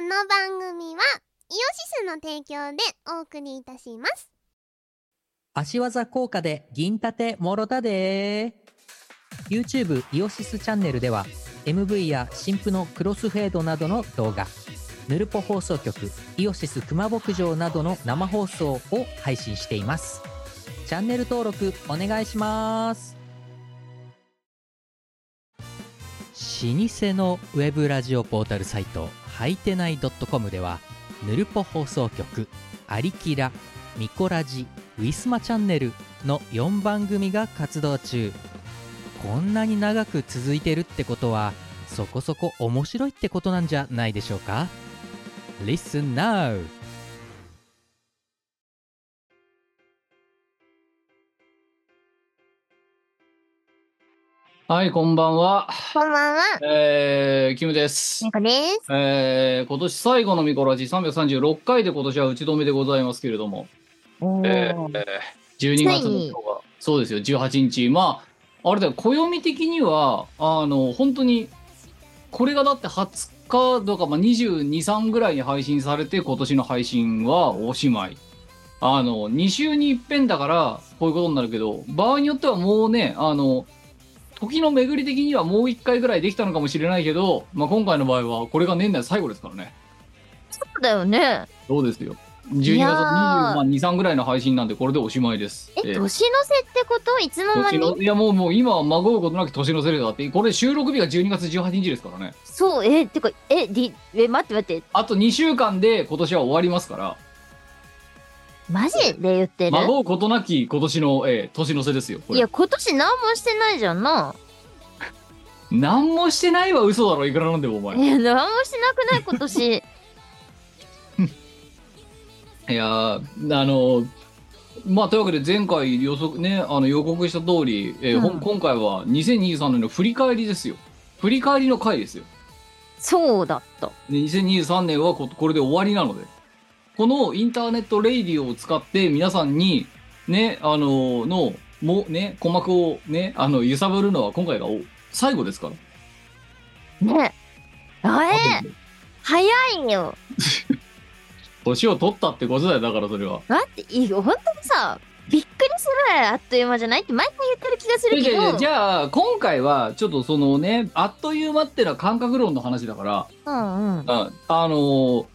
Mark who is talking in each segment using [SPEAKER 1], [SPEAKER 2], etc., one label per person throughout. [SPEAKER 1] の番組はイオシスの提供でお送りいたします
[SPEAKER 2] 足技効果で銀盾もろたで YouTube イオシスチャンネルでは MV や新婦のクロスフェードなどの動画ヌルポ放送局イオシス熊牧場などの生放送を配信していますチャンネル登録お願いします老舗のウェブラジオポータルサイトはいてない .com ではぬるぽ放送局「アリキラ」「ミコラジ」「ウィスマチャンネル」の4番組が活動中こんなに長く続いてるってことはそこそこ面白いってことなんじゃないでしょうか Listen now!
[SPEAKER 3] はい、こんばんは。
[SPEAKER 1] こんばんは
[SPEAKER 3] えー、キムです
[SPEAKER 1] ね。こです
[SPEAKER 3] えー、今年最後のミコラジ336回で今年は打ち止めでございますけれども、えー、12月の今日が、そうですよ、18日。まあ、あれだよ、暦的には、あの、本当に、これがだって20日とか、まあ、22、3ぐらいに配信されて、今年の配信はおしまい。あの、2週に一遍だから、こういうことになるけど、場合によってはもうね、あの、時の巡り的にはもう1回ぐらいできたのかもしれないけど、まあ、今回の場合は、これが年内最後ですからね。
[SPEAKER 4] そうだよね。
[SPEAKER 3] そうですよ。
[SPEAKER 4] い
[SPEAKER 3] 12月
[SPEAKER 4] やー
[SPEAKER 3] 22、3ぐらいの配信なんで、これでおしまいです。
[SPEAKER 4] え、
[SPEAKER 3] えー
[SPEAKER 4] 年の瀬ってこといつの間
[SPEAKER 3] 年
[SPEAKER 4] に
[SPEAKER 3] のいやもうもう今はまごうことなく年のせいだってこれ収録日が12月18日ですからね
[SPEAKER 4] そう、え、てか、え、りえ、待って待って、
[SPEAKER 3] あと2週間で今年は終わりますから
[SPEAKER 4] マジで言ってる
[SPEAKER 3] まごうことなき今年の、えー年の瀬ですよこ
[SPEAKER 4] い
[SPEAKER 3] れ
[SPEAKER 4] や、今年何もしてないじゃんな。
[SPEAKER 3] 何もしてないは嘘だろいくらなんでもお前
[SPEAKER 4] え、何もしてなくない 今年。
[SPEAKER 3] いやーあのーまあというわけで前回予測ねあの予告した通り、えーほん
[SPEAKER 4] うん
[SPEAKER 3] 今回は2023年の振り返りですよ振り返りの回ですよ
[SPEAKER 4] そうだった。
[SPEAKER 3] で2023年はここれで終わりなのでこのインターネットレイディオを使って皆さんにねあののもね鼓膜をねあの揺さぶるのは今回がお最後ですから、
[SPEAKER 4] ね。あれ早いよ。
[SPEAKER 3] 年を取ったってことだよだからそれは
[SPEAKER 4] 待って、いいよ。本当にさ、びっくりするぐらいあっという間じゃないって毎回言ってる気がするけ
[SPEAKER 3] いやいやいや
[SPEAKER 4] ど。
[SPEAKER 3] じゃあ今回はちょっとそのねあっという間っていうのは感覚論の話だから
[SPEAKER 4] うんうん。
[SPEAKER 3] うんあのー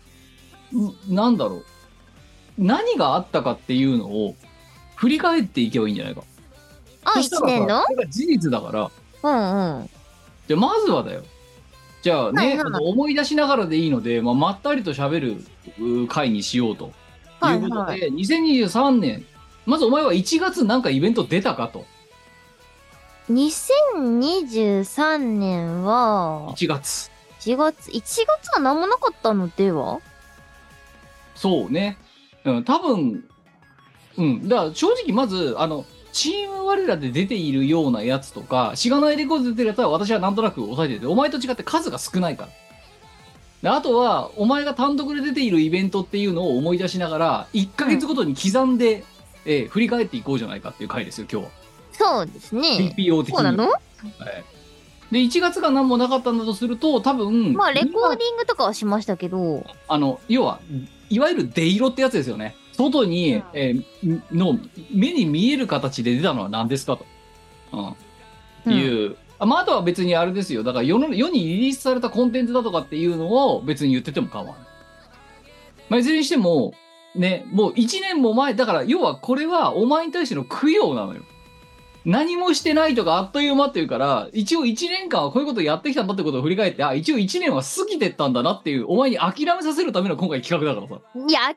[SPEAKER 3] んなんだろう何があったかっていうのを振り返っていけばいいんじゃないか
[SPEAKER 4] あ、
[SPEAKER 3] そした
[SPEAKER 4] 一
[SPEAKER 3] らさ
[SPEAKER 4] 年の
[SPEAKER 3] これが事実だから
[SPEAKER 4] うんうん。
[SPEAKER 3] じゃあまずはだよじゃあね、
[SPEAKER 4] はいはい
[SPEAKER 3] あの思い出しながらでいいので、まあ、まったりと喋るうー回にしようと、
[SPEAKER 4] はい
[SPEAKER 3] い、うこと
[SPEAKER 4] は
[SPEAKER 3] で2023年まずお前は1月なんかイベント出たかと
[SPEAKER 4] 2023年は、
[SPEAKER 3] 1月
[SPEAKER 4] 1月、1月は何もなかったのでは
[SPEAKER 3] そうね、うん、多分うんだから正直まずあのチーム我らで出ているようなやつとかしがないレコードで出てるやつは私はなんとなく抑えててお前と違って数が少ないからであとはお前が単独で出ているイベントっていうのを思い出しながら1ヶ月ごとに刻んで、えー振り返っていこうじゃないかっていう回ですよ今日は
[SPEAKER 4] そうですね。
[SPEAKER 3] TPO 的に
[SPEAKER 4] そうなの
[SPEAKER 3] はいで1月が何もなかったんだとすると多分
[SPEAKER 4] まあ、レコーデ
[SPEAKER 3] 今
[SPEAKER 4] ィングとかはしましたけど、
[SPEAKER 3] あの要はいわゆる出色ってやつですよね外に、
[SPEAKER 4] うん
[SPEAKER 3] えーの目に見える形で出たのは何ですかと、うん
[SPEAKER 4] うん
[SPEAKER 3] いうあ,、まあ、あとは別にあれですよだから世の世にリリースされたコンテンツだとかっていうのを別に言ってても構わない、まあ、いずれにしてもねもう1年も前だから要はこれはお前に対しての供養なのよ何もしてないとかあっという間っていうから一応1年間はこういうことやってきたんだってことを振り返ってあ一応1年は過ぎてったんだなっていうお前に諦めさせるための今回企画だからさ
[SPEAKER 4] いや、諦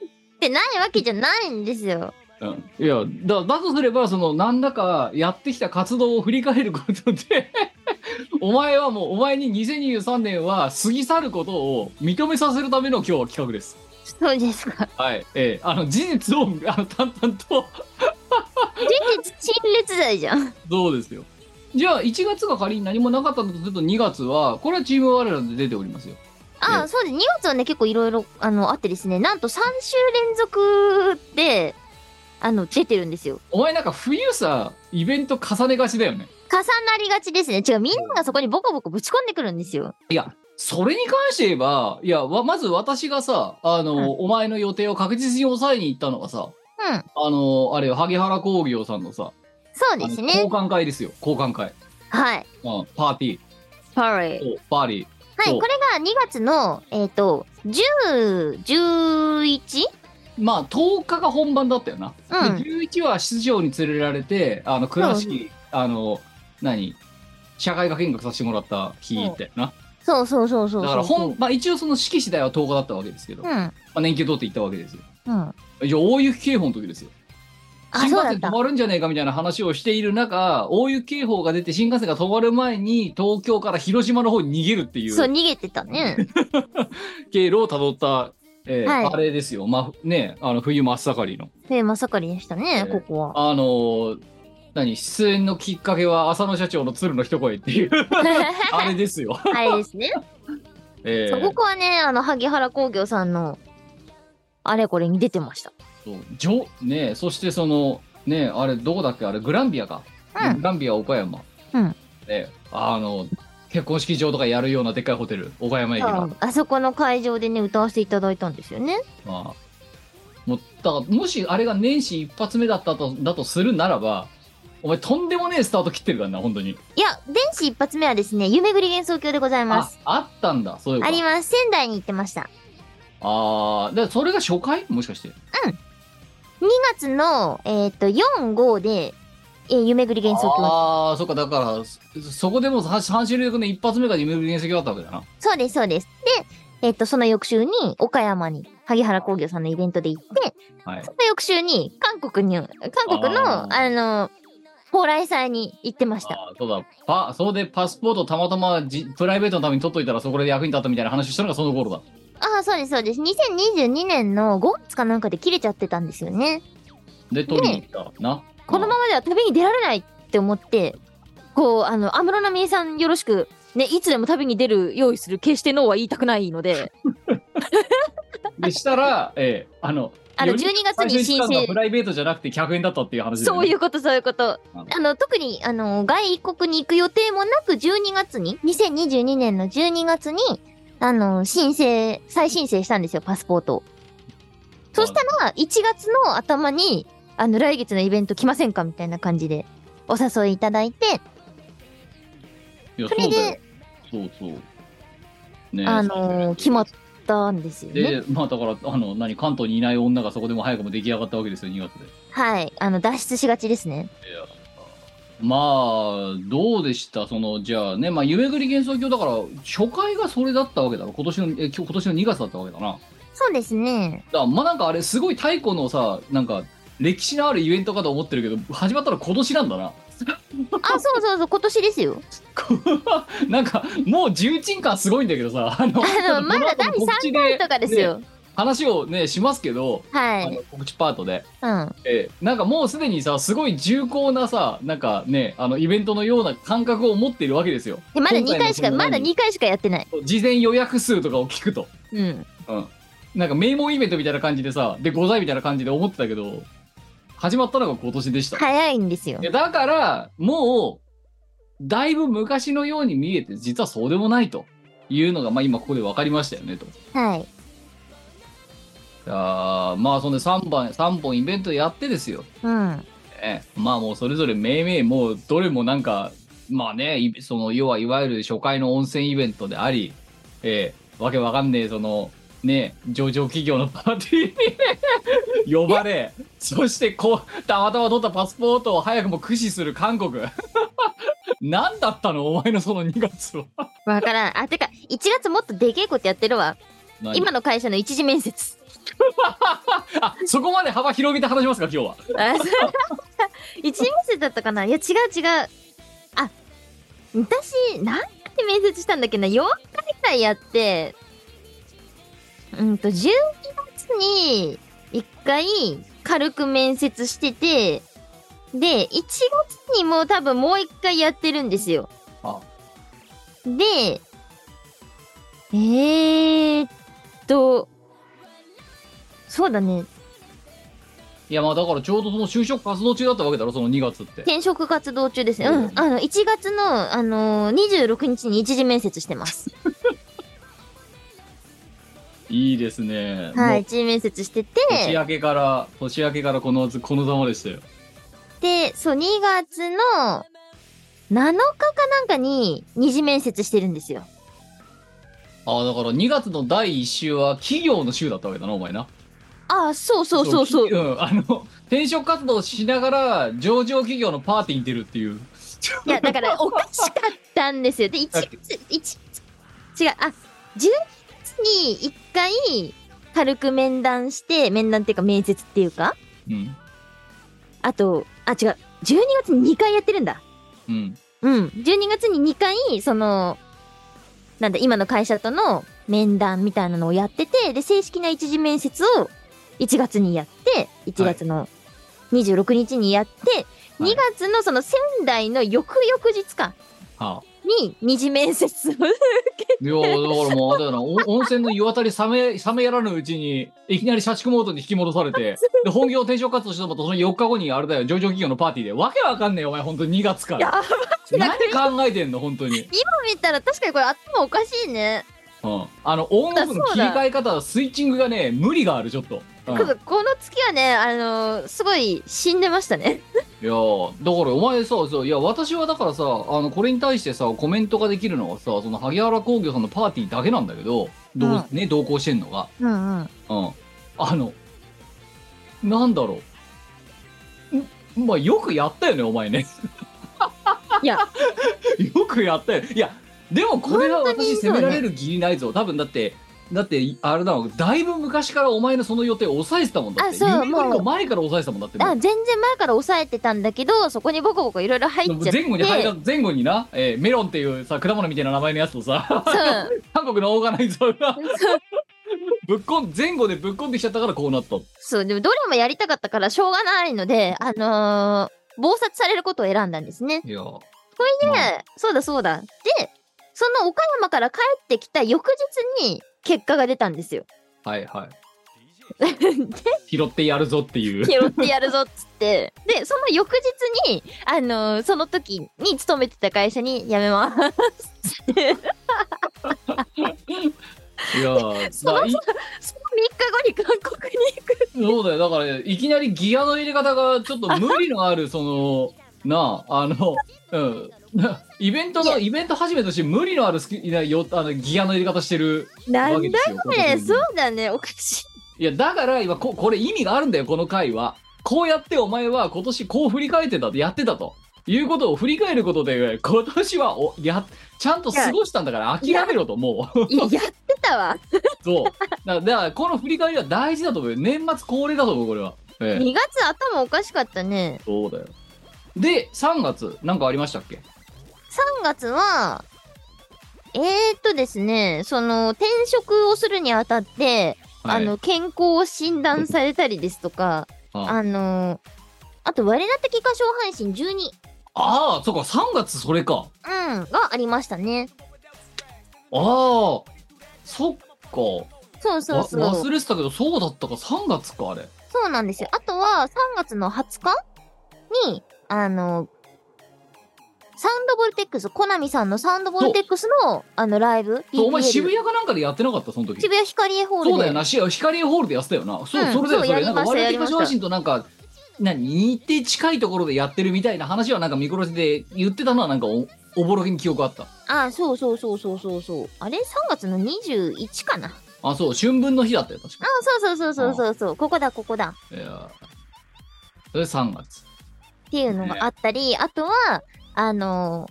[SPEAKER 4] めてないわけじゃないんですよ。
[SPEAKER 3] うんいやだだとすればその何らかやってきた活動を振り返ることで お前はもうお前に2023年は過ぎ去ることを認めさせるための今日は企画です
[SPEAKER 4] そうですか。
[SPEAKER 3] はいええあの事実をあの淡々と
[SPEAKER 4] 事実陳列罪じゃん。
[SPEAKER 3] そうですよじゃあ1月が仮に何もなかったのとすると2月はこれはチーム我らで出ておりますよ
[SPEAKER 4] あ
[SPEAKER 3] え
[SPEAKER 4] あ、そうです。2月はね、結構いろいろ、あの、あってですね、なんと3週連続で、あの、出てるんですよ。
[SPEAKER 3] お前なんか冬さイベント重ねがちだよね
[SPEAKER 4] 重重なりがちですね。違う、みんながそこにボコボコぶち込んでくるんですよ。
[SPEAKER 3] いや、それに関して言えば、いや、わまず私がさ、あの、
[SPEAKER 4] うん
[SPEAKER 3] お前の予定を確実に抑えに行ったのがさ、
[SPEAKER 4] うん。
[SPEAKER 3] あの、あれよ、萩原工業さんのさ、
[SPEAKER 4] そう
[SPEAKER 3] あ
[SPEAKER 4] で
[SPEAKER 3] の
[SPEAKER 4] す
[SPEAKER 3] 交
[SPEAKER 4] ね。
[SPEAKER 3] 換会ですよ、交換会。
[SPEAKER 4] はい。
[SPEAKER 3] うん、パーティー、
[SPEAKER 4] パレー。
[SPEAKER 3] そうパーティー。
[SPEAKER 4] はい、
[SPEAKER 3] そう
[SPEAKER 4] これが2月の、えっ、と、10、11?
[SPEAKER 3] まあ、10日が本番だったよな。
[SPEAKER 4] うん
[SPEAKER 3] で11は室長に連れられて、あの、倉
[SPEAKER 4] そ
[SPEAKER 3] 敷、あの、何社会科見学させてもらった日だよな。
[SPEAKER 4] そうそうそうそうそう。
[SPEAKER 3] だから本、まあ一応その式次第は10日だったわけですけど、
[SPEAKER 4] う
[SPEAKER 3] ま
[SPEAKER 4] ん。
[SPEAKER 3] あ年休取って行ったわけですよ。
[SPEAKER 4] うん。
[SPEAKER 3] じゃあ大雪警報の時ですよ。
[SPEAKER 4] あ、
[SPEAKER 3] 新
[SPEAKER 4] そ
[SPEAKER 3] 幹
[SPEAKER 4] うだ
[SPEAKER 3] 線
[SPEAKER 4] った
[SPEAKER 3] 止。まるんじゃねえかみたいな話をしている中、大雪警報が出て新幹線が止まる前に東京から広島の方に逃げるってい
[SPEAKER 4] そう、
[SPEAKER 3] う
[SPEAKER 4] 逃げてたね。
[SPEAKER 3] 経路をたどった、えー
[SPEAKER 4] はい
[SPEAKER 3] あれですよ。まあね、あの冬真っ盛りの。
[SPEAKER 4] で、まさかりでしたね、
[SPEAKER 3] ええ
[SPEAKER 4] ここ は。
[SPEAKER 3] あのー何出演のきっかけは浅野社長の鶴の一声っていう あれですよ。
[SPEAKER 4] あれですね。
[SPEAKER 3] えー
[SPEAKER 4] そうここはね、あの、萩原工業さんの、あれこれに出てました。
[SPEAKER 3] そうじょねそしてそのねあれどこだっけあれグランビアか、
[SPEAKER 4] うん
[SPEAKER 3] グランビア岡山、
[SPEAKER 4] うん
[SPEAKER 3] ねあの結婚式場とかやるようなでっかいホテル岡山駅の、
[SPEAKER 4] そうあそこの会場でね、歌わせていただいたんですよね。
[SPEAKER 3] まあもうだからもしあれが年始一発目だったとだとするならばお前とんでもねえスタート切ってるからな本当に
[SPEAKER 4] いや、電子一発目はですね、夢ぐり幻想郷でございま
[SPEAKER 3] あ
[SPEAKER 4] す。
[SPEAKER 3] あったんだそういう
[SPEAKER 4] あります。仙台に行ってました。
[SPEAKER 3] ああーだからそれが初回もしかして
[SPEAKER 4] 2月の、えっ、と、4号で、えー夢ぐり幻想郷。
[SPEAKER 3] ああーそっかだからそそこでも三三週連続の一発目が夢見原石だったわけだな
[SPEAKER 4] そうです、そうです。で、えっ、と、その翌週に、岡山に、萩原工業さんのイベントで行って、
[SPEAKER 3] はい
[SPEAKER 4] その翌週に、韓国に、韓国の、
[SPEAKER 3] あ
[SPEAKER 4] あ
[SPEAKER 3] ー
[SPEAKER 4] の、蓬莱祭に行ってました。
[SPEAKER 3] あーそうだパそうでパスポートたまたまじプライベートのために取っといたらそこで役に立ったみたいな話したのがその頃だ
[SPEAKER 4] ああ、そうです、そうです。2022年の5月かなんかで切れちゃってたんですよね。
[SPEAKER 3] で取りに行ったな
[SPEAKER 4] このままでは旅に出られないって思って、こう、あの、安室奈美恵さんよろしく、ね、いつでも旅に出る用意する、決してノーは言いたくないので、
[SPEAKER 3] でしたらええあの
[SPEAKER 4] あの、
[SPEAKER 3] よ
[SPEAKER 4] 12
[SPEAKER 3] り
[SPEAKER 4] 月
[SPEAKER 3] 最初
[SPEAKER 4] に
[SPEAKER 3] に
[SPEAKER 4] 申
[SPEAKER 3] したのは
[SPEAKER 4] 請
[SPEAKER 3] プ、ライベートじゃなくて100円だったっていう話だよ
[SPEAKER 4] そ
[SPEAKER 3] ね
[SPEAKER 4] ういうこと、そういうこと
[SPEAKER 3] あ。
[SPEAKER 4] あの、特に、あの、外国に行く予定もなく、12月に、2022年の12月に、あの、申請、再申請したんですよ、パスポートを。そしたら、1月の頭に、あの、来月のイベント来ませんかみたいな感じで、お誘いいただいて、
[SPEAKER 3] いや
[SPEAKER 4] そ
[SPEAKER 3] そ
[SPEAKER 4] れで
[SPEAKER 3] うだよそうそうねえ
[SPEAKER 4] あのー決ま
[SPEAKER 3] っ
[SPEAKER 4] ったんですよね。
[SPEAKER 3] でまあだからあの何関東にいない女がそこでも早くも出来上がったわけですよ2月で
[SPEAKER 4] はい。あの、脱出しがちですね。
[SPEAKER 3] まあどうでしたそのじゃあねまあ夢ぐり幻想郷だから初回がそれだったわけだろ今年のえ今日今年の2月だったわけだな
[SPEAKER 4] そうですね。
[SPEAKER 3] だからまあなんかあれすごい太古のさなんか歴史のあるイベントかと思ってるけど始まったら今年なんだな
[SPEAKER 4] あ、そうそうそう、今年ですよ。
[SPEAKER 3] なんかもう重鎮感すごいんだけどさあの
[SPEAKER 4] あの、まだ第
[SPEAKER 3] 告知
[SPEAKER 4] 3
[SPEAKER 3] で
[SPEAKER 4] 回とかですよ。
[SPEAKER 3] 話をねしますけど、
[SPEAKER 4] は
[SPEAKER 3] あ
[SPEAKER 4] い。
[SPEAKER 3] の告知パートで、
[SPEAKER 4] うん。
[SPEAKER 3] えーなんかもうすでにさすごい重厚なさなんかねあのイベントのような感覚を持っているわけですよ
[SPEAKER 4] でまだ
[SPEAKER 3] 今
[SPEAKER 4] 2
[SPEAKER 3] 回の
[SPEAKER 4] 回しか、
[SPEAKER 3] その
[SPEAKER 4] まだ2回しかやってない。
[SPEAKER 3] 事前予約数とかを聞くと
[SPEAKER 4] うん。
[SPEAKER 3] うんなんか名門イベントみたいな感じでさでございみたいな感じで思ってたけど始まったのが今年でした
[SPEAKER 4] 早いんですよ
[SPEAKER 3] い。やだからもうだいぶ昔のように見えて実はそうでもないというのが、まあ、今ここで分かりましたよねと。
[SPEAKER 4] はい。
[SPEAKER 3] あーまあそんで3本三本イベントやってですよ、
[SPEAKER 4] うん。
[SPEAKER 3] ええまあもうそれぞれ命名もうどれもなんかまあねいその要はいわゆる初回の温泉イベントであり、ええわけわかんねえそのね上場企業のパーティーに 呼ばれそしてこうたまたま取ったパスポートを早くも駆使する韓国 何だったのお前のその2月は
[SPEAKER 4] わからん。あ、てか、1月もっとでけえことやってるわ。
[SPEAKER 3] 何
[SPEAKER 4] 今の会社の一次面接。
[SPEAKER 3] あそこまで幅広げて話しますか今日は
[SPEAKER 4] あそう 一次面接だったかないや、違う違う。あ、私、何回面接したんだっけな ?4 回くらいやって、うんと、12月に1回軽く面接してて、で、1月にもう多分もう1回やってるんですよ。
[SPEAKER 3] あ
[SPEAKER 4] で、えーっと、そうだね。
[SPEAKER 3] いやまあだからちょうどその就職活動中だったわけだろその2月って
[SPEAKER 4] 転職活動中ですね。うん
[SPEAKER 3] う。ん
[SPEAKER 4] あの、1月の、あのー、26日に一次面接してます。
[SPEAKER 3] いいですね
[SPEAKER 4] はい、
[SPEAKER 3] もう
[SPEAKER 4] 一次面接して
[SPEAKER 3] 年
[SPEAKER 4] て、
[SPEAKER 3] 明けから年明けからこのこのざまでしたよ
[SPEAKER 4] で、そう、2月の7日かなんかに二次面接してるんですよ。
[SPEAKER 3] ああだから2月の第1週は企業の週だったわけだなお前な
[SPEAKER 4] ああ、そうそうそうそう。
[SPEAKER 3] 企業んあの転職活動しながら上場企業のパーティーに出るっていう
[SPEAKER 4] いや、だ から、おかしかったんですよ。で、1
[SPEAKER 3] だって
[SPEAKER 4] 月、一月、違う、あ、10月に1回、軽く面談して、面談っていうか面接っていうか、
[SPEAKER 3] うん
[SPEAKER 4] あと、あ、違う、12月に2回やってるんだ。
[SPEAKER 3] うん
[SPEAKER 4] うん。12月に2回、その、なんだ、今の会社との面談みたいなのをやってて、で、正式な一次面接を1月にやって、1月の26日にやって、
[SPEAKER 3] はい
[SPEAKER 4] 2月のその仙台の翌々日か
[SPEAKER 3] はあ
[SPEAKER 4] に二次面接を
[SPEAKER 3] いやーだからもうあれだよなお温泉の湯渡り冷め冷めやらぬうちにいきなり社畜モードに引き戻され てで本業転職活動してもその4日後にあれだよ上場企業のパーティーでわけわかんねえよお前本当に2月から
[SPEAKER 4] やばいな
[SPEAKER 3] 何考えてんの本当に、
[SPEAKER 4] 見たら確かにこれ頭おかしいね。
[SPEAKER 3] うん、あのオンオフの切り替え方はスイッチングがね無理があるちょっと、うん
[SPEAKER 4] ちょっとこの月はね、あのーすごい死んでましたね。
[SPEAKER 3] いやーだからお前さそういや私はだからさあのこれに対してさコメントができるのはさその萩原工業さんのパーティーだけなんだけどどう、ね、同行してんのが、
[SPEAKER 4] うんう
[SPEAKER 3] う
[SPEAKER 4] ん。
[SPEAKER 3] ん、あのなんだろうんまあよくやったよねお前ね
[SPEAKER 4] いや、
[SPEAKER 3] よくやったよいやでもこれは
[SPEAKER 4] 本当に
[SPEAKER 3] 私
[SPEAKER 4] そう
[SPEAKER 3] 責
[SPEAKER 4] ね
[SPEAKER 3] められる義理ないぞ多分だってだってあれだもんだいぶ昔からお前のその予定を抑えてたもんだって
[SPEAKER 4] あそう
[SPEAKER 3] 夢より
[SPEAKER 4] も
[SPEAKER 3] も
[SPEAKER 4] う
[SPEAKER 3] 前から抑えてたもんだってもう
[SPEAKER 4] あ全然前から抑えてたんだけど、そこにボコボコいろいろ入っちゃって。
[SPEAKER 3] 前後に入ら前後にな、えーメロンっていうさ果物みたいな名前のやつとさ
[SPEAKER 4] そう
[SPEAKER 3] 韓国のオーガナイザーが ぶっこん前後でぶっこんできちゃったからこうなった
[SPEAKER 4] そう、でもどれもやりたかったからしょうがないので、あのー、謀殺されることを選んだんですね。
[SPEAKER 3] いや
[SPEAKER 4] で、
[SPEAKER 3] まあ
[SPEAKER 4] そうだそうだ。で、その岡山から帰ってきた翌日に結果が出たん ですよ。
[SPEAKER 3] はいはい
[SPEAKER 4] で、
[SPEAKER 3] 拾ってやるぞっていう
[SPEAKER 4] 拾ってやるぞっつって。で、その翌日に、あのーその時に勤めてた会社に辞めますっ つって。
[SPEAKER 3] いやー
[SPEAKER 4] そ
[SPEAKER 3] まあ
[SPEAKER 4] の
[SPEAKER 3] い
[SPEAKER 4] その3日後に韓国に
[SPEAKER 3] そ
[SPEAKER 4] 行く。
[SPEAKER 3] うだよだからいきなりギアの入れ方がちょっと無理のあるそのなああのうん なイベント
[SPEAKER 4] い
[SPEAKER 3] の
[SPEAKER 4] や
[SPEAKER 3] イベント始めとして無理のあるスキなよあのギアの入れ方してる
[SPEAKER 4] な
[SPEAKER 3] わ
[SPEAKER 4] ん
[SPEAKER 3] け
[SPEAKER 4] だ
[SPEAKER 3] ですよ
[SPEAKER 4] こ
[SPEAKER 3] 韓
[SPEAKER 4] れ、
[SPEAKER 3] 国に
[SPEAKER 4] そうだね、おかしい。
[SPEAKER 3] いやだから今ここれ意味があるんだよこの回はこうやってお前は今年こう振り返ってたとやってたということを振り返ることで今年はおやちゃんと過ごしたんだから諦めろともう
[SPEAKER 4] いや、やってたわ。
[SPEAKER 3] そう だだからこの振り返りは大事だと思うよ年末恒例だと思うこれは、ええ
[SPEAKER 4] 2月頭おかしかったね。
[SPEAKER 3] そうだよで3月なんかありましたっけ
[SPEAKER 4] 3月は、えー、っとですね、その、転職をするにあたって、
[SPEAKER 3] はい
[SPEAKER 4] あの、健康を診断されたりですとか、
[SPEAKER 3] あ
[SPEAKER 4] あの、あと、我な的過小半身12、
[SPEAKER 3] あーそうか3月それか
[SPEAKER 4] うん、がありましたね。
[SPEAKER 3] ああそっか
[SPEAKER 4] そうそう
[SPEAKER 3] わ
[SPEAKER 4] そう。
[SPEAKER 3] 忘れてたけどそうだったか3月かあれ
[SPEAKER 4] そうなんですよ。あとは、3月の20日に、あの、サウンドボルテックス、コナミさんのサウンドボルテックスの、あの、ライブ。
[SPEAKER 3] そうお前
[SPEAKER 4] PPL
[SPEAKER 3] 渋谷かなんかでやってなかったその時
[SPEAKER 4] 渋谷ヒカリエホールで。
[SPEAKER 3] そうだよな、し光ホールでやってたよな。そう、
[SPEAKER 4] うん
[SPEAKER 3] それだよ、
[SPEAKER 4] そう
[SPEAKER 3] そ
[SPEAKER 4] や
[SPEAKER 3] れ。
[SPEAKER 4] り
[SPEAKER 3] なん
[SPEAKER 4] ま
[SPEAKER 3] か、
[SPEAKER 4] した
[SPEAKER 3] 我
[SPEAKER 4] やり
[SPEAKER 3] 々
[SPEAKER 4] ました
[SPEAKER 3] 写真となんか、何、似て近いところでやってるみたいな話は、なんか、見殺しで言ってたのは、なんかお、おぼろげに記憶あった。
[SPEAKER 4] あ、そうそうそうそうそうそう。あれ ?3 月の21かなあ、
[SPEAKER 3] あ、そう、春分の日だったよ、確か。
[SPEAKER 4] そうそうそうそうそうそう。ここだ、ここだ。
[SPEAKER 3] いやーそれ3月。
[SPEAKER 4] っていうのがあったり、あとは、あの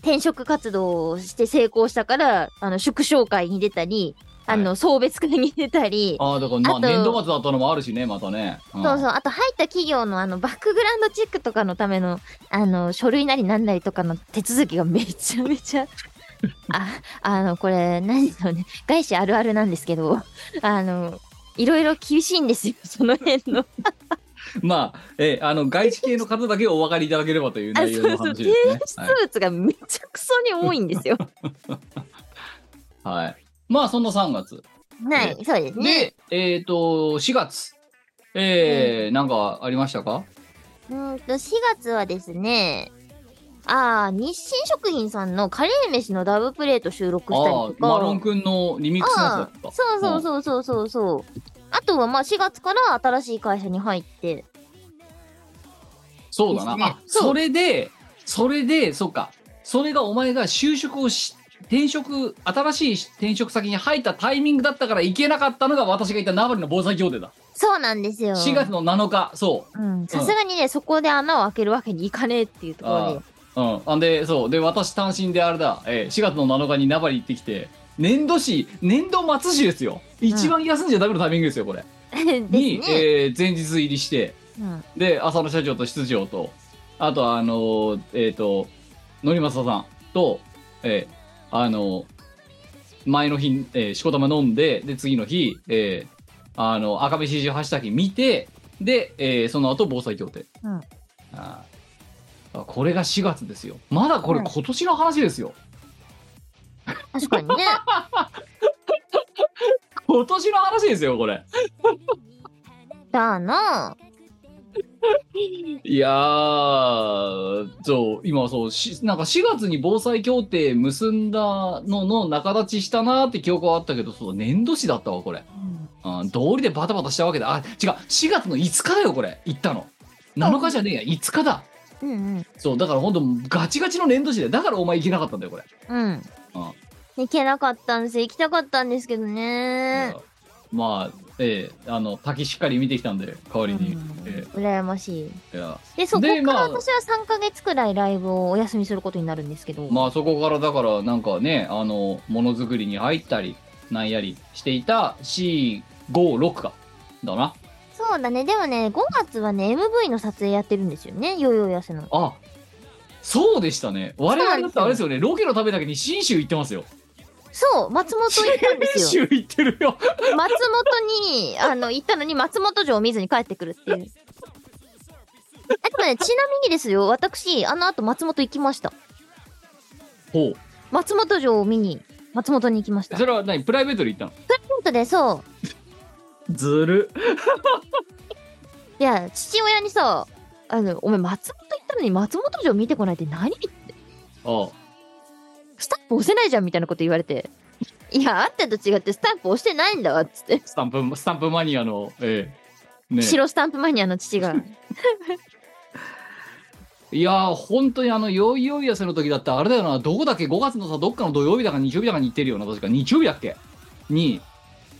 [SPEAKER 4] 転職活動をして成功したから、あの、祝勝会に出たり、あの、
[SPEAKER 3] は
[SPEAKER 4] 送別会に出たり、
[SPEAKER 3] ああ、だから、まあ、
[SPEAKER 4] あと
[SPEAKER 3] 年度末だったのもあるしね、またね。うん
[SPEAKER 4] そうそう、あと入った企業のあの、バックグラウンドチェックとかのための、あの、書類なりなんなりとかの手続きがめちゃめ ちゃ、あ、あの、これ、何だろうね、外資あるあるなんですけど、あの、いろいろ厳しいんですよ、その辺の。
[SPEAKER 3] まあ、えーあの、外資系の方だけお分かりいただければという
[SPEAKER 4] あ、
[SPEAKER 3] 内
[SPEAKER 4] そ
[SPEAKER 3] 容
[SPEAKER 4] う
[SPEAKER 3] の
[SPEAKER 4] そ
[SPEAKER 3] 話
[SPEAKER 4] う、提
[SPEAKER 3] ですね。
[SPEAKER 4] 出物がめちゃくそに多いんですよ。
[SPEAKER 3] はい。はい。まあ、そんな3月。
[SPEAKER 4] はい、そうですね。
[SPEAKER 3] で、えっ、と、4月。えー、なんかありましたか
[SPEAKER 4] うんと、4月はですね、ああ、日清食品さんのカレー飯のダブプレート収録したり
[SPEAKER 3] あ
[SPEAKER 4] と
[SPEAKER 3] あ、
[SPEAKER 4] か。
[SPEAKER 3] マロンくんのリミックスのやつだった。
[SPEAKER 4] そうそうそうそうそうそう。あとはまあ4月から新しい会社に入って。
[SPEAKER 3] そうだな。
[SPEAKER 4] ですね
[SPEAKER 3] あ、
[SPEAKER 4] そう
[SPEAKER 3] それで、それで、そうか。それがお前が就職をし、転職、新しい転職先に入ったタイミングだったから行けなかったのが私が言ったナバリの防災協定だ。
[SPEAKER 4] そうなんですよ。
[SPEAKER 3] 4月の7日、そ
[SPEAKER 4] うん。さすがにね、そこで穴を開けるわけにいかねえっていうところで。
[SPEAKER 3] う。うん。あんで、そう。で、私単身であれだ、えー4月の7日にナバリ行ってきて、年度市、年度末市ですよ。一番休んじゃダメのタイミングですよ、これ。
[SPEAKER 4] で
[SPEAKER 3] に、
[SPEAKER 4] すね。
[SPEAKER 3] えー前日入りして、
[SPEAKER 4] うん
[SPEAKER 3] で浅野社長と室長とあとはあのーえっ、と乗正さんと、えーあのー前の日、えー、しこたま飲んでで次の日、えーあの赤飯十八滝見てで、えーその後防災協定、
[SPEAKER 4] うん
[SPEAKER 3] あーこれが4月ですよまだこれ
[SPEAKER 4] うん
[SPEAKER 3] 今年の話ですよ、
[SPEAKER 4] 確かに ね。
[SPEAKER 3] 今年の話ですよこれ
[SPEAKER 4] だな。
[SPEAKER 3] いやー、そう、今そう、しなんか4月に防災協定結んだのの仲立ちしたなーって記憶はあったけど、そう、年度誌だったわ、これ。うん、道理でバタバタしたわけだ。あ、違う、4月の5日だよ、これ、行ったの。7日じゃねえや、5日だ。
[SPEAKER 4] うんうん。
[SPEAKER 3] そう、だからほんと、ガチガチの年度誌で、だからお前行けなかったんだよ、これ。
[SPEAKER 4] うん。行けなかったんですよ。行きたかったんですけどね。
[SPEAKER 3] うんまあ、ええあの、滝しっかり見てきたんで、代わりに。え
[SPEAKER 4] 羨ましい。
[SPEAKER 3] えいや
[SPEAKER 4] で、そこか
[SPEAKER 3] でま
[SPEAKER 4] ら
[SPEAKER 3] あ
[SPEAKER 4] 私は3ヶ月くらいライブをお休みすることになるんですけど。
[SPEAKER 3] まあそこからだからなんかねあのものづくりに入ったりなんやりしていた C56 かだな
[SPEAKER 4] そうだね。でもね、5月はね、MV の撮影やってるんですよね。よいよいやせの。
[SPEAKER 3] あそうでしたね我々だってあれですよねロケのためだけに信州行ってますよ
[SPEAKER 4] そう、松本行ったんです
[SPEAKER 3] 信
[SPEAKER 4] よ。
[SPEAKER 3] 州行ってるよ
[SPEAKER 4] 松本に、あの、行ったのに松本城を見ずに帰ってくるっていう。あとね、ちなみにですよ、私、あの後松本行きました。
[SPEAKER 3] ほう
[SPEAKER 4] 松本城を見に、松本に行きました。
[SPEAKER 3] それは何プライベートで行ったの
[SPEAKER 4] 本当で、そう。
[SPEAKER 3] ずる
[SPEAKER 4] いや、父親にさ、あの、お前松本行ったのに松本城見てこないって何
[SPEAKER 3] ああ
[SPEAKER 4] スタンプ押せないじゃんみたいなこと言われて。いや、あんたと違ってスタンプ押してないんだわ、つって。
[SPEAKER 3] スタンプスタンプマニアのええね
[SPEAKER 4] 白スタンプマニアの父が。
[SPEAKER 3] いやー本当にあのよいよいやせの時だってあれだよなどこだっけ5月のさどっかの土曜日だか日曜日だかに行ってるよな確か日曜日だっけに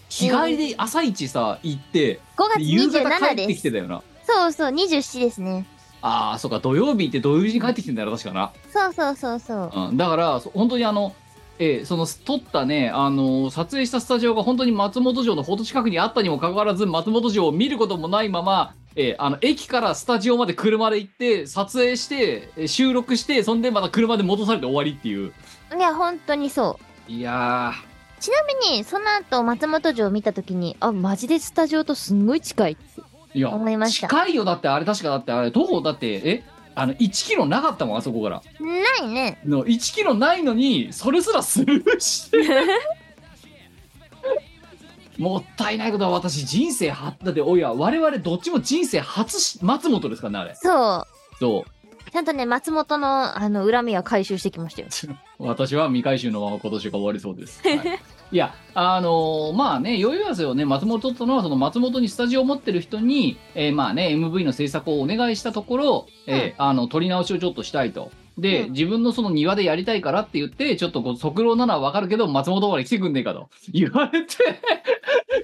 [SPEAKER 3] 日帰りで朝一さ行って
[SPEAKER 4] 5月
[SPEAKER 3] で夕方
[SPEAKER 4] 27
[SPEAKER 3] 帰って
[SPEAKER 4] で
[SPEAKER 3] き
[SPEAKER 4] す
[SPEAKER 3] て。たよな
[SPEAKER 4] そうそう、27ですね。
[SPEAKER 3] ああそうか土曜日行って土曜日に帰ってきてんだよな確かな
[SPEAKER 4] そうそうそうそう。
[SPEAKER 3] うん、だからそ本当にあの、えーその撮ったね、あのー撮影したスタジオが本当に松本城のほど近くにあったにもかかわらず松本城を見ることもないまま、えーあの駅からスタジオまで車で行って撮影してえー収録してそんでまた車で戻されて終わりっていう
[SPEAKER 4] いや、本当にそう。
[SPEAKER 3] いや
[SPEAKER 4] ちなみに、その後、松本城を見たときに、あ、マジでスタジオとすんごい近い。
[SPEAKER 3] ーいや
[SPEAKER 4] 思いました
[SPEAKER 3] 近いよだってあれ確かだってあれ徒歩だってえあの1キロなかったもんあそこから
[SPEAKER 4] ないね。
[SPEAKER 3] の1キロないのにそれすらスルーしてもったいないことは私人生はだっておや我々どっちも人生初し松本ですからねあれ
[SPEAKER 4] そ。
[SPEAKER 3] そう
[SPEAKER 4] ちゃんとね、松本の、あの、恨みは回収してきましたよ。
[SPEAKER 3] う私は未回収のまま今年が終わりそう です、はいいやあのーまあね余裕ですよね松本とのはその松本にスタジオを持ってる人に、えーまあね MV の制作をお願いしたところ、えーあの撮り直しをちょっとしたいとで、
[SPEAKER 4] うん
[SPEAKER 3] 自分のその庭でやりたいからって言って、ちょっとこう、即郎ならわかるけど、松本まで来てくんねえかと 言われて、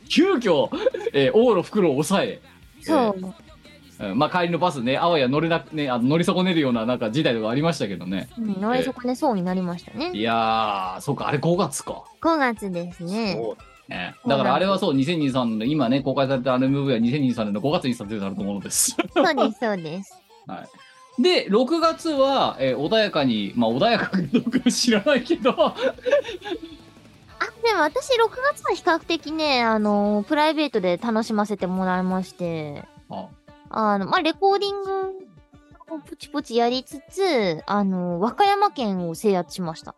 [SPEAKER 3] 急遽、えー、往路袋を抑え、
[SPEAKER 4] そう。
[SPEAKER 3] うんまあ帰りのバスね、あわや乗れなくね、あの乗り損ねるようななんか事態とかありましたけどね。
[SPEAKER 4] うん乗り損ねそうになりましたね。
[SPEAKER 3] いやー、そうか、あれ5月か。
[SPEAKER 4] 5月ですね。
[SPEAKER 3] そうね、だからあれはそう、2023年の、今ね、公開されたあの MV は2023年の5月に撮影されたものです。
[SPEAKER 4] そうです、そうです。
[SPEAKER 3] で、6月は、えー穏やかに、まあ穏やかかどうか知らないけど、
[SPEAKER 4] あでも私6月は比較的ね、あのプライベートで楽しませてもらいまして
[SPEAKER 3] あ
[SPEAKER 4] あの、まあ、レコーディングをポチポチやりつつあの和歌山県を制圧しました。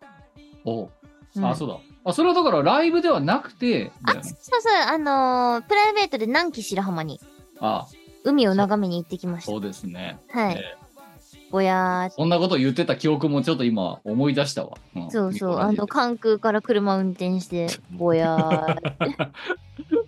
[SPEAKER 3] おう
[SPEAKER 4] うん
[SPEAKER 3] あ、そうだ。あ、それはだからライブではなくて、だよね
[SPEAKER 4] あそうそう、あのプライベートで南紀白浜に
[SPEAKER 3] ああ
[SPEAKER 4] 海を眺めに行ってきまし
[SPEAKER 3] そうですね。
[SPEAKER 4] た。はい。ぼやーっと
[SPEAKER 3] そんなこと言ってた記憶もちょっと今思い出したわ。ん
[SPEAKER 4] そうそう、あ
[SPEAKER 3] ニ
[SPEAKER 4] の
[SPEAKER 3] コ
[SPEAKER 4] 関空から車運転して、ぼや ーっ
[SPEAKER 3] ラ
[SPEAKER 4] と
[SPEAKER 3] ジオで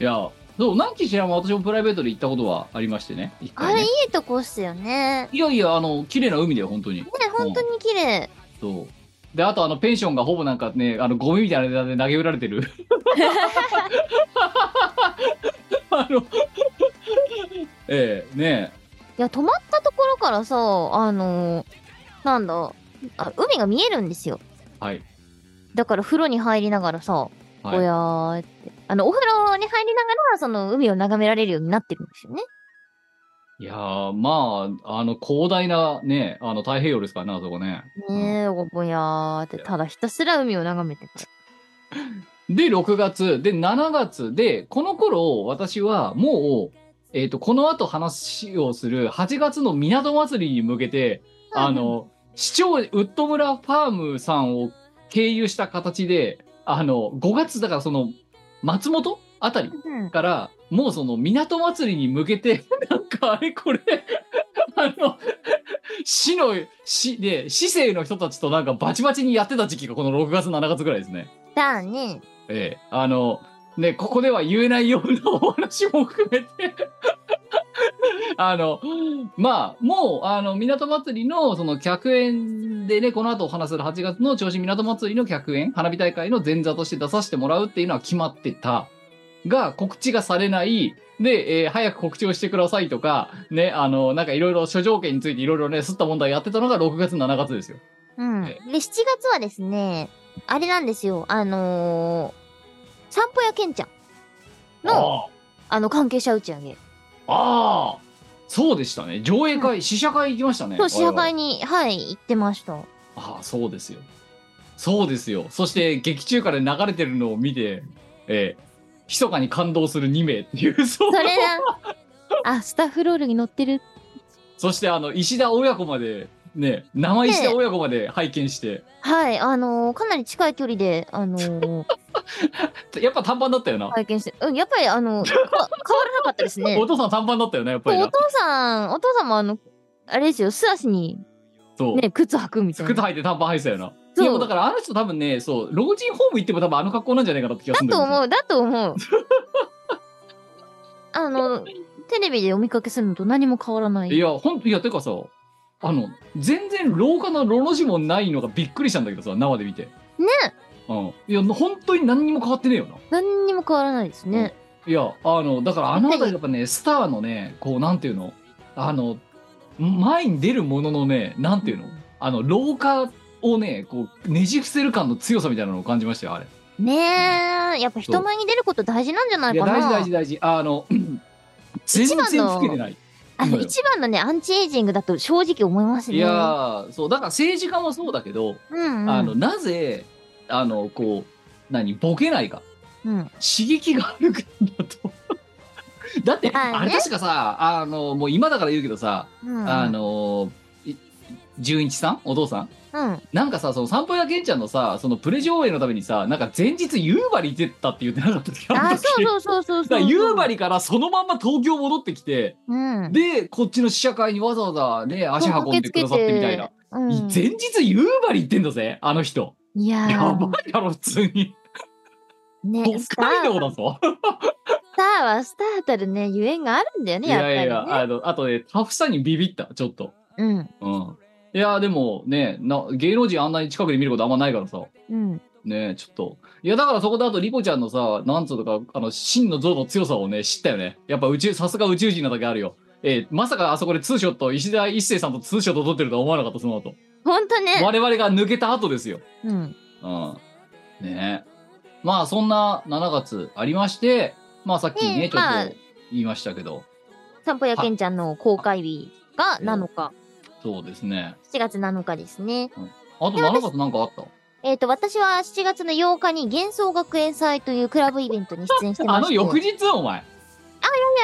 [SPEAKER 3] いや、そう、何期知らん私もプライベートで行ったことはありましてね。一
[SPEAKER 4] あ
[SPEAKER 3] 回
[SPEAKER 4] れ、
[SPEAKER 3] ね
[SPEAKER 4] いいとこっすよね。ね、
[SPEAKER 3] いやいや、あの、綺麗な海だよ、本当に。
[SPEAKER 4] 本当に綺麗。
[SPEAKER 3] そう。で、あと、あの、ペンションがほぼなんかね、あの、ゴミみたいな値段で投げ売られてる。 あの、 ええね
[SPEAKER 4] いや、泊まったところからさ、あのーなんだあ、海が見えるんですよ。
[SPEAKER 3] え、はい。
[SPEAKER 4] だから風呂に入りながらさ、ぼ
[SPEAKER 3] はい、
[SPEAKER 4] やーって。あの、お風呂に入りながら、その海を眺められるようになってるんですよね。
[SPEAKER 3] いやー、まあ、あの、広大なね、あの、太平洋ですからね、あそこね。
[SPEAKER 4] ねえ、ぼやーって、ただひたすら海を眺めてて。
[SPEAKER 3] で、6月、で、7月、で、この頃、私はもう、えっ、と、この後話をする8月の港祭りに向けて、あの、市長、ウッド村ファームさんを経由した形で、あの、5月、だからその、松本あたり
[SPEAKER 4] うん、
[SPEAKER 3] から、もうその港祭りに向けて、 なんかあれこれ、 あの、市の、市で、市政の人たちとなんかバチバチにやってた時期がこの6月、7月ぐらいですね。
[SPEAKER 4] だね。
[SPEAKER 3] ええ、あの、ね、ここでは言えないようなお話も含めて、 あの、まあ、もう、あの、港祭りの、その、客演でね、この後お話しする8月の銚子港祭りの客演、花火大会の前座として出させてもらうっていうのは決まってた。が、告知がされない。で、えー早く告知をしてくださいとか、ね、あの、なんかいろいろ諸条件についていろいろね、すった問題やってたのが6月、7月ですよ。
[SPEAKER 4] うん。で
[SPEAKER 3] え、
[SPEAKER 4] 7月はですね、あれなんですよ。あのー、散歩やけんちゃんの、
[SPEAKER 3] ああ
[SPEAKER 4] あの、関係者打ち上げ。
[SPEAKER 3] ああそうでしたね上映会試写会行きましたね
[SPEAKER 4] そう、試写
[SPEAKER 3] 我
[SPEAKER 4] 会に、はい、行ってました。
[SPEAKER 3] 々ああそうですよそうですよそして劇中から流れてるのを見てええ密かに感動する2名っていう そう
[SPEAKER 4] それ だ。あ、スタッフロールに乗ってる。
[SPEAKER 3] そしてあの石田親子までね生石田親子まで拝見して、
[SPEAKER 4] はい、あのー、かなり近い距離で、あの ー、
[SPEAKER 3] やっぱ短パンだったよな、
[SPEAKER 4] 拝見して、うん、やっぱり、あの、か変わらなかったです ね。
[SPEAKER 3] お父さん短パンだったよねやっぱり
[SPEAKER 4] お
[SPEAKER 3] な
[SPEAKER 4] 父さん、お父さんもあの、あれですよ、素足に
[SPEAKER 3] そう、
[SPEAKER 4] ね、靴履くみたい
[SPEAKER 3] 靴
[SPEAKER 4] な。
[SPEAKER 3] 履いて短パン履いてたよな
[SPEAKER 4] そう
[SPEAKER 3] でもだからあの人多分ねそう老人ホーム行っても多分あの格好なんじゃないかなって気がする
[SPEAKER 4] だ
[SPEAKER 3] んだ
[SPEAKER 4] と
[SPEAKER 3] よね
[SPEAKER 4] 思 う、だと思う。あの、テレビでお見かけするのと何も変わらない。
[SPEAKER 3] いや、ほんと、いや、てかさ、あの、全然廊下のロの字もないのがびっくりしたんだけどさ、生で見て。
[SPEAKER 4] ね
[SPEAKER 3] うん。いや、本当に何にも変わってねえよな。
[SPEAKER 4] 何にも変わらないですね。
[SPEAKER 3] いや、あの、だからあの辺りやっぱね、スターのね、こう、なんていうの、あの、前に出るもののね、なんていうの、あの、廊下をね、こう、ねじ伏せる感の強さみたいなのを感じましたよ、あれ。
[SPEAKER 4] ねえ、やっぱ人前に出ること大事なんじゃない
[SPEAKER 3] いや、
[SPEAKER 4] かな。
[SPEAKER 3] 大事大事大事。あの、全然
[SPEAKER 4] 一番の
[SPEAKER 3] 老けてない。
[SPEAKER 4] あの、一番のね、アンチエイジングだと正直思いますね。
[SPEAKER 3] いやー、そう、だから政治家もそうだけど、
[SPEAKER 4] うん、うん。
[SPEAKER 3] あの、なぜ、あの、こう、何、ボケないか。
[SPEAKER 4] うん。
[SPEAKER 3] 刺激があるからだと。 だって、
[SPEAKER 4] あね
[SPEAKER 3] あれ確かさ、あの、もう今だから言うけどさ、
[SPEAKER 4] うん。
[SPEAKER 3] あ、の、い純一さんお父さん
[SPEAKER 4] うん。
[SPEAKER 3] なんかさ、その散歩やけんちゃんのさ、そのプレ上映のためにさ、なんか前日夕張行ってったって言ってなかったっけ
[SPEAKER 4] あ、
[SPEAKER 3] の時
[SPEAKER 4] そうそうそうそう
[SPEAKER 3] だ
[SPEAKER 4] そ
[SPEAKER 3] か
[SPEAKER 4] う。
[SPEAKER 3] ら夕張からそのまんま東京戻ってきて、
[SPEAKER 4] うん。
[SPEAKER 3] で、こっちの試写会にわざわざね、足運んでくださってみたいな。
[SPEAKER 4] うん。
[SPEAKER 3] い前日夕張行ってんだぜ、あの人。
[SPEAKER 4] いやー
[SPEAKER 3] やばいだろ、普通に。
[SPEAKER 4] ね、スタ
[SPEAKER 3] 北海
[SPEAKER 4] ー、
[SPEAKER 3] 道だぞ。
[SPEAKER 4] スターはスターたるね、ゆえんがあるんだよね、
[SPEAKER 3] い
[SPEAKER 4] やっぱ
[SPEAKER 3] やい
[SPEAKER 4] り、ね。
[SPEAKER 3] や、あの、あとね、タフさにビビった、ちょっと。
[SPEAKER 4] うん。
[SPEAKER 3] うん。いや、でもね、な芸能人あんなに近くで見ることあんまないからさ。
[SPEAKER 4] うん。
[SPEAKER 3] ねちょっと。いや、だからそこであと、リコちゃんのさ、なんつうのか、あの、真の像の強さをね、知ったよね。やっぱ宇宙、さすが宇宙人なだけあるよ。えーまさかあそこでツーショット、石田一生さんとツーショット撮ってるとは思わなかった、その後。
[SPEAKER 4] ほんとね。
[SPEAKER 3] 我々が抜けた後ですよ。
[SPEAKER 4] うん。
[SPEAKER 3] うん。ねえ。まあ、そんな7月ありまして、まあ、さっき
[SPEAKER 4] ねえ
[SPEAKER 3] ね、ちょ
[SPEAKER 4] まあ
[SPEAKER 3] っと言いましたけど、
[SPEAKER 4] 散歩やけんちゃんの公開日が7日。
[SPEAKER 3] そうですね。
[SPEAKER 4] 7月7日ですね。
[SPEAKER 3] あと7月なんかあった
[SPEAKER 4] えっ、と、私は7月の8日に幻想学園祭というクラブイベントに出演してま
[SPEAKER 3] あ
[SPEAKER 4] し
[SPEAKER 3] の
[SPEAKER 4] て。
[SPEAKER 3] 翌
[SPEAKER 4] い
[SPEAKER 3] 日お前。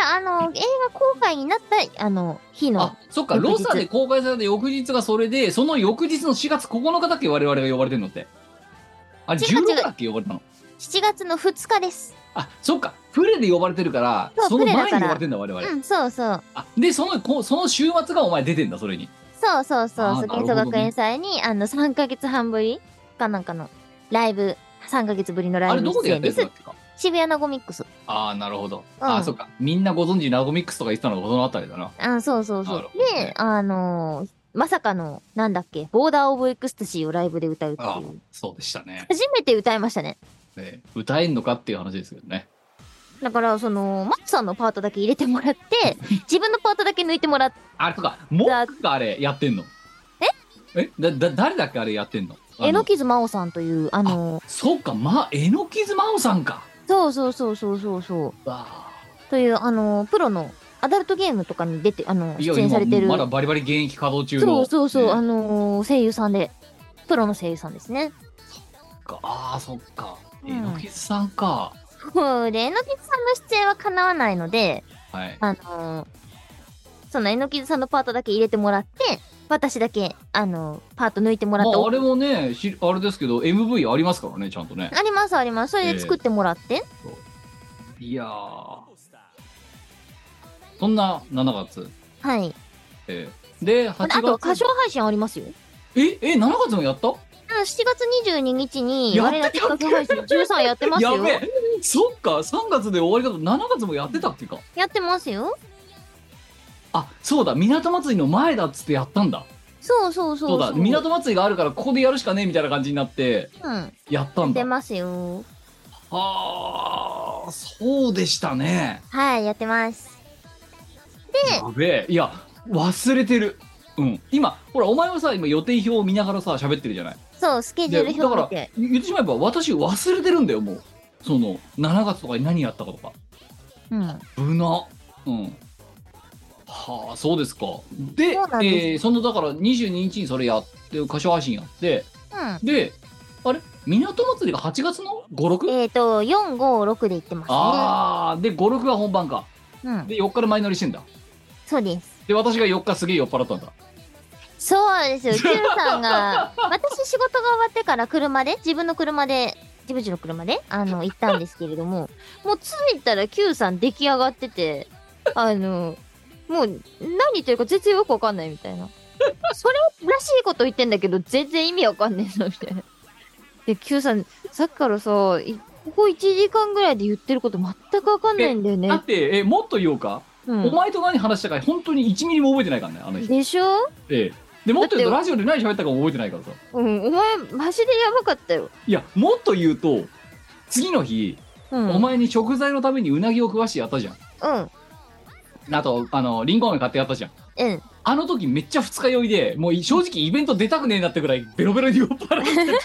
[SPEAKER 4] や、あの、映画公開になった、あの、日の
[SPEAKER 3] あ、、そっか、
[SPEAKER 4] 翌
[SPEAKER 3] ロ
[SPEAKER 4] 日
[SPEAKER 3] サで公開された翌日がそれで、その翌日の4月9日だっけ我々が呼ばれてるのって。あれ、
[SPEAKER 4] 違う違う
[SPEAKER 3] 16だっけ呼ばれたの。
[SPEAKER 4] 7月の2日です。
[SPEAKER 3] あそっかプレで呼ばれてるから
[SPEAKER 4] そう
[SPEAKER 3] その
[SPEAKER 4] プレ
[SPEAKER 3] 前
[SPEAKER 4] だ
[SPEAKER 3] に
[SPEAKER 4] か
[SPEAKER 3] 呼
[SPEAKER 4] ら
[SPEAKER 3] ばれてんだ我々、
[SPEAKER 4] うん、そうそう。
[SPEAKER 3] あでそのこその週末がお前出てんだそれに
[SPEAKER 4] そうそうそ
[SPEAKER 3] あ
[SPEAKER 4] う。
[SPEAKER 3] ー
[SPEAKER 4] そ
[SPEAKER 3] なる
[SPEAKER 4] 元
[SPEAKER 3] ほど
[SPEAKER 4] 祖
[SPEAKER 3] ね
[SPEAKER 4] 学園祭に、あの、3ヶ月半ぶりかなんかのライブ、3ヶ月ぶりのラ
[SPEAKER 3] あ
[SPEAKER 4] イ
[SPEAKER 3] れ
[SPEAKER 4] ブ
[SPEAKER 3] どこで
[SPEAKER 4] 出
[SPEAKER 3] やっ
[SPEAKER 4] 演
[SPEAKER 3] て
[SPEAKER 4] で
[SPEAKER 3] るんだっ。
[SPEAKER 4] す
[SPEAKER 3] けか
[SPEAKER 4] 渋谷ナゴミックス。
[SPEAKER 3] ああなるほど、
[SPEAKER 4] うん
[SPEAKER 3] ああそっかみんなご存知ナゴミックスとか言ってたのがこの辺りだな
[SPEAKER 4] あそうそうそ
[SPEAKER 3] なる
[SPEAKER 4] う
[SPEAKER 3] ほど。ね
[SPEAKER 4] で、あのーまさかの、なんだっけ、ボーダーオブエクスタシーをライブで歌うってい
[SPEAKER 3] あ
[SPEAKER 4] う。
[SPEAKER 3] そうでしたね
[SPEAKER 4] 初めて歌いましたね。
[SPEAKER 3] ね歌えんのかっていう話ですけどね
[SPEAKER 4] だから、その、マッツさんのパートだけ入れてもらって、 自分のパートだけ抜いてもらっ
[SPEAKER 3] あれとかモックがあれやってんのええだだ誰だっけあれやってんの
[SPEAKER 4] て、えの
[SPEAKER 3] き
[SPEAKER 4] きずまおさんという、あのー
[SPEAKER 3] そうかまあえのきずまおさんか
[SPEAKER 4] そうそうそうそうそうそう、
[SPEAKER 3] わ
[SPEAKER 4] という、あのープロの、アダルトゲームとかに出て、あの
[SPEAKER 3] あ
[SPEAKER 4] ー
[SPEAKER 3] いや
[SPEAKER 4] 出演されてる
[SPEAKER 3] 今、まだバリバリ現役稼働中
[SPEAKER 4] そ
[SPEAKER 3] の
[SPEAKER 4] うそうそう、
[SPEAKER 3] ね
[SPEAKER 4] あのー声優さんで、プロの声優さんですね。
[SPEAKER 3] かああそっか
[SPEAKER 4] うん
[SPEAKER 3] えのきずさんか、
[SPEAKER 4] そうで、えのきずさんの出演は叶わないので、
[SPEAKER 3] はい
[SPEAKER 4] あのーそのえのきずさんのパートだけ入れてもらって、私だけ、あのーパート抜いても
[SPEAKER 3] ま
[SPEAKER 4] らった、
[SPEAKER 3] ああれもねしあれですけど MV ありますからねちゃんとね
[SPEAKER 4] ありますあります。それで作ってもらって。
[SPEAKER 3] いやーそんな7月、
[SPEAKER 4] はい。
[SPEAKER 3] えーで8
[SPEAKER 4] あ
[SPEAKER 3] 月
[SPEAKER 4] と、歌唱配信ありますよ。
[SPEAKER 3] ええ7月もやった
[SPEAKER 4] うん、7月22日に、
[SPEAKER 3] やった
[SPEAKER 4] 我々企画配信13やってますよ。
[SPEAKER 3] やべえそっか3月で終わりだと7月もやってたっていうか
[SPEAKER 4] やってますよ。
[SPEAKER 3] あそうだ港祭りの前だっつってやったんだ
[SPEAKER 4] そうそうそう
[SPEAKER 3] そうだ港祭りがあるからここでやるしかねえみたいな感じになって
[SPEAKER 4] うん。
[SPEAKER 3] やったん
[SPEAKER 4] 出
[SPEAKER 3] だ
[SPEAKER 4] ますよ。
[SPEAKER 3] はあそうでしたね
[SPEAKER 4] はい、やってます。
[SPEAKER 3] やべえいや忘れてるうん今ほらお前はさ今予定表を見ながらさ喋ってるじゃない
[SPEAKER 4] そう、スケジュー
[SPEAKER 3] で
[SPEAKER 4] ル
[SPEAKER 3] だか
[SPEAKER 4] 表
[SPEAKER 3] ら
[SPEAKER 4] 見て。
[SPEAKER 3] 言ってしまえば私忘れてるんだよもうその7月とかに何やったかとか
[SPEAKER 4] うん。
[SPEAKER 3] 無難うんはあそうですかで
[SPEAKER 4] そうなんです
[SPEAKER 3] えーそのだから22日にそれやって歌唱配信やって
[SPEAKER 4] うん。
[SPEAKER 3] であれ港祭りが8月の 56?、
[SPEAKER 4] えっ、と、4、5、6で行ってま
[SPEAKER 3] ああで56が本番か
[SPEAKER 4] すね。うん。
[SPEAKER 3] で4日で前乗りしてんだ
[SPEAKER 4] そうです。
[SPEAKER 3] で私が4日すげえ酔っ払ったんだ
[SPEAKER 4] そうですよ、キューさんが、私、仕事が終わってから車で、自分の車で、自分ちの車で、あの、行ったんですけれども、もう着いたらキューさん出来上がってて、あの、もう、何言ってるか全然よくわかんないみたいな。それらしいこと言ってんだけど、全然意味わかんねえな、みたいな。で、キューさん、さっきからさ、いここ1時間ぐらいで言ってること全くわかんないんだよ
[SPEAKER 3] だ
[SPEAKER 4] ね
[SPEAKER 3] っ。てえもっと言おうか、
[SPEAKER 4] うん
[SPEAKER 3] お前と何話したか本当に1ミリも覚えてないからねあの日
[SPEAKER 4] でしょ
[SPEAKER 3] ええでもっと言うと
[SPEAKER 4] だ
[SPEAKER 3] ラジオで何喋ったかも覚えてないからさ
[SPEAKER 4] うん、お前、マジでやばかったよ。
[SPEAKER 3] いやもっと言うと次の日、
[SPEAKER 4] うん。
[SPEAKER 3] お前に食材のためにうなぎを食わしてやったじゃん
[SPEAKER 4] うん、
[SPEAKER 3] あとあのリンゴ飴買ってやったじゃん
[SPEAKER 4] うん。
[SPEAKER 3] あの時めっちゃ二日酔いでもう正直イベント出たくねえなってぐらいベロベロに酔っ払ってて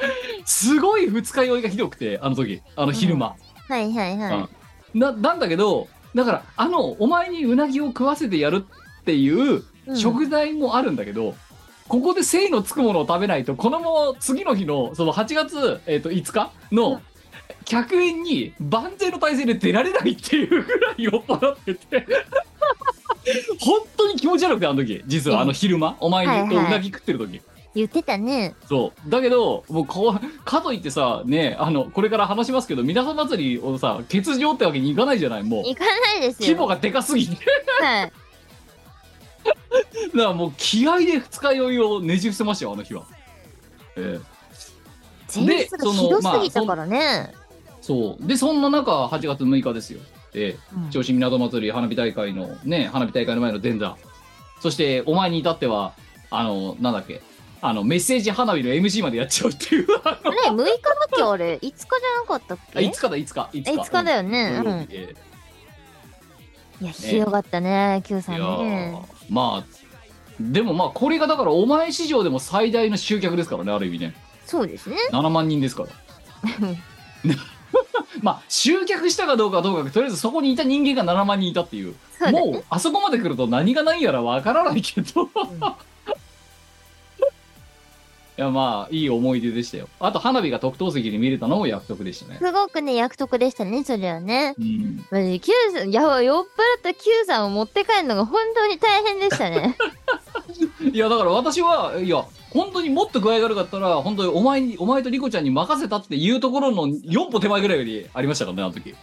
[SPEAKER 3] すごい二日酔いがひどくてあの時あの昼間、
[SPEAKER 4] はいはいはい。
[SPEAKER 3] ななんだけどだからあのお前にうなぎを食わせてやるっていう
[SPEAKER 4] うん
[SPEAKER 3] 食材もあるんだけど、ここで精のつくものを食べないとこのまま次の日のその8月、えー、と5日の客員に万全の体制で出られないっていう ぐらい酔っ払って て本当に気持ち悪くてあの時実はあの昼間お前にとうなぎ食ってる時、
[SPEAKER 4] 言ってたね。
[SPEAKER 3] そうだけどもうこうかといってさねあのこれから話しますけど皆さん祭りをさ欠場ってわけにいかないじゃないもう
[SPEAKER 4] 行かないですよ。
[SPEAKER 3] 規模がでかす ぎて
[SPEAKER 4] はい。
[SPEAKER 3] だからもう気合で二日酔いをねじ伏せましたよあの日は、ええ
[SPEAKER 4] 前日がひどすぎたからね。
[SPEAKER 3] そうでそんな中8月6日ですよ、ええ
[SPEAKER 4] うん
[SPEAKER 3] 銚子港祭り花火大会のね花火大会の前の前座そしてお前に至ってはあのなんだっけあのメッセージ花火の MC までやっちゃうっていうあ
[SPEAKER 4] あれ、6日だっけあれ、5日じゃなかったっけ
[SPEAKER 3] いつかだいつかい
[SPEAKER 4] え
[SPEAKER 3] つか
[SPEAKER 4] 5日だよね。
[SPEAKER 3] うん
[SPEAKER 4] うん。
[SPEAKER 3] ええ
[SPEAKER 4] いや、ひどかったね、Q さん
[SPEAKER 3] いやー
[SPEAKER 4] ね。
[SPEAKER 3] まあでもまあこれがだからお前史上でも最大の集客ですからねある意味ね
[SPEAKER 4] そうですね。
[SPEAKER 3] 7万人ですから まあ集客したかどうかはどうかとりあえずそこにいた人間が7万人いたっていう
[SPEAKER 4] そうだ
[SPEAKER 3] もうあそこまで来ると何がないやらわからないけど いやまあいい思い出でしたよあと花火が特等席に見れたのも約束でしたね
[SPEAKER 4] すごくね、役得でしたね、それはね。
[SPEAKER 3] うん
[SPEAKER 4] マジ、Q さ ん、やばい酔っ払った Q さんを持って帰るのが本当に大変でしたね。
[SPEAKER 3] いいやだから私はいや本当にもっと具合が悪かったら本当にお前にお前とリコちゃんに任せたっていうところの4歩手前ぐらいよりありましたからねあの時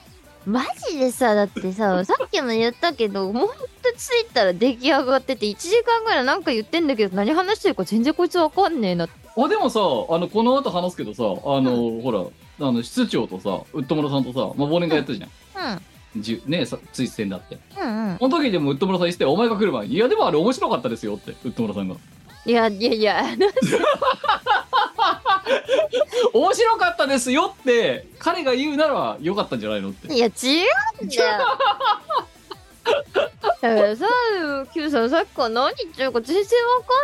[SPEAKER 4] マジでさだってささっきも言ったけどもうほんと着いたら出来上がってて1時間ぐらいなんか言ってんだけど何話してるか全然こいつわかんねえなって
[SPEAKER 3] あでもさあのこの後話すけどさあの、ほらあの室長とさウッド村さんとさ、まあ、忘年会やったじゃん、じゅねさつい戦だって
[SPEAKER 4] うんうんうん
[SPEAKER 3] この時でもウッド村さん言ってたよお前が来る前に「いやでもあれ面白かったですよ」ってウッド村さんが
[SPEAKER 4] いやいやいや あの
[SPEAKER 3] 「面白かったですよ」って彼が言うならよかったんじゃないのって
[SPEAKER 4] いや違うんだよだからさ Q さんさっきから何言ってるか全然わ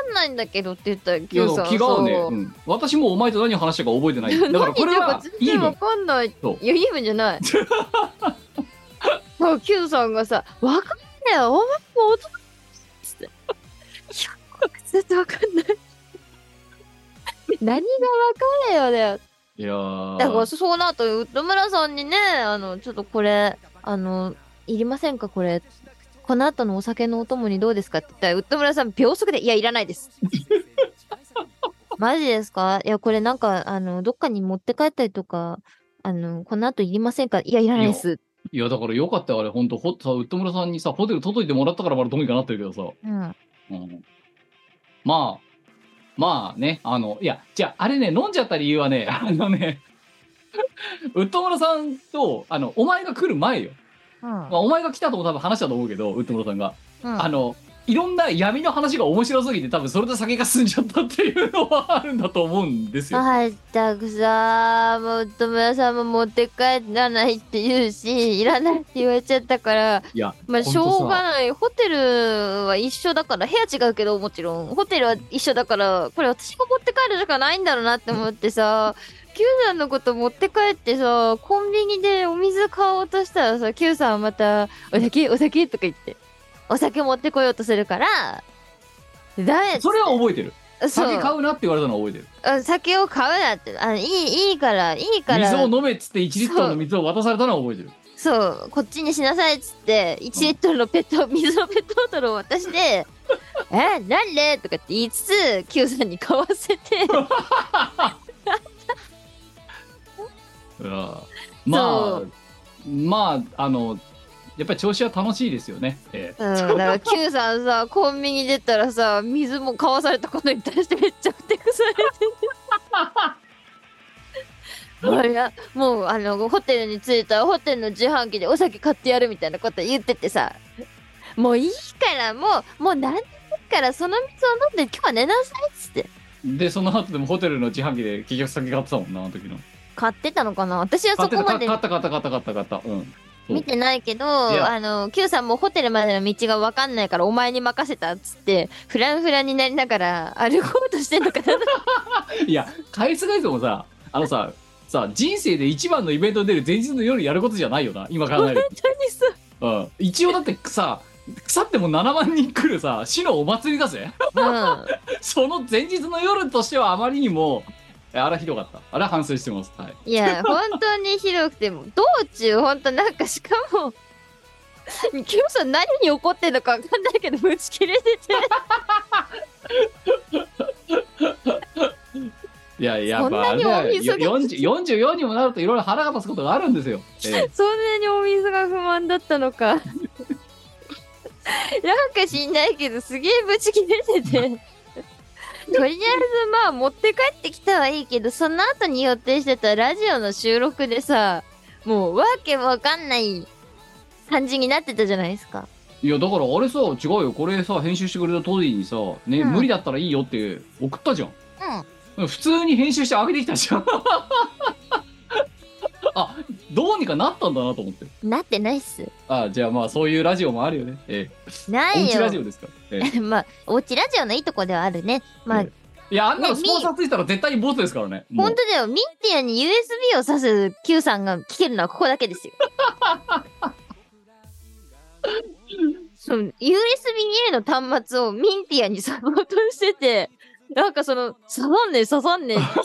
[SPEAKER 4] かんないんだけどって言ったら
[SPEAKER 3] いや
[SPEAKER 4] Q さん
[SPEAKER 3] 違うね、うん、私もお前と何話したか覚えてないだからこれは
[SPEAKER 4] 何言ってるか
[SPEAKER 3] い
[SPEAKER 4] 全
[SPEAKER 3] い
[SPEAKER 4] 然
[SPEAKER 3] の
[SPEAKER 4] わかんない
[SPEAKER 3] そう
[SPEAKER 4] いや、イーブンじゃ ない。そう、Q さんがさ、わかんないよ、お前もう大人つって。いや、全然わかんない。何がわかれよだよ。
[SPEAKER 3] いやー
[SPEAKER 4] だから、そうなると、ウッド村さんにね、あの、ちょっとこれ、あの、いりませんか、これ。この後のお酒のお供にどうですかって言ったら、ウッド村さん、秒速で、いや、いらないです。 マジですかいや、これなんか、あの、どっかに持って帰ったりとか、あの、この後いりませんかいや、いらないです。
[SPEAKER 3] いやだからよかったよあれ本当ほさウッド村さんにさホテル届いてもらったからまだどうにかなってるけどさ、
[SPEAKER 4] うん。
[SPEAKER 3] うん、まあまあねあのいやじゃああれね飲んじゃった理由はね あのねウッド村さんとあのお前が来る前よ、
[SPEAKER 4] うん
[SPEAKER 3] まあ、お前が来たとも多分話したと思うけどウッド村さんが、
[SPEAKER 4] うん
[SPEAKER 3] あのいろんな闇の話が面白すぎて多分それで酒が進んじゃったっていうのはあるんだと思うんですよ。
[SPEAKER 4] まったくさもう友達さんも持って帰らないって言うしいらないって言われちゃったから
[SPEAKER 3] いや
[SPEAKER 4] まあ
[SPEAKER 3] ほんと
[SPEAKER 4] し
[SPEAKER 3] さ
[SPEAKER 4] ょうがないホテルは一緒だから部屋違うけどもちろんホテルは一緒だからこれ私が持って帰るしかないんだろうなって思ってさ Q さんのこと持って帰ってさコンビニでお水買おうとしたらさ Q さんはまた「お酒お酒」とか言ってお酒持ってこようとするからダメ
[SPEAKER 3] それは覚えてる
[SPEAKER 4] そう
[SPEAKER 3] 酒買うなって言われたのは覚えてる
[SPEAKER 4] あ酒を買うなってあいいいいからいいから
[SPEAKER 3] 水を飲めっつって1リットルの水を渡されたのは覚えてる
[SPEAKER 4] そうこっちにしなさいっつって1リットルのペット水のペットボトルを渡 して「えなんで?」とかって言いつつ Q さんに買わせて
[SPEAKER 3] うんまあまああのやっぱり調子は楽しいですよね、え
[SPEAKER 4] うんだから Q さんさコンビニ出たらさ水も買わされたことに対して めっちゃふてくされてて もういやもうあのホテルに着いたらホテルの自販機でお酒買ってやるみたいなこと言っててさもういいからもうもう何でもいいからその水を飲んで今日は寝なさいっつって
[SPEAKER 3] えでその後でもホテルの自販機で結局酒買ってたもんなあの時の
[SPEAKER 4] 買ってたのかな私は
[SPEAKER 3] 買
[SPEAKER 4] そ
[SPEAKER 3] って
[SPEAKER 4] こ
[SPEAKER 3] た
[SPEAKER 4] ま
[SPEAKER 3] 買
[SPEAKER 4] で
[SPEAKER 3] った買った買った買った買ったうんそう
[SPEAKER 4] 見てないけど
[SPEAKER 3] や
[SPEAKER 4] あの Q さんもホテルまでの道が分かんないからお前に任せたっつってフランフランになりながら歩こうとしてんの かな
[SPEAKER 3] いや返す返すもさあのささ人生で一番のイベントに出る前日の夜やることじゃないよな今考える
[SPEAKER 4] 何さ
[SPEAKER 3] と、うん、一応だってさ腐っても7万人来るさ市のお祭りだぜ
[SPEAKER 4] うん
[SPEAKER 3] その前日の夜としてはあまりにもえあらひどかったあら反省してますはい
[SPEAKER 4] いや本当にひどくてもう道中本当なんかしかも Q さん何に怒ってんのか分かんないけどぶち切れてて
[SPEAKER 3] いやいや、
[SPEAKER 4] そんなに
[SPEAKER 3] まあ
[SPEAKER 4] 大晦日
[SPEAKER 3] よ40 44にもなるといろいろ腹が立つことがあるんです よ。ええ
[SPEAKER 4] そんなにお水が不満だった のかなんか知んないけどすげえブチ切れててとりあえずまあ持って帰ってきたはいいけどその後に予定してたラジオの収録でさもうわけわかんない感じになってたじゃないですか
[SPEAKER 3] いやだからあれさ違うよこれさ編集してくれた当時にさ、ね
[SPEAKER 4] うん
[SPEAKER 3] 無理だったらいいよって送ったじゃん。普通に編集して上げてきたじゃん。 あどうにかなったんだなと思って。
[SPEAKER 4] なってないっす
[SPEAKER 3] あじゃあまあそういうラジオもあるよね。え
[SPEAKER 4] な
[SPEAKER 3] え、おう
[SPEAKER 4] い
[SPEAKER 3] ち
[SPEAKER 4] よ
[SPEAKER 3] ラジオですから。え え
[SPEAKER 4] まあおうちラジオのいいとこではあるねまあ、
[SPEAKER 3] ええいやあんなの
[SPEAKER 4] ね
[SPEAKER 3] スポンサーついたら絶対にボツですからね。もう
[SPEAKER 4] 本当だよミンティアに USB を挿す Q さんが聞けるのはここだけです よそう USB-A の端末をミンティアにサポートしててなんかその「刺さんねえ刺さんねえ」ずっと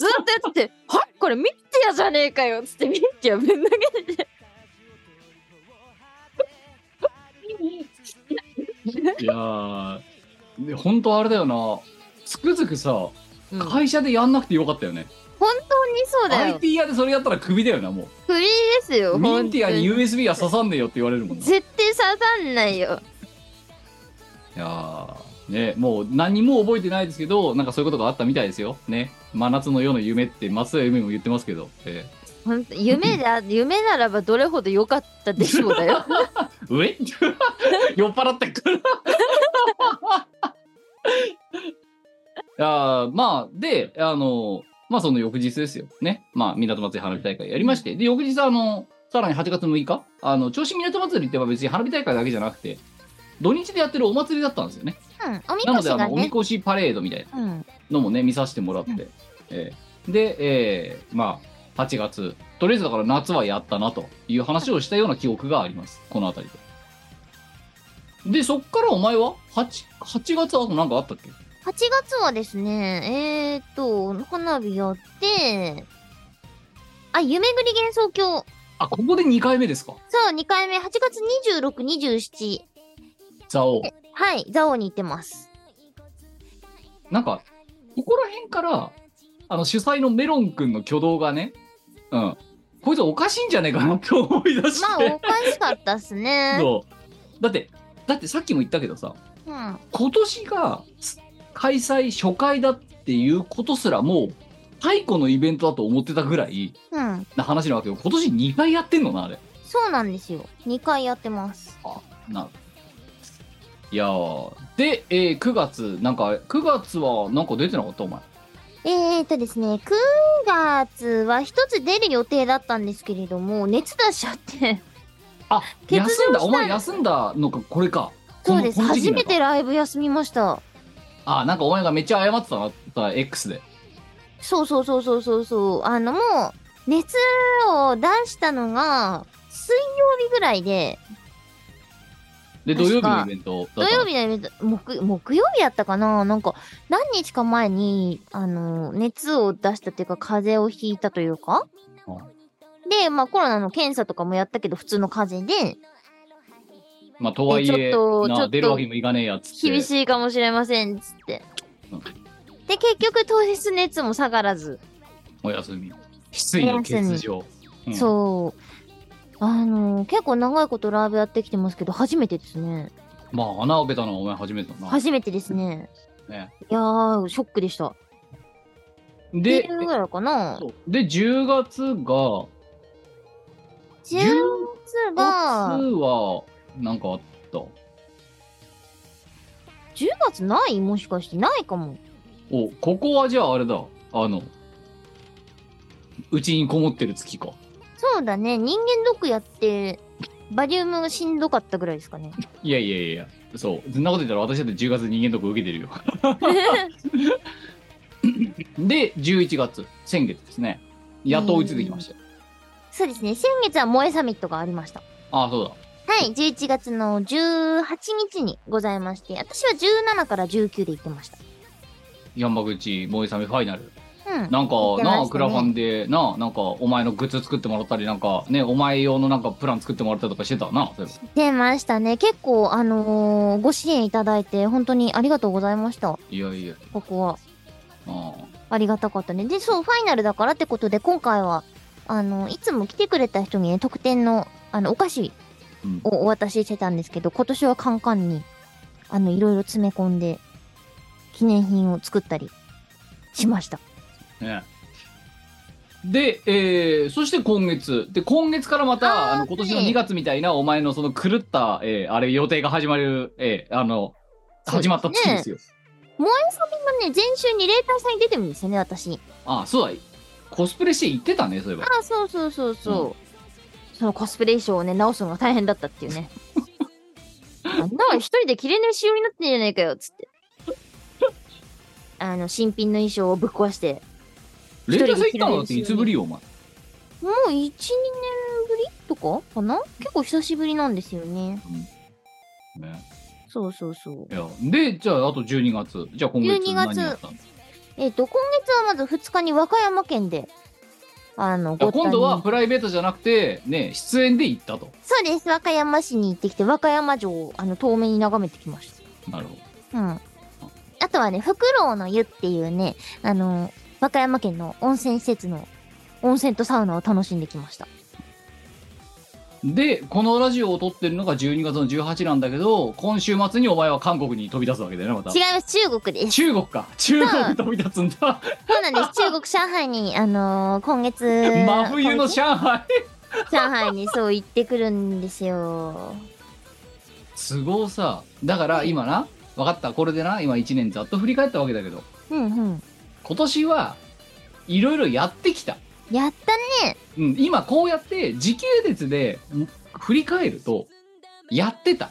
[SPEAKER 4] やってて「はっこれミンティアじゃねえかよ」っつってミンティアぶん投げてて
[SPEAKER 3] いやーで本当あれだよなつくづくさ
[SPEAKER 4] うん本
[SPEAKER 3] 会社でやんなくてよかったよね、
[SPEAKER 4] 当にそうだよ。
[SPEAKER 3] IT 屋でそれやったらクビだよなも
[SPEAKER 4] フリーです
[SPEAKER 3] う
[SPEAKER 4] よ。
[SPEAKER 3] ミンティア
[SPEAKER 4] 本当
[SPEAKER 3] に USB は刺さんねえよって言われるもんない
[SPEAKER 4] 絶対刺さんないよ。
[SPEAKER 3] やーねもう何も覚えてないですけどなんかそういうことがあったみたいですよね真夏の夜の夢って松田由美も言ってますけど、え
[SPEAKER 4] 本当夢であ夢ならばどれほど良かったでしょう だよ。
[SPEAKER 3] ー、うえ酔っ払ってくる いやーまあであのまあその翌日ですよねまあ港祭り花火大会やりましてで翌日あのさらに8月6日あの銚子港祭りってば別に花火大会だけじゃなくて土日でやってるお祭りだったんですよね
[SPEAKER 1] うん、おみこ
[SPEAKER 3] なの
[SPEAKER 1] し
[SPEAKER 3] であ
[SPEAKER 1] が
[SPEAKER 3] のおみ
[SPEAKER 1] ね。
[SPEAKER 3] こしパレードみたいな
[SPEAKER 4] うん。
[SPEAKER 3] のもね見させてもらって、えーで、えーまあ8月とりあえずだから夏はやったなという話をしたような記憶がありますこの辺りででそっからお前は 8, 8月はなんかあったっけ
[SPEAKER 1] 8月はですね、えーっと、花火やって、あ、夢ぐり幻想郷。
[SPEAKER 3] あここで2回目ですか
[SPEAKER 1] そう、2回目、8月26、27。
[SPEAKER 3] ザオ
[SPEAKER 1] はい、蔵王に行ってます。
[SPEAKER 3] なんかここら辺からあの主催のメロン君の挙動がねうんこいつおかしいんじゃねえかなって思い出して、
[SPEAKER 1] まあ、おかしかったっすね。
[SPEAKER 3] そうだってだってさっきも言ったけどさ
[SPEAKER 1] うん。
[SPEAKER 3] 今年が開催初回だっていうことすらもう太古のイベントだと思ってたぐらい
[SPEAKER 1] うん。
[SPEAKER 3] な話なわけよ今年2回やってんのなあれ
[SPEAKER 1] そうなんですよ。2回やってます。
[SPEAKER 3] ないやーで、えー9月なんか9月はなんか出てなかったお前
[SPEAKER 1] えーっとですね、9月は一つ出る予定だったんですけれども、熱出しちゃって。
[SPEAKER 3] あ
[SPEAKER 1] 欠場
[SPEAKER 3] 休んだ
[SPEAKER 1] した
[SPEAKER 3] お前休んだのかこれかこ
[SPEAKER 1] そう
[SPEAKER 3] の
[SPEAKER 1] です。
[SPEAKER 3] この時期
[SPEAKER 1] 初
[SPEAKER 3] のか
[SPEAKER 1] めてライブ休みました。
[SPEAKER 3] あなんかお前がめっちゃ謝ってたなさ X で
[SPEAKER 1] そうそうそうそうそうそう。あの、もう、熱を出したのが、水曜日ぐらいで、
[SPEAKER 3] で土曜日のイベントだ
[SPEAKER 1] 土
[SPEAKER 3] ったの
[SPEAKER 1] 曜日のイベント木木曜日やったかななんか何日か前にあの熱を出したっていうか風邪をひいたというか、
[SPEAKER 3] は
[SPEAKER 1] でまあコロナの検査とかもやったけど普通の風邪で
[SPEAKER 3] まあとはい
[SPEAKER 4] え
[SPEAKER 3] え
[SPEAKER 4] ちょっとちょっ
[SPEAKER 3] な
[SPEAKER 4] と
[SPEAKER 3] 出るわけにもいかねえやっつって
[SPEAKER 4] 厳しいかもしれませんっつって
[SPEAKER 3] うん。
[SPEAKER 4] で結局当日熱も下がらず、
[SPEAKER 3] お休み失意の欠場、うん
[SPEAKER 1] そうあの結構長いことライブやってきてますけど初めてですね
[SPEAKER 3] まあ穴開けたのはお前初めてだな
[SPEAKER 1] 初めてですね
[SPEAKER 3] ね
[SPEAKER 1] いやーショックでしたって
[SPEAKER 3] で
[SPEAKER 1] いうぐらいかな
[SPEAKER 3] そうで10月が
[SPEAKER 1] 10月
[SPEAKER 3] 月
[SPEAKER 1] が
[SPEAKER 3] はなんかあったお
[SPEAKER 1] 10月ないもしかしてないかも
[SPEAKER 3] ここはじゃああれだあのうちにこもってる月か
[SPEAKER 1] そうだね人間ドックやってバリウムがしんどかったぐらいです かね
[SPEAKER 3] いやいやいやいやそうそんなこと言ったら私だって10月人間とか受けてるよで11月先月ですねやっと追いついてきましたよ
[SPEAKER 1] そうですね。先月は萌えサミットがありました。
[SPEAKER 3] ああそうだ
[SPEAKER 1] はい。11月の18日にございまして、私は17から19で行ってました。
[SPEAKER 3] 山口萌えさめファイナル
[SPEAKER 1] うん。言っ
[SPEAKER 3] なんか
[SPEAKER 1] てました
[SPEAKER 3] な
[SPEAKER 1] ね
[SPEAKER 3] あクラファンでなあなんかお前のグッズ作ってもらったりなんかねお前用のなんかプラン作ってもらったりとかしてたなそういえば
[SPEAKER 1] 出ましたね。結構、あのーご支援いただいて、本当にありがとうございました。
[SPEAKER 3] いやいや、
[SPEAKER 1] ここは。
[SPEAKER 3] あ
[SPEAKER 1] ありがたかったね。で、そう、ファイナルだからってことで、今回は、あの、いつも来てくれた人にね、特典の、あの、お菓子
[SPEAKER 3] うん
[SPEAKER 1] をお渡ししてたんですけど、今年はカンカンに、あの、いろいろ詰め込んで、記念品を作ったりしました。
[SPEAKER 3] あね。で、えーそして今月。で、今月からまた、
[SPEAKER 1] あー
[SPEAKER 3] あの、今年の
[SPEAKER 1] はい
[SPEAKER 3] 2月みたいな、お前のその狂った、えーあれ、予定が始まる、えーあの、
[SPEAKER 1] そうですね
[SPEAKER 3] 始まった月ですよ。
[SPEAKER 1] まあね、前週に例大祭に出てるんですよね、私。
[SPEAKER 3] ああ、そうだ。コスプレして行ってたね、そういえば。
[SPEAKER 4] あそうそうそう。
[SPEAKER 3] そう
[SPEAKER 4] そのコスプレ衣装をね直すのが大変だったっ ていうね。なんだ一人で着れねえ仕様になってんじゃねえかよっつって。あの新品の衣装をぶっ壊して
[SPEAKER 3] レンタス
[SPEAKER 4] 一
[SPEAKER 3] 行
[SPEAKER 4] 人で
[SPEAKER 3] ったのだって
[SPEAKER 4] 行
[SPEAKER 3] い
[SPEAKER 4] っ
[SPEAKER 3] つ
[SPEAKER 4] てないですよね
[SPEAKER 3] ぶりよ、お前。
[SPEAKER 1] もう1、2年ぶりとかかな結構久しぶりなんですよね。
[SPEAKER 3] ね、
[SPEAKER 1] そうそうそう。
[SPEAKER 3] いやで、じゃあ、あと12月。じゃあ、今月
[SPEAKER 1] 12
[SPEAKER 3] 何
[SPEAKER 1] 月
[SPEAKER 3] やったの
[SPEAKER 1] えっ、と、今月はまず2日に和歌山県で、あの、
[SPEAKER 3] あ
[SPEAKER 1] ごったに
[SPEAKER 3] 今度はプライベートじゃなくて、ね、出演で行ったと。
[SPEAKER 1] そうです。和歌山市に行ってきて、和歌山城を、あの、遠目に眺めてきまし
[SPEAKER 3] なるほど。
[SPEAKER 1] た。うん。あ
[SPEAKER 4] あとはね、フクロウの湯っていうね、あの、和歌山県の温泉施設の温泉とサウナを楽しんできました。
[SPEAKER 3] で、このラジオを撮ってるのが12月の18なんだけど、今週末にお前は韓国に飛び出すわけだよね、また
[SPEAKER 4] 違い。ます、中国です。
[SPEAKER 3] 中国か。中国に飛び立つんだ。
[SPEAKER 4] そうな んです。中国、上海に、あのー今月、
[SPEAKER 3] 真冬の
[SPEAKER 4] 今月
[SPEAKER 3] 上海。
[SPEAKER 4] 上海にそう行ってくるんですよ。
[SPEAKER 3] 都合さ。だから今な、分かった。これでな、今1年ざっと振り返ったわけだけど、
[SPEAKER 4] うんうん。
[SPEAKER 3] 今年はいろいろやってきた。
[SPEAKER 4] やったね。
[SPEAKER 3] うん、今こうやって時系列でん振り返るとやってた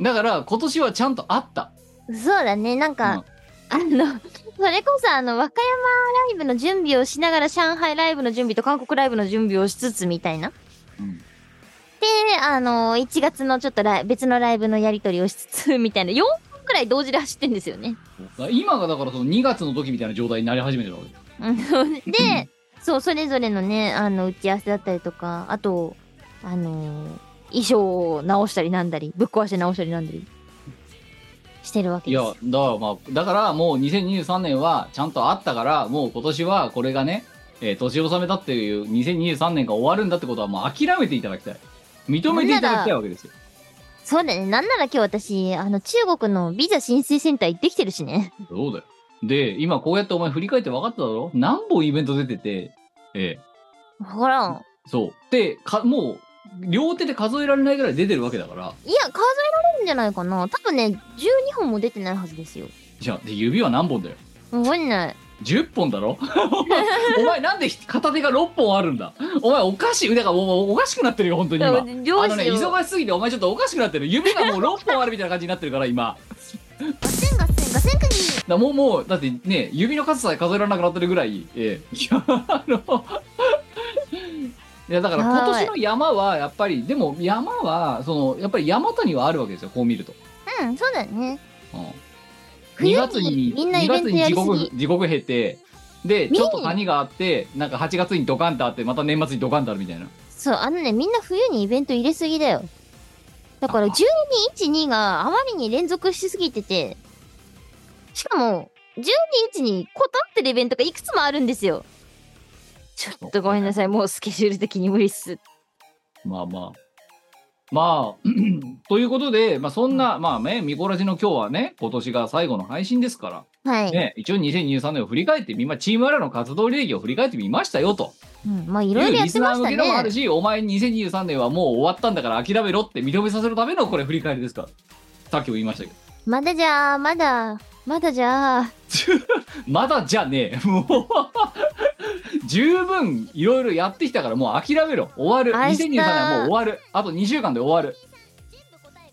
[SPEAKER 3] だから今年はちゃんとあった
[SPEAKER 4] そうだね。なんか、あの、 それこそあの、和歌山ライブの準備をしながら、上海ライブの準備と韓国ライブの準備をしつつみたいな。
[SPEAKER 3] うん
[SPEAKER 4] で、あの、1月のちょっとライ別のライブのやり取りをしつつみたいな、4本くらい同時で走ってんですよね。
[SPEAKER 3] 今がだからその2月の時みたいな状態になり始めてるわけです
[SPEAKER 4] うんで、そう、それぞれのね、あの、打ち合わせだったりとか、あと、あのー衣装を直したりなんだり、ぶっ壊して直したりなんだり、してるわけ
[SPEAKER 3] い
[SPEAKER 4] で
[SPEAKER 3] や
[SPEAKER 4] す。
[SPEAKER 3] だからまあだからもう2023年はちゃんとあったからもう今年はこれがね、えー年納めだっていう2023年が終わるんだってことはもう諦めていただきたい認めていただきたいわけですよ
[SPEAKER 4] そうだね。なんなら今日私、あの、中国のビザ申請センター行ってきてるしね。
[SPEAKER 3] そうだよ。で、今こうやってお前振り返って分かっただろ何本イベント出てて、ええ
[SPEAKER 4] ほらん。
[SPEAKER 3] そう。で、か、もう、両手で数えられないぐらい出てるわけだから。
[SPEAKER 4] いや、数えられるんじゃないかな。多分ね、12本も出てないはずですよ。
[SPEAKER 3] じゃあ、で、指は何本だよ。
[SPEAKER 4] わかんない。
[SPEAKER 3] 10本だろ お前なんで片手が6本あるんだお前おかしい。だからもうおかしくなってるよ、本当に今。
[SPEAKER 4] 両
[SPEAKER 3] あ
[SPEAKER 4] 親
[SPEAKER 3] のね、忙しすぎてお前ちょっとおかしくなってる。指がもう6本あるみたいな感じになってるから、今。
[SPEAKER 4] ガセンガセンガセンク
[SPEAKER 3] だからもう、もう、だってね、指の数さえ数えられなくなってるぐらい、ええ、いや、あの、 いやだから今年の山はやっぱり、でも山は、その、やっぱり山谷はあるわけですよ、こう見ると。
[SPEAKER 4] ニーうん、そうだね。
[SPEAKER 3] うん
[SPEAKER 4] 冬
[SPEAKER 3] 2
[SPEAKER 4] に
[SPEAKER 3] 月に
[SPEAKER 4] みんなイ
[SPEAKER 3] 2
[SPEAKER 4] ベント
[SPEAKER 3] 月に
[SPEAKER 4] や
[SPEAKER 3] 地
[SPEAKER 4] りすぎ
[SPEAKER 3] 獄地獄経てで
[SPEAKER 4] みん
[SPEAKER 3] ちょっと谷があってなんか8月にドカンとあってまた年末にドカンとあるみたいな
[SPEAKER 4] そう、あのね、みんな冬にイベント入れすぎだよ。だから、12、1、2があまりに連続しすぎてて、しかも、12、1に断ってるイベントがいくつもあるんですよ。ちょっとごめんなさい、もうスケジュール的に無理っす。
[SPEAKER 3] まあまあまあ ということで、まあ、そんな、まあねミコラジの今日はね今年が最後の配信ですか
[SPEAKER 4] は
[SPEAKER 3] ら、
[SPEAKER 4] い。
[SPEAKER 3] ね、一応2023年を振り返ってみまチームアラの活動履歴を振り返ってみましたよと
[SPEAKER 4] うん、まあ、いろいろやってまし
[SPEAKER 3] いうリスナー向
[SPEAKER 4] た
[SPEAKER 3] けのもある
[SPEAKER 4] ね。
[SPEAKER 3] しお前2023年はもう終わったんだから諦めろって認めさせるためのこれ振り返りですからさっきも言いましたけど
[SPEAKER 4] まだじゃあ、まだ、まだじゃあ。
[SPEAKER 3] まだじゃねえ。 もう、十分いろいろやってきたから、もう諦めろ。終わる。
[SPEAKER 4] 明日
[SPEAKER 3] 2023年はもう終わる。あと2週間で終わる。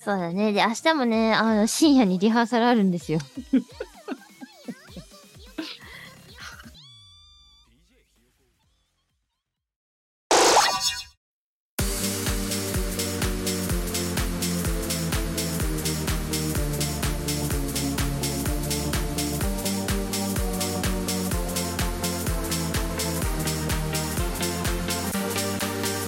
[SPEAKER 4] そうだね。で、明日もね、あの、深夜にリハーサルあるんですよ。
[SPEAKER 5] 「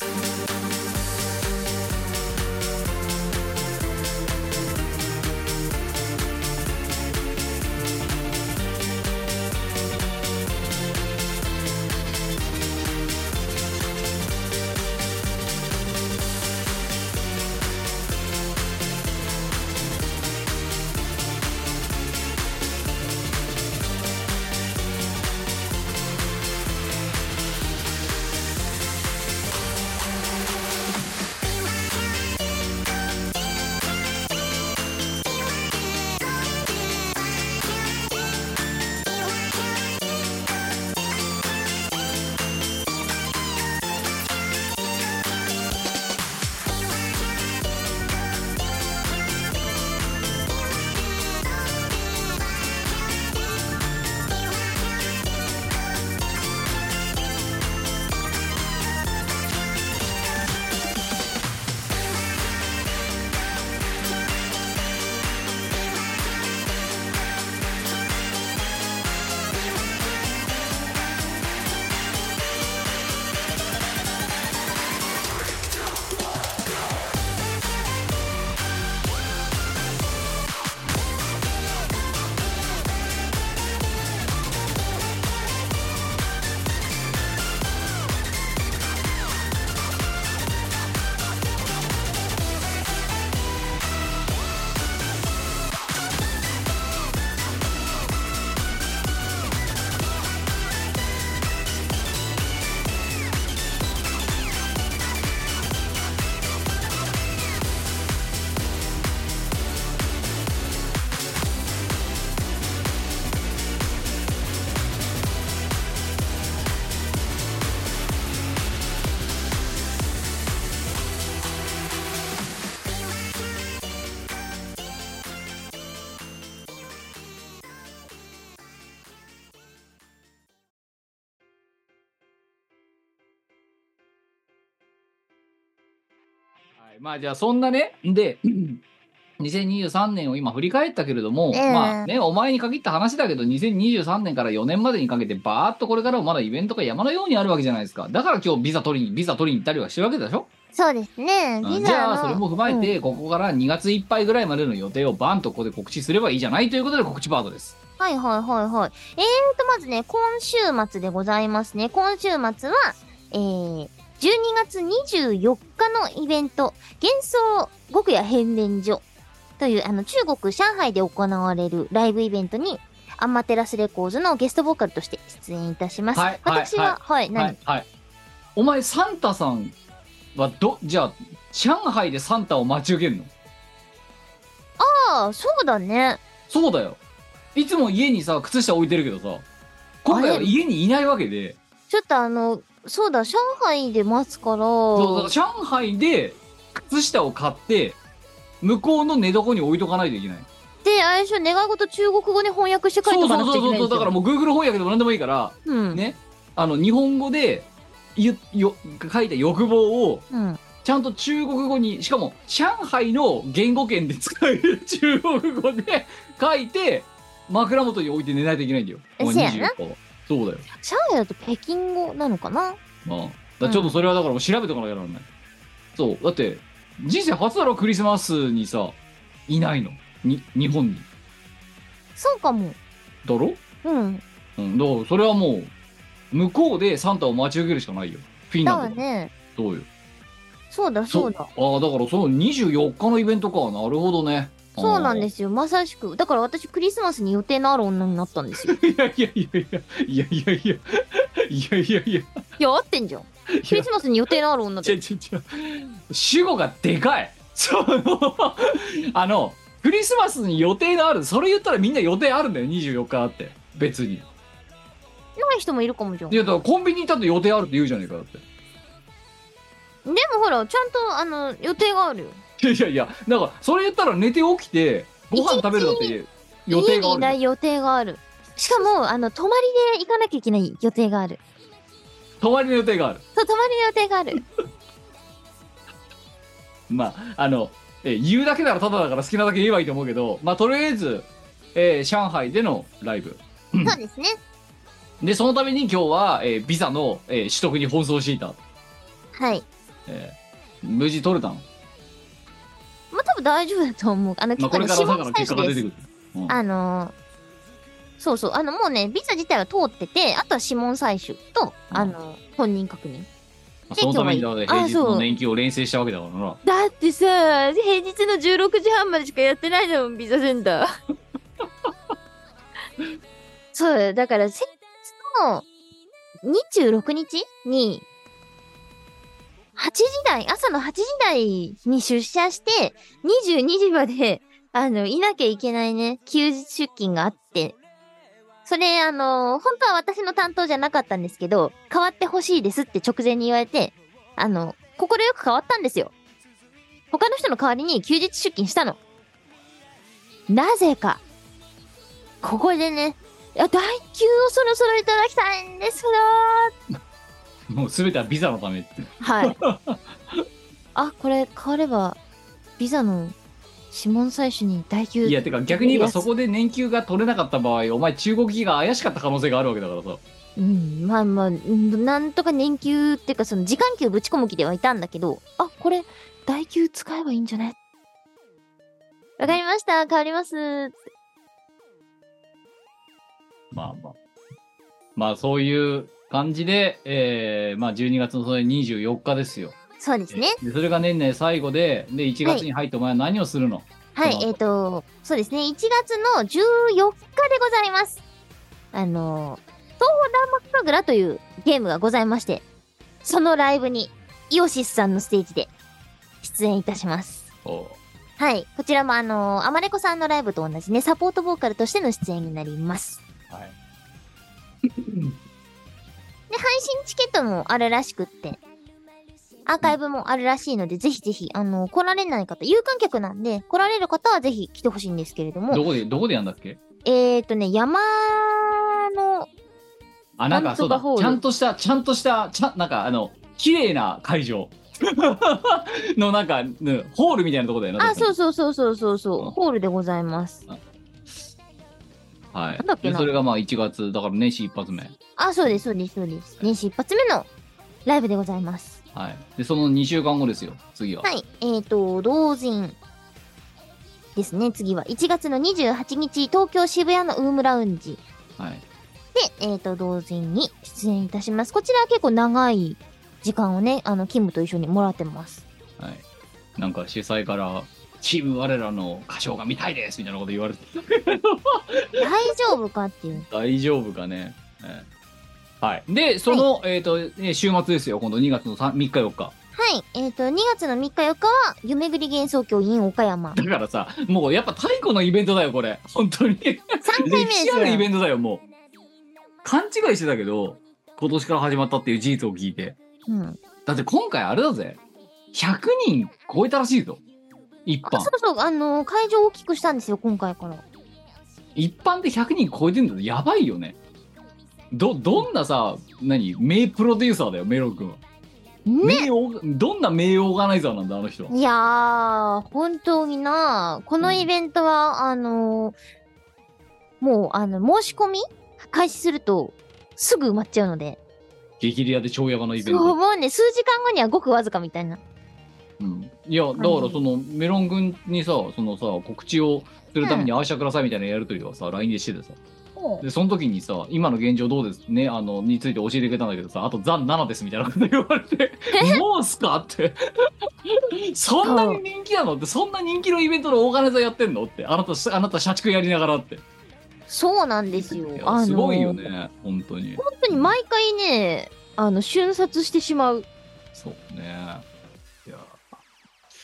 [SPEAKER 3] はいまあじゃあそんなねで 2023年を今振り返ったけれども、
[SPEAKER 4] ええ
[SPEAKER 3] まあねお前に限った話だけど2023年から4年までにかけてバーっとこれからもまだイベントが山のようにあるわけじゃないですかだから今日ビザ取りにビザ取りに行ったりはしてるわけでしょ、
[SPEAKER 4] そうですね。
[SPEAKER 3] う
[SPEAKER 4] ビ
[SPEAKER 3] んじゃ
[SPEAKER 4] ザ
[SPEAKER 3] あそれ
[SPEAKER 4] の。
[SPEAKER 3] も踏まえて、ここから2月いっぱいぐらいまでの予定をバンとここで告知すればいいじゃないということで告知パートです
[SPEAKER 4] はいはいはいはい。えーと、まずね、今週末でございますね。今週末は、えー、12月24日のイベント、幻想極夜変面所という、あの、中国、上海で行われるライブイベントに、アンマテラスレコーズのゲストボーカルとして出演いたします。
[SPEAKER 3] はいはい
[SPEAKER 4] 私は、はい、何、
[SPEAKER 3] はいはいお前サンタさんはどじゃあ上海でサンタを待ち受けるの
[SPEAKER 4] ああ、そうだね。
[SPEAKER 3] そうだよいつも家にさ靴下置いてるけどさ今回は
[SPEAKER 4] あれ
[SPEAKER 3] 家にいないわけで
[SPEAKER 4] ちょっとあの、そうだ、上海で待つから、
[SPEAKER 3] そうだから上海で靴下を買って向こうの寝床に置いとかないといけない
[SPEAKER 4] で、あれでしょ、願い事中国語に翻訳して書い
[SPEAKER 3] そ
[SPEAKER 4] て
[SPEAKER 3] う
[SPEAKER 4] お
[SPEAKER 3] そ
[SPEAKER 4] かな
[SPEAKER 3] う
[SPEAKER 4] くちゃいけ
[SPEAKER 3] そう
[SPEAKER 4] ない
[SPEAKER 3] そう
[SPEAKER 4] です
[SPEAKER 3] だ
[SPEAKER 4] よ
[SPEAKER 3] からもう Google 翻訳でも何でもいいから
[SPEAKER 4] うん。
[SPEAKER 3] ねあの日本語でゆよ書いた欲望を
[SPEAKER 4] うん。
[SPEAKER 3] ちゃんと中国語にしかも上海の言語圏で使える中国語で書いて枕元に置いて寝ないといけないんだよ。
[SPEAKER 4] え
[SPEAKER 3] お
[SPEAKER 4] せ
[SPEAKER 3] 前
[SPEAKER 4] やな
[SPEAKER 3] 24日はそうだよ。
[SPEAKER 4] 上海だと北京語なのかな
[SPEAKER 3] まあ、だからちょっとそれはだからもう調べとかなきゃならない。そうだって人生初だろクリスマスにさいないのに日本に
[SPEAKER 4] そうかも。
[SPEAKER 3] だろ、
[SPEAKER 4] うん。
[SPEAKER 3] うん、だからそれはもう向こうでサンタを待ち受けるしかないよ。フィン
[SPEAKER 4] だ
[SPEAKER 3] ラ
[SPEAKER 4] わ
[SPEAKER 3] ンドだ
[SPEAKER 4] ね。
[SPEAKER 3] どうよ。
[SPEAKER 4] そうだそうだ。
[SPEAKER 3] ああだからその24日のイベントかなるほどね。
[SPEAKER 4] そうなん
[SPEAKER 3] す
[SPEAKER 4] ですよ。まさしく。だから私、クリスマスに予定のある女になったんですよ。
[SPEAKER 3] いやいやいやいやいやいやいやいやいやいや
[SPEAKER 4] いや、合ってんじゃん。クリスマスに予定のある女
[SPEAKER 3] ち
[SPEAKER 4] で。
[SPEAKER 3] ゃちゃちゃ主語がでかいそのあのクリスマスに予定のあるそれ言ったらみんな予定あるんだよ24日あって別に
[SPEAKER 4] ない人もいるかもじゃん。
[SPEAKER 3] い
[SPEAKER 4] で
[SPEAKER 3] やだからコンビニ行ったって予定あるって言うじゃねえかだって
[SPEAKER 4] もほら、ちゃんと、あの、予定があるよ。
[SPEAKER 3] いやいやいやだからそれ言ったら寝て起きてご飯食べるだって予
[SPEAKER 4] 家
[SPEAKER 3] 定
[SPEAKER 4] にい
[SPEAKER 3] があ
[SPEAKER 4] な
[SPEAKER 3] る
[SPEAKER 4] い予定がある。しかも、あの、泊まりで行かなきゃいけない予定がある。
[SPEAKER 3] 泊まりの予定がある
[SPEAKER 4] そう、泊まりの予定がある。
[SPEAKER 3] まああのえ言うだけならただだから好きなだけ言えばいいと思うけどまあとりあえず、えー上海でのライブ
[SPEAKER 4] そうですね。
[SPEAKER 3] でそのために今日は、えービザの、えー取得に奔走していた、
[SPEAKER 4] はい。
[SPEAKER 3] えー無事取れたの、
[SPEAKER 4] まあ、多分大丈夫だと思う。あ
[SPEAKER 3] ま
[SPEAKER 4] の、結
[SPEAKER 3] あ、こ
[SPEAKER 4] 構
[SPEAKER 3] れから
[SPEAKER 4] ね、指
[SPEAKER 3] だ
[SPEAKER 4] 紋
[SPEAKER 3] から
[SPEAKER 4] 採
[SPEAKER 3] 結果
[SPEAKER 4] 取
[SPEAKER 3] が出
[SPEAKER 4] です
[SPEAKER 3] てくる、うん
[SPEAKER 4] あのーそうそう、あの、もうね、ビザ自体は通ってて、あとは指紋採取と、
[SPEAKER 3] うん
[SPEAKER 4] あの本人確認。
[SPEAKER 3] まあそのためにだから
[SPEAKER 4] 今日は
[SPEAKER 3] 平
[SPEAKER 4] いい
[SPEAKER 3] 日
[SPEAKER 4] あそ
[SPEAKER 3] の
[SPEAKER 4] う
[SPEAKER 3] 年休を連成したわけだからな
[SPEAKER 4] だってさ、平日の16時半までしかやってないのもん、ビザセンター。 そう、だから、先日の26日に、8時台、朝の8時台に出社して、22時まで、あの、いなきゃいけないね、休日出勤があって、それ、あの、本当は私の担当じゃなかったんですけど、変わってほしいですって直前に言われて、あの、心よく変わったんですよ。他の人の代わりに休日出勤したの。なぜか。ここでね、いや、代休をそろそろいただきたいんですけど
[SPEAKER 3] もう全てはビザのためって
[SPEAKER 4] はい。あ、これ変われば、ビザの指紋採取に代休。
[SPEAKER 3] いやてか逆に言えばそこで年休が取れなかった場合お前中国機が怪しかった可能性があるわけだからさ
[SPEAKER 4] うん、まあまあ、うんなんとか年休っていうか、その時間給ぶち込む気ではいたんだけど、あ、これ、代休使えばいいんじゃねわかりました、変わります。
[SPEAKER 3] まあまあまあそういう感じで、えーまあ、12月のそれ24日ですよ
[SPEAKER 4] そうですね。
[SPEAKER 3] でそれが年内最後でで1月に入ってお前は何をするの、
[SPEAKER 4] はい
[SPEAKER 3] こ、の
[SPEAKER 4] えっ、と、そうですね、1月の14日でございます。あの、東方弾幕神楽というゲームがございまして、そのライブに、イオシスさんのステージで出演いたします。
[SPEAKER 3] おう
[SPEAKER 4] はい、こちらもあの、アマレコさんのライブと同じね、サポートボーカルとしての出演になります。
[SPEAKER 3] はい
[SPEAKER 4] で、配信チケットもあるらしくって、アーカイブもあるらしいので、ぜひぜひ、あの、来られない方、有観客なんで、来られる方はぜひ来てほしいんですけれ ども、
[SPEAKER 3] どこでどこでやんだっけ
[SPEAKER 4] えーとね、山の、
[SPEAKER 3] あなん
[SPEAKER 4] な
[SPEAKER 3] か
[SPEAKER 4] ん
[SPEAKER 3] そ
[SPEAKER 4] と
[SPEAKER 3] うだ
[SPEAKER 4] かホール
[SPEAKER 3] ちゃんとしたちゃんとしたちゃんなんかあの綺麗な会場 のなんか、ねホールみたいなとこだよな。
[SPEAKER 4] あ、そううそうそうそうそうそう
[SPEAKER 3] うん。
[SPEAKER 4] ホールでございます。
[SPEAKER 3] はい
[SPEAKER 4] なんだっ。け
[SPEAKER 3] で
[SPEAKER 4] な
[SPEAKER 3] それがまあ1月、だから年始一発目。
[SPEAKER 4] あ、そうです、そうです、そうです。年始一発目のライブでございます。
[SPEAKER 3] はい。で、その2週間後ですよ、次は。
[SPEAKER 4] はい。えーと、同人ですね、次は。1月の28日、東京渋谷のウームラウンジ
[SPEAKER 3] はい。
[SPEAKER 4] で、えーと、同人に出演いたします。こちらは結構長い時間をね、あの、キムと一緒にもらってます。
[SPEAKER 3] はい。なんか主催から、チーム我らの歌唱が見たいですみたいなこと言わ れて、
[SPEAKER 4] 大丈夫かっていう。
[SPEAKER 3] 大丈夫かね。ええはい。で、その、えっ、と、ね週末ですよ、今度2月の 3, 日4日。
[SPEAKER 4] はい。えーと、2月の3日4日は、夢ぐり幻想郷 in 岡山。
[SPEAKER 3] だからさ、もうやっぱ太古のイベントだよ、これ。本当に。歴
[SPEAKER 4] 3回目です
[SPEAKER 3] 史あるイベ
[SPEAKER 4] よ。
[SPEAKER 3] ントだよ、もう。勘違いしてたけど、今年から始まったっていう事実を聞いて。
[SPEAKER 4] うん。
[SPEAKER 3] だって今回あれだぜ。100人超えたらしいぞ。一
[SPEAKER 4] あ
[SPEAKER 3] 般
[SPEAKER 4] そ。うそう、あの会場を大きくしたんですよ、今回から。
[SPEAKER 3] 一般で100人超えてんだとやばいよね。ど、どんなさ、何名プロデューサーだよ、メロン君は。
[SPEAKER 4] ね
[SPEAKER 3] 名オーどんな名オーガナイザーなんだ、あの人は。
[SPEAKER 4] いやー、本当にな、このイベントは、あのーもう、あの、申し込み開始すると、すぐ埋まっちゃうので。
[SPEAKER 3] 激レアで超ヤバなイベ
[SPEAKER 4] そ
[SPEAKER 3] ン
[SPEAKER 4] う、
[SPEAKER 3] ト。
[SPEAKER 4] もうね、数時間後にはごくわずかみたいな。
[SPEAKER 3] うん、いや、だからその、メロン君にさ、そのさ、告知をするために、ああしてくださいみたいなやりとりはさ、LINE でしててさ。で、その時にさ、今の現状どうですね、あの、について教えてくれたんだけどさ、あと、ザ・7ですみたいなこと言われて、もうっすかって。そんなに人気なのって、そんな人気のイベントのオーガナイザーやってんのって、あなた、あなた、社畜やりながらって。
[SPEAKER 4] そうなんですよ
[SPEAKER 3] い。や
[SPEAKER 4] あのー
[SPEAKER 3] すごいよ。ね、本当に。
[SPEAKER 4] 本当に毎回ね、あの、瞬殺してしまう
[SPEAKER 3] そうね。いや、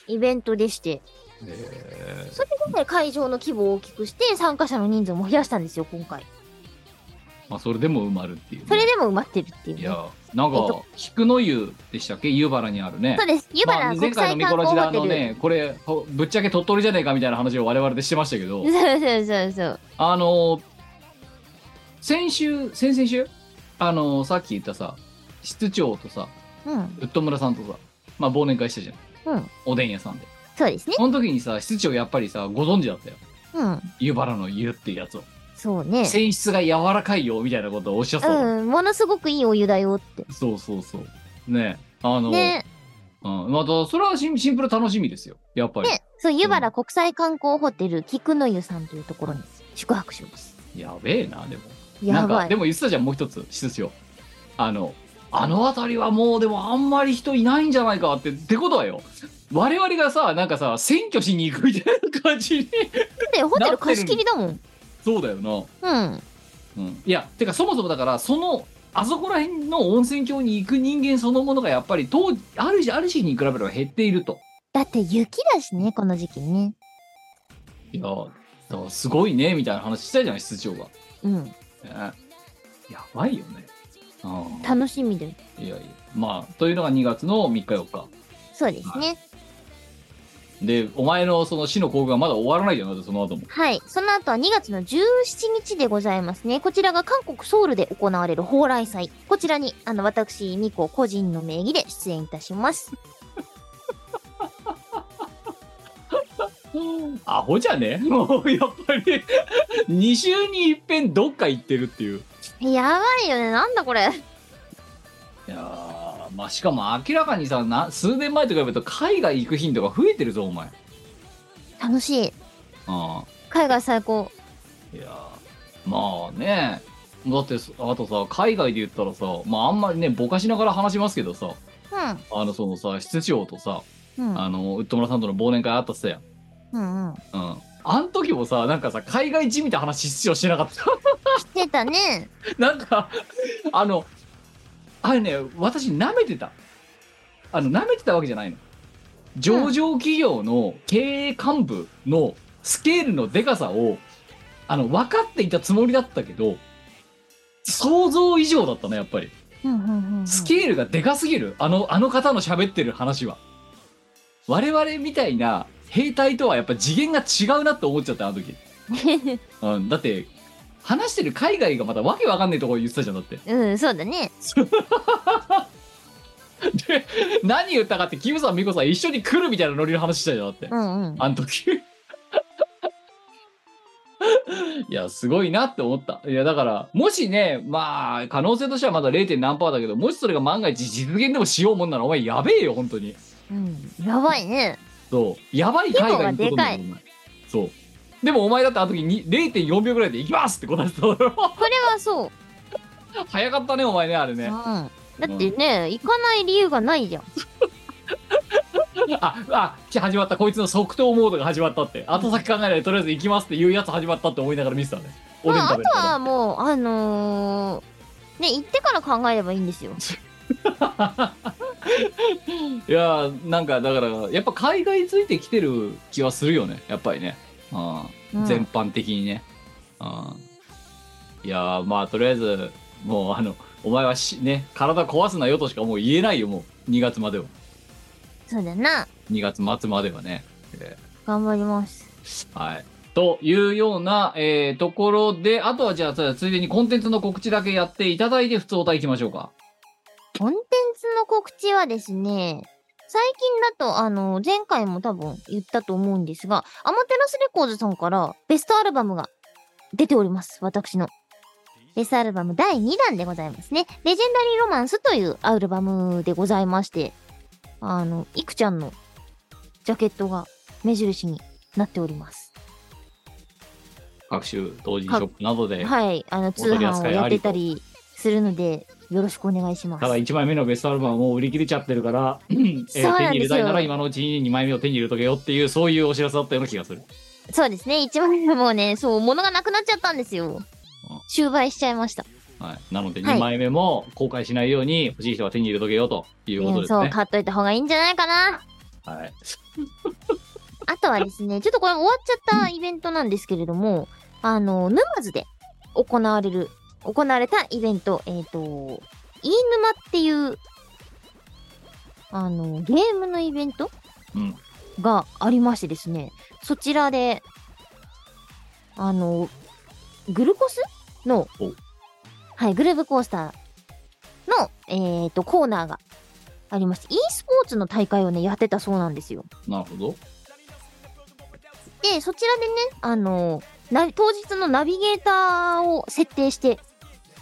[SPEAKER 4] イベントでして。
[SPEAKER 3] えー
[SPEAKER 4] それで今回会場の規模を大きくして、参加者の人数も増やしたんですよ、今回。
[SPEAKER 3] まあ、それでも埋まるっていうね、
[SPEAKER 4] それでも埋まってるっていう、
[SPEAKER 3] い
[SPEAKER 4] ね。
[SPEAKER 3] や、なん
[SPEAKER 4] えっ
[SPEAKER 3] か、菊の湯でしたっけ湯原にあるね
[SPEAKER 4] そう。です。湯
[SPEAKER 3] まあ
[SPEAKER 4] 原
[SPEAKER 3] 前
[SPEAKER 4] 国
[SPEAKER 3] 回の
[SPEAKER 4] 際
[SPEAKER 3] ミ
[SPEAKER 4] 観
[SPEAKER 3] コラジで
[SPEAKER 4] 光ホ
[SPEAKER 3] あ
[SPEAKER 4] テ
[SPEAKER 3] の
[SPEAKER 4] ル。
[SPEAKER 3] ね、これ、ほぶっちゃけ鳥取じゃねえかみたいな話を我々でしてましたけど
[SPEAKER 4] そう、そうそうそう。
[SPEAKER 3] あのー、先週、先々週あのー、さっき言ったさ、室長とさ、
[SPEAKER 4] う
[SPEAKER 3] ウ
[SPEAKER 4] ん。
[SPEAKER 3] ッド村さんとさ、まあ忘年会したじゃん。
[SPEAKER 4] うん
[SPEAKER 3] おでん屋さんで。
[SPEAKER 4] そうですね。
[SPEAKER 3] その時にさ、室長やっぱりさ、ご存知だったよ。
[SPEAKER 4] うん。
[SPEAKER 3] 湯原の湯っていうやつを。
[SPEAKER 4] そうね。
[SPEAKER 3] 泉質が柔らかいよ、みたいなことをおっしゃってたの、
[SPEAKER 4] うん、ものすごくいいお湯だよって。
[SPEAKER 3] そうそうそう。ねえ、あのー、
[SPEAKER 4] ね。
[SPEAKER 3] うん、また、それはシンシンプル楽しみですよ。やっぱり。
[SPEAKER 4] ね。そう、湯原国際観光ホテル、菊の湯さんというところに宿泊します。
[SPEAKER 3] やべえな、でも。な
[SPEAKER 4] や
[SPEAKER 3] んか
[SPEAKER 4] ば
[SPEAKER 3] で
[SPEAKER 4] い。
[SPEAKER 3] も言ってたじゃんもう一つ室長あのあの辺りはもうでもあんまり人いないんじゃないかってってことはよ我々がさなんかさ選挙しに行くみたいな感じに
[SPEAKER 4] だってホテル貸し切りだもん。
[SPEAKER 3] そうだよな、
[SPEAKER 4] うん。
[SPEAKER 3] うん、いやてかそもそもだからそのあそこら辺の温泉郷に行く人間そのものがやっぱり当時ある時ある時期に比べれば減っていると
[SPEAKER 4] だって雪だしね、この時期ね。
[SPEAKER 3] いやだからすごいねみたいな話したじゃん室長が、
[SPEAKER 4] うん。
[SPEAKER 3] ねやばいよねあ
[SPEAKER 4] 楽しみで。
[SPEAKER 3] あいやいやまあというのが2月の3日4日
[SPEAKER 4] そうですね。
[SPEAKER 3] で、お前のその死の興奮がまだ終わらないじゃん、だってその後も。
[SPEAKER 4] はい。その後は2月の17日でございますね。こちらが韓国ソウルで行われる蓬莱祭。こちらに、あの、私、ミコ個人の名義で出演いたします。
[SPEAKER 3] アホじゃねもう、やっぱり、2週に一遍どっか行ってるっていう。
[SPEAKER 4] やばいよね。なんだこれ。
[SPEAKER 3] いやー、まあ、しかも明らかにさ、な数年前と比べると海外行く頻度が増えてるぞ、お前。
[SPEAKER 4] 楽しい。
[SPEAKER 3] あ
[SPEAKER 4] 海外最高。
[SPEAKER 3] あいやー、まあね。だってそ、あとさ、海外で言ったらさ、まあ、あんまりね、ぼかしながら話しますけどさ、
[SPEAKER 4] うん。
[SPEAKER 3] あの、そのさ、室長とさ、
[SPEAKER 4] うん。
[SPEAKER 3] あの、ウッド村さんとの忘年会あったっすやん。
[SPEAKER 4] うんう
[SPEAKER 3] う
[SPEAKER 4] ん。
[SPEAKER 3] ん。あん時もさ、なんかさ、海外地みたいな話室長してなかった。
[SPEAKER 4] してたね。
[SPEAKER 3] なんか、あの、あれね、私、舐めてた。あの、舐めてたわけじゃないの。上場企業の経営幹部のスケールのでかさを、あの、分かっていたつもりだったけど、想像以上だったね、やっぱり。
[SPEAKER 4] うんうんうん。
[SPEAKER 3] スケールがでかすぎる。あの、あの方の喋ってる話は。我々みたいな兵隊とはやっぱ次元が違うなって思っちゃった、あの時。うん、だって、話してる海外がまたわけわかんないところ言ってたじゃん、だって。
[SPEAKER 4] うん、そうだね。
[SPEAKER 3] で何言ったかってキムさんミコさん一緒に来るみたいなノリの話したじゃんだって
[SPEAKER 4] うんうん。
[SPEAKER 3] あの時 いやすごいなって思ったいやだからもしねまあ可能性としてはまだ 0. 何パーだけどもしそれが万が一実現でもしようもんならお前やべえよ本当に
[SPEAKER 4] うん、やばいね。
[SPEAKER 3] そうやばい海外に行くことになる
[SPEAKER 4] 規
[SPEAKER 3] お前そうでもお前だってあの時に0.4秒ぐらいで行きますって答えてたの
[SPEAKER 4] これはそう。
[SPEAKER 3] 早かったねお前ねあれね
[SPEAKER 4] うん、だってね、行かない理由がないじゃん。
[SPEAKER 3] ああき始まったこいつの即答モードが始まったって後先考えないでとりあえず行きますっていうやつ始まったって思いながら見てたねおでん
[SPEAKER 4] まあ、あ
[SPEAKER 3] 食べ
[SPEAKER 4] と
[SPEAKER 3] てた
[SPEAKER 4] はもう、あのー、ね、行ってから考えればいいんですよ。
[SPEAKER 3] いやーなんかだからやっぱ海外ついてきてる気はするよねやっぱりね、うん
[SPEAKER 4] うん
[SPEAKER 3] 全般的にね、うん、いやーまあとりあえずもうあのお前はしね体壊すなよとしかもう言えないよもう2月までは
[SPEAKER 4] そうだな。
[SPEAKER 3] 2月末まではね、え
[SPEAKER 4] 頑張ります。
[SPEAKER 3] ーはいというような、えーところであとはじゃあついでにコンテンツの告知だけやっていただいて普通お題いきましょうか
[SPEAKER 4] コンテンツの告知はですね、最近だと、あの、前回も多分言ったと思うんですが、アマテラスレコーズさんからベストアルバムが出ております。私の。ベストアルバム第2弾でございますね。レジェンダリーロマンスというアルバムでございまして、あの、いくちゃんのジャケットが目印になっております。
[SPEAKER 3] 各種同時ショップなどで
[SPEAKER 4] はい。あの、通
[SPEAKER 3] 取り扱
[SPEAKER 4] 販を
[SPEAKER 3] い
[SPEAKER 4] や
[SPEAKER 3] あ
[SPEAKER 4] っ
[SPEAKER 3] り
[SPEAKER 4] て
[SPEAKER 3] と
[SPEAKER 4] たりするので、よろしくお願いします。
[SPEAKER 3] ただ1枚目のベストアルバムはもう売り切れちゃってる から、えー
[SPEAKER 4] そうな
[SPEAKER 3] 手に
[SPEAKER 4] んですよ
[SPEAKER 3] 入れたいなら今のうちに2枚目を手に入れとけよっていうそういうお知らせだったような気がする
[SPEAKER 4] そうですね。一番もうね、そう、物がなくなっちゃったんですよ。終売しちゃいました。
[SPEAKER 3] はい、なので
[SPEAKER 4] はい
[SPEAKER 3] 2枚目も後悔しないように欲しい人は手に入れとけよということ
[SPEAKER 4] いや
[SPEAKER 3] です
[SPEAKER 4] そう、
[SPEAKER 3] ね。
[SPEAKER 4] 買っといた方がいいんじゃないかな。
[SPEAKER 3] はい、
[SPEAKER 4] あとはですね、ちょっとこれ終わっちゃったイベントなんですけれども、あの、沼津で行われる、行われたイベント、えっ、と、飯沼っていう、あの、ゲームのイベント
[SPEAKER 3] うん、
[SPEAKER 4] がありましてですね、そちらで、あの、グルコスの
[SPEAKER 3] お、
[SPEAKER 4] はい、グルーブコースターの、えっ、と、コーナーがありまして、e スポーツの大会をね、やってたそうなんですよ。
[SPEAKER 3] なるほど。
[SPEAKER 4] で、そちらでね、あの、な当日のナビゲーターを設定して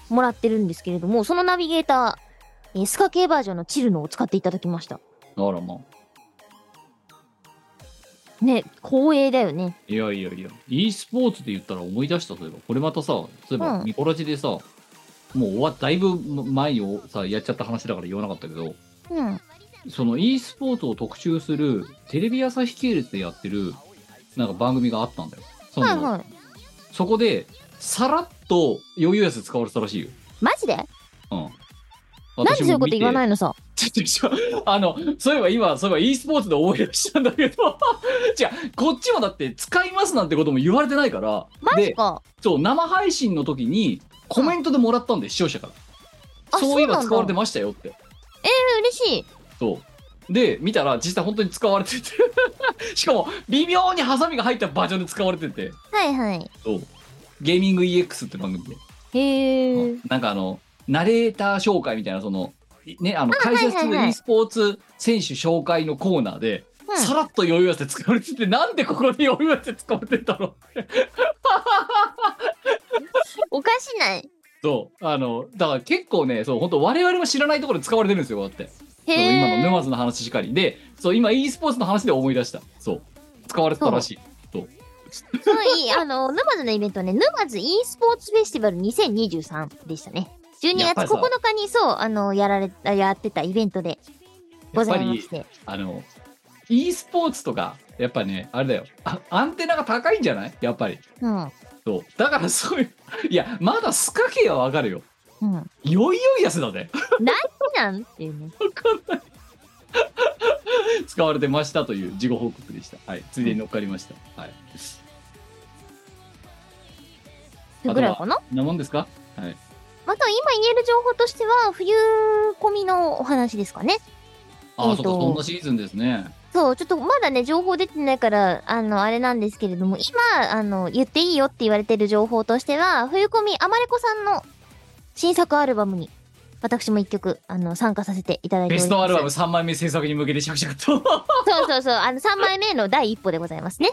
[SPEAKER 4] もらってるんですけれども、そのナビゲーター、えースカ系バージョンのチルノを使っていただきました。
[SPEAKER 3] だからまあ
[SPEAKER 4] ね、光栄だよね。
[SPEAKER 3] いやいやいや e スポーツで言ったら思い出したそういえばこれまたさそういえば
[SPEAKER 4] うん
[SPEAKER 3] ミコラジでさ、もう終わだいぶ前にさやっちゃった話だから言わなかったけど
[SPEAKER 4] うん。
[SPEAKER 3] その e スポーツを特集するテレビ朝日系列でやってるなんか番組があったんだよ。その
[SPEAKER 4] はいはい。
[SPEAKER 3] そこでさらっと余裕やつ使われてたらしいよ。
[SPEAKER 4] マジで
[SPEAKER 3] うん。
[SPEAKER 4] なんでそういうこと言わないいのさ。
[SPEAKER 3] ちょっと一緒 あの、そういえば今、そういえば e スポーツで思い出したんだけど、 じゃこっちもだって使いますなんてことも言われてないから、
[SPEAKER 4] マジ
[SPEAKER 3] で、
[SPEAKER 4] か。
[SPEAKER 3] そう、生配信の時にコメントでもらったんで、視聴者から。
[SPEAKER 4] あ、
[SPEAKER 3] そういえば使われて
[SPEAKER 4] ま
[SPEAKER 3] ましたよって。
[SPEAKER 4] す。嬉しい。
[SPEAKER 3] そう。で、見たら実際本当に使われて て、しかも微妙にハサミが入ったバージョンで使われてて、
[SPEAKER 4] はいはい。
[SPEAKER 3] そう。ゲーミング EX って番組で。
[SPEAKER 4] へー。
[SPEAKER 3] なんかあのナレーター紹介みたいなそのねあの解説す
[SPEAKER 4] はいはい
[SPEAKER 3] る
[SPEAKER 4] はい
[SPEAKER 3] e スポーツ選手紹介のコーナーで、
[SPEAKER 4] うん
[SPEAKER 3] さらっと余裕やせ使われててなんでここで余裕やせ使われてんだろう
[SPEAKER 4] おかしない。
[SPEAKER 3] そうあのだから結構ねそう本当我々も知らないところで使われてるんですよだってそう今の
[SPEAKER 4] へー。
[SPEAKER 3] 沼津の話しかりでそう今 e スポーツの話で思い出したそう使われてたらしい
[SPEAKER 4] そのいい、あの、沼津のイベントはね、沼津 e スポーツフェスティバル2023でしたね。12
[SPEAKER 3] やっ
[SPEAKER 4] 月
[SPEAKER 3] ぱりさ
[SPEAKER 4] 9日に、そう、あの、やられ、やってたイベントで
[SPEAKER 3] や
[SPEAKER 4] ご
[SPEAKER 3] っぱ
[SPEAKER 4] ざいま
[SPEAKER 3] り
[SPEAKER 4] して。
[SPEAKER 3] あの e スポーツとかやっぱねあれだよあアンテナが高いんじゃないやっぱり
[SPEAKER 4] うん。
[SPEAKER 3] そうだからそういういやまだスカ系はわかるよ
[SPEAKER 4] うん。好
[SPEAKER 3] いよいよ安だね
[SPEAKER 4] きなんっていうね。
[SPEAKER 3] 使われてましたという事後報告でしたはいついでに乗っかりましたはい
[SPEAKER 4] それぐらいかな
[SPEAKER 3] そんなもんですかはい
[SPEAKER 4] また今言える情報としては、冬込みのお話ですかね。
[SPEAKER 3] ああ、
[SPEAKER 4] えー
[SPEAKER 3] そ
[SPEAKER 4] と
[SPEAKER 3] っかそんなシーズンですね
[SPEAKER 4] そう、ちょっとまだね、情報出てないから、あの、あれなんですけれども、今、あの、言っていいよって言われてる情報としては、冬込み、あまれこさんの新作アルバムに、私も一曲、あの、参加させていただい
[SPEAKER 3] ベ
[SPEAKER 4] ております。
[SPEAKER 3] ストアルバム3枚目制作に向けて着々と
[SPEAKER 4] そうそうそう、あの、3枚目の第一歩でござい ますね。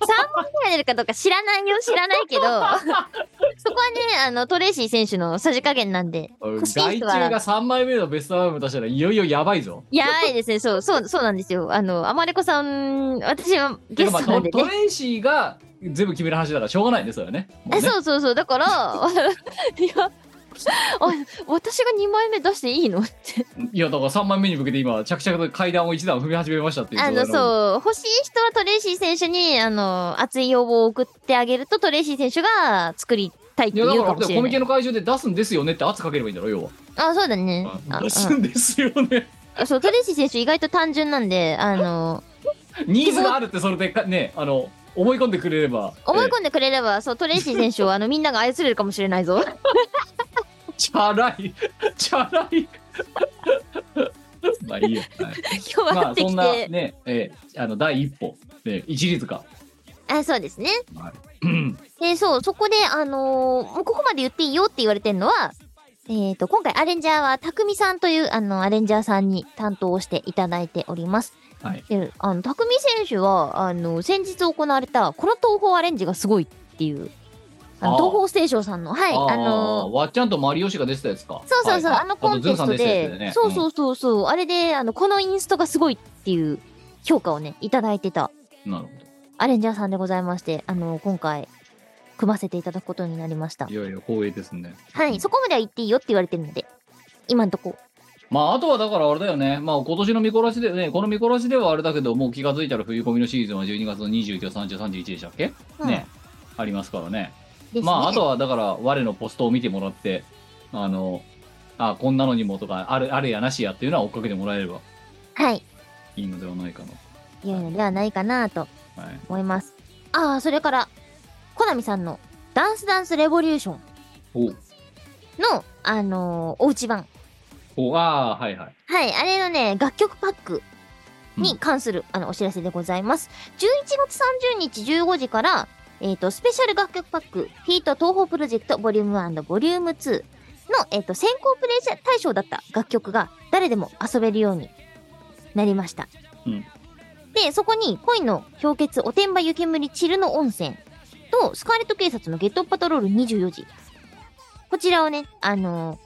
[SPEAKER 4] 3枚目が出るかどうか知らないよ、知らない けど、そこはね、あの、トレーシー選手のさじ加減なんで、
[SPEAKER 3] 外
[SPEAKER 4] 欲しい
[SPEAKER 3] 注
[SPEAKER 4] 人
[SPEAKER 3] が
[SPEAKER 4] は、
[SPEAKER 3] 3枚目のベストアルバム出したらいよいよやばいぞ。
[SPEAKER 4] やばいですね、そう、そう、そうなんですよ。あの、あまれこさん、私は
[SPEAKER 3] て
[SPEAKER 4] ゲ
[SPEAKER 3] か
[SPEAKER 4] ス
[SPEAKER 3] まあ
[SPEAKER 4] トなん
[SPEAKER 3] ト
[SPEAKER 4] で
[SPEAKER 3] ト
[SPEAKER 4] ね。
[SPEAKER 3] レイシーが全部決める話だからしょうがないねそれはね。も
[SPEAKER 4] え
[SPEAKER 3] うね
[SPEAKER 4] そうそうそう、だから、 いや、 お私が2枚目出していいのって。
[SPEAKER 3] いやだから3枚目に向けて今着々と階段を1段踏み始めましたっていう
[SPEAKER 4] あの、
[SPEAKER 3] う。
[SPEAKER 4] そう、欲しい人はトレーシー選手に、あの、熱い要望を送ってあげると、トレーシー選手が作りたいっ
[SPEAKER 3] い
[SPEAKER 4] て
[SPEAKER 3] やだ
[SPEAKER 4] 言う
[SPEAKER 3] か
[SPEAKER 4] からもし
[SPEAKER 3] コ
[SPEAKER 4] れ
[SPEAKER 3] ミ
[SPEAKER 4] ない
[SPEAKER 3] ケ。の会場で出すんですよねって圧かければいいんだろ要は。
[SPEAKER 4] あ、そうだね。あ
[SPEAKER 3] 出すんですよね。
[SPEAKER 4] あそう、トレーシー選手意外と単純なんで、あの、
[SPEAKER 3] ニーズがあるってそれでかねあの思い込んでくれれば。
[SPEAKER 4] 思い込んでくれれば、そう、トレーシー選手を、あの、みんなが操れるかもしれないぞ。
[SPEAKER 3] えーチャラいチャラい。 まあいいよ。 はい
[SPEAKER 4] 今日
[SPEAKER 3] ま
[SPEAKER 4] は
[SPEAKER 3] あ
[SPEAKER 4] って
[SPEAKER 3] そ
[SPEAKER 4] き
[SPEAKER 3] ん
[SPEAKER 4] て。
[SPEAKER 3] なね、えーあの第一歩、ね、一律か。
[SPEAKER 4] あ、そうですね。
[SPEAKER 3] は
[SPEAKER 4] で、そう、そこで、あのーもうここまで言っていいよって言われてるのは、えっ、と、今回アレンジャーは、たくみさんという、あの、アレンジャーさんに担当をしていただいております。
[SPEAKER 3] はい。
[SPEAKER 4] で、あの、たくみ選手は、あの、先日行われた、この東宝アレンジがすごいっていう、あの
[SPEAKER 3] あー
[SPEAKER 4] 東宝ステーションさんの、はい、あのー
[SPEAKER 3] ーわっちゃんとマリオ氏が出てたやつか。
[SPEAKER 4] そうそうそう、
[SPEAKER 3] はいはい
[SPEAKER 4] あのコンテスト
[SPEAKER 3] あとズンさん出てたや
[SPEAKER 4] で
[SPEAKER 3] つだよね
[SPEAKER 4] そうそうそうそう、あれであのこのインストがすごいっていう評価をねいただいてた
[SPEAKER 3] うんなるほ
[SPEAKER 4] アレンジャーさんでございましてあの今回組ませていただくことになりました
[SPEAKER 3] ど。いよいよ光栄ですね。
[SPEAKER 4] はいそこまでは言っていいよって言われてるので今んとこ
[SPEAKER 3] まあ、あとはだからあれだよね。まあ、今年の見こらしでね、この見こらしではあれだけど、もう気がついたら冬込みのシーズンは12月の29、30、31でしたっけ、
[SPEAKER 4] うん
[SPEAKER 3] ね。ありますからね。
[SPEAKER 4] ですね
[SPEAKER 3] まあ、あとはだから、我のポストを見てもらって、あの、あ、こんなのにもとか、あれ、あれやなしやっていうのは追っかけてもらえれば
[SPEAKER 4] はい
[SPEAKER 3] いいのではないか
[SPEAKER 4] いうのではないかなと
[SPEAKER 3] な。はい。
[SPEAKER 4] 思いますああそれからコナミさんの「ダンスダンスレボリューション
[SPEAKER 3] お、
[SPEAKER 4] の」あのーおうち版
[SPEAKER 3] お、ああ、はいはい。
[SPEAKER 4] はい、あれのね、楽曲パック
[SPEAKER 3] う
[SPEAKER 4] に
[SPEAKER 3] ん
[SPEAKER 4] 関する、あのお知らせでございます。11月30日15時から、えっ、と、スペシャル楽曲パック、ヒート東宝プロジェクトボリューム1ボリューム2の、えっ、と、先行プレイ者対象だった楽曲が誰でも遊べるようになりました。
[SPEAKER 3] うん
[SPEAKER 4] で、そこに恋の氷結おてんば湯煙チルの温泉と、スカーレット警察のゲットパトロール24時。こちらをね、あのー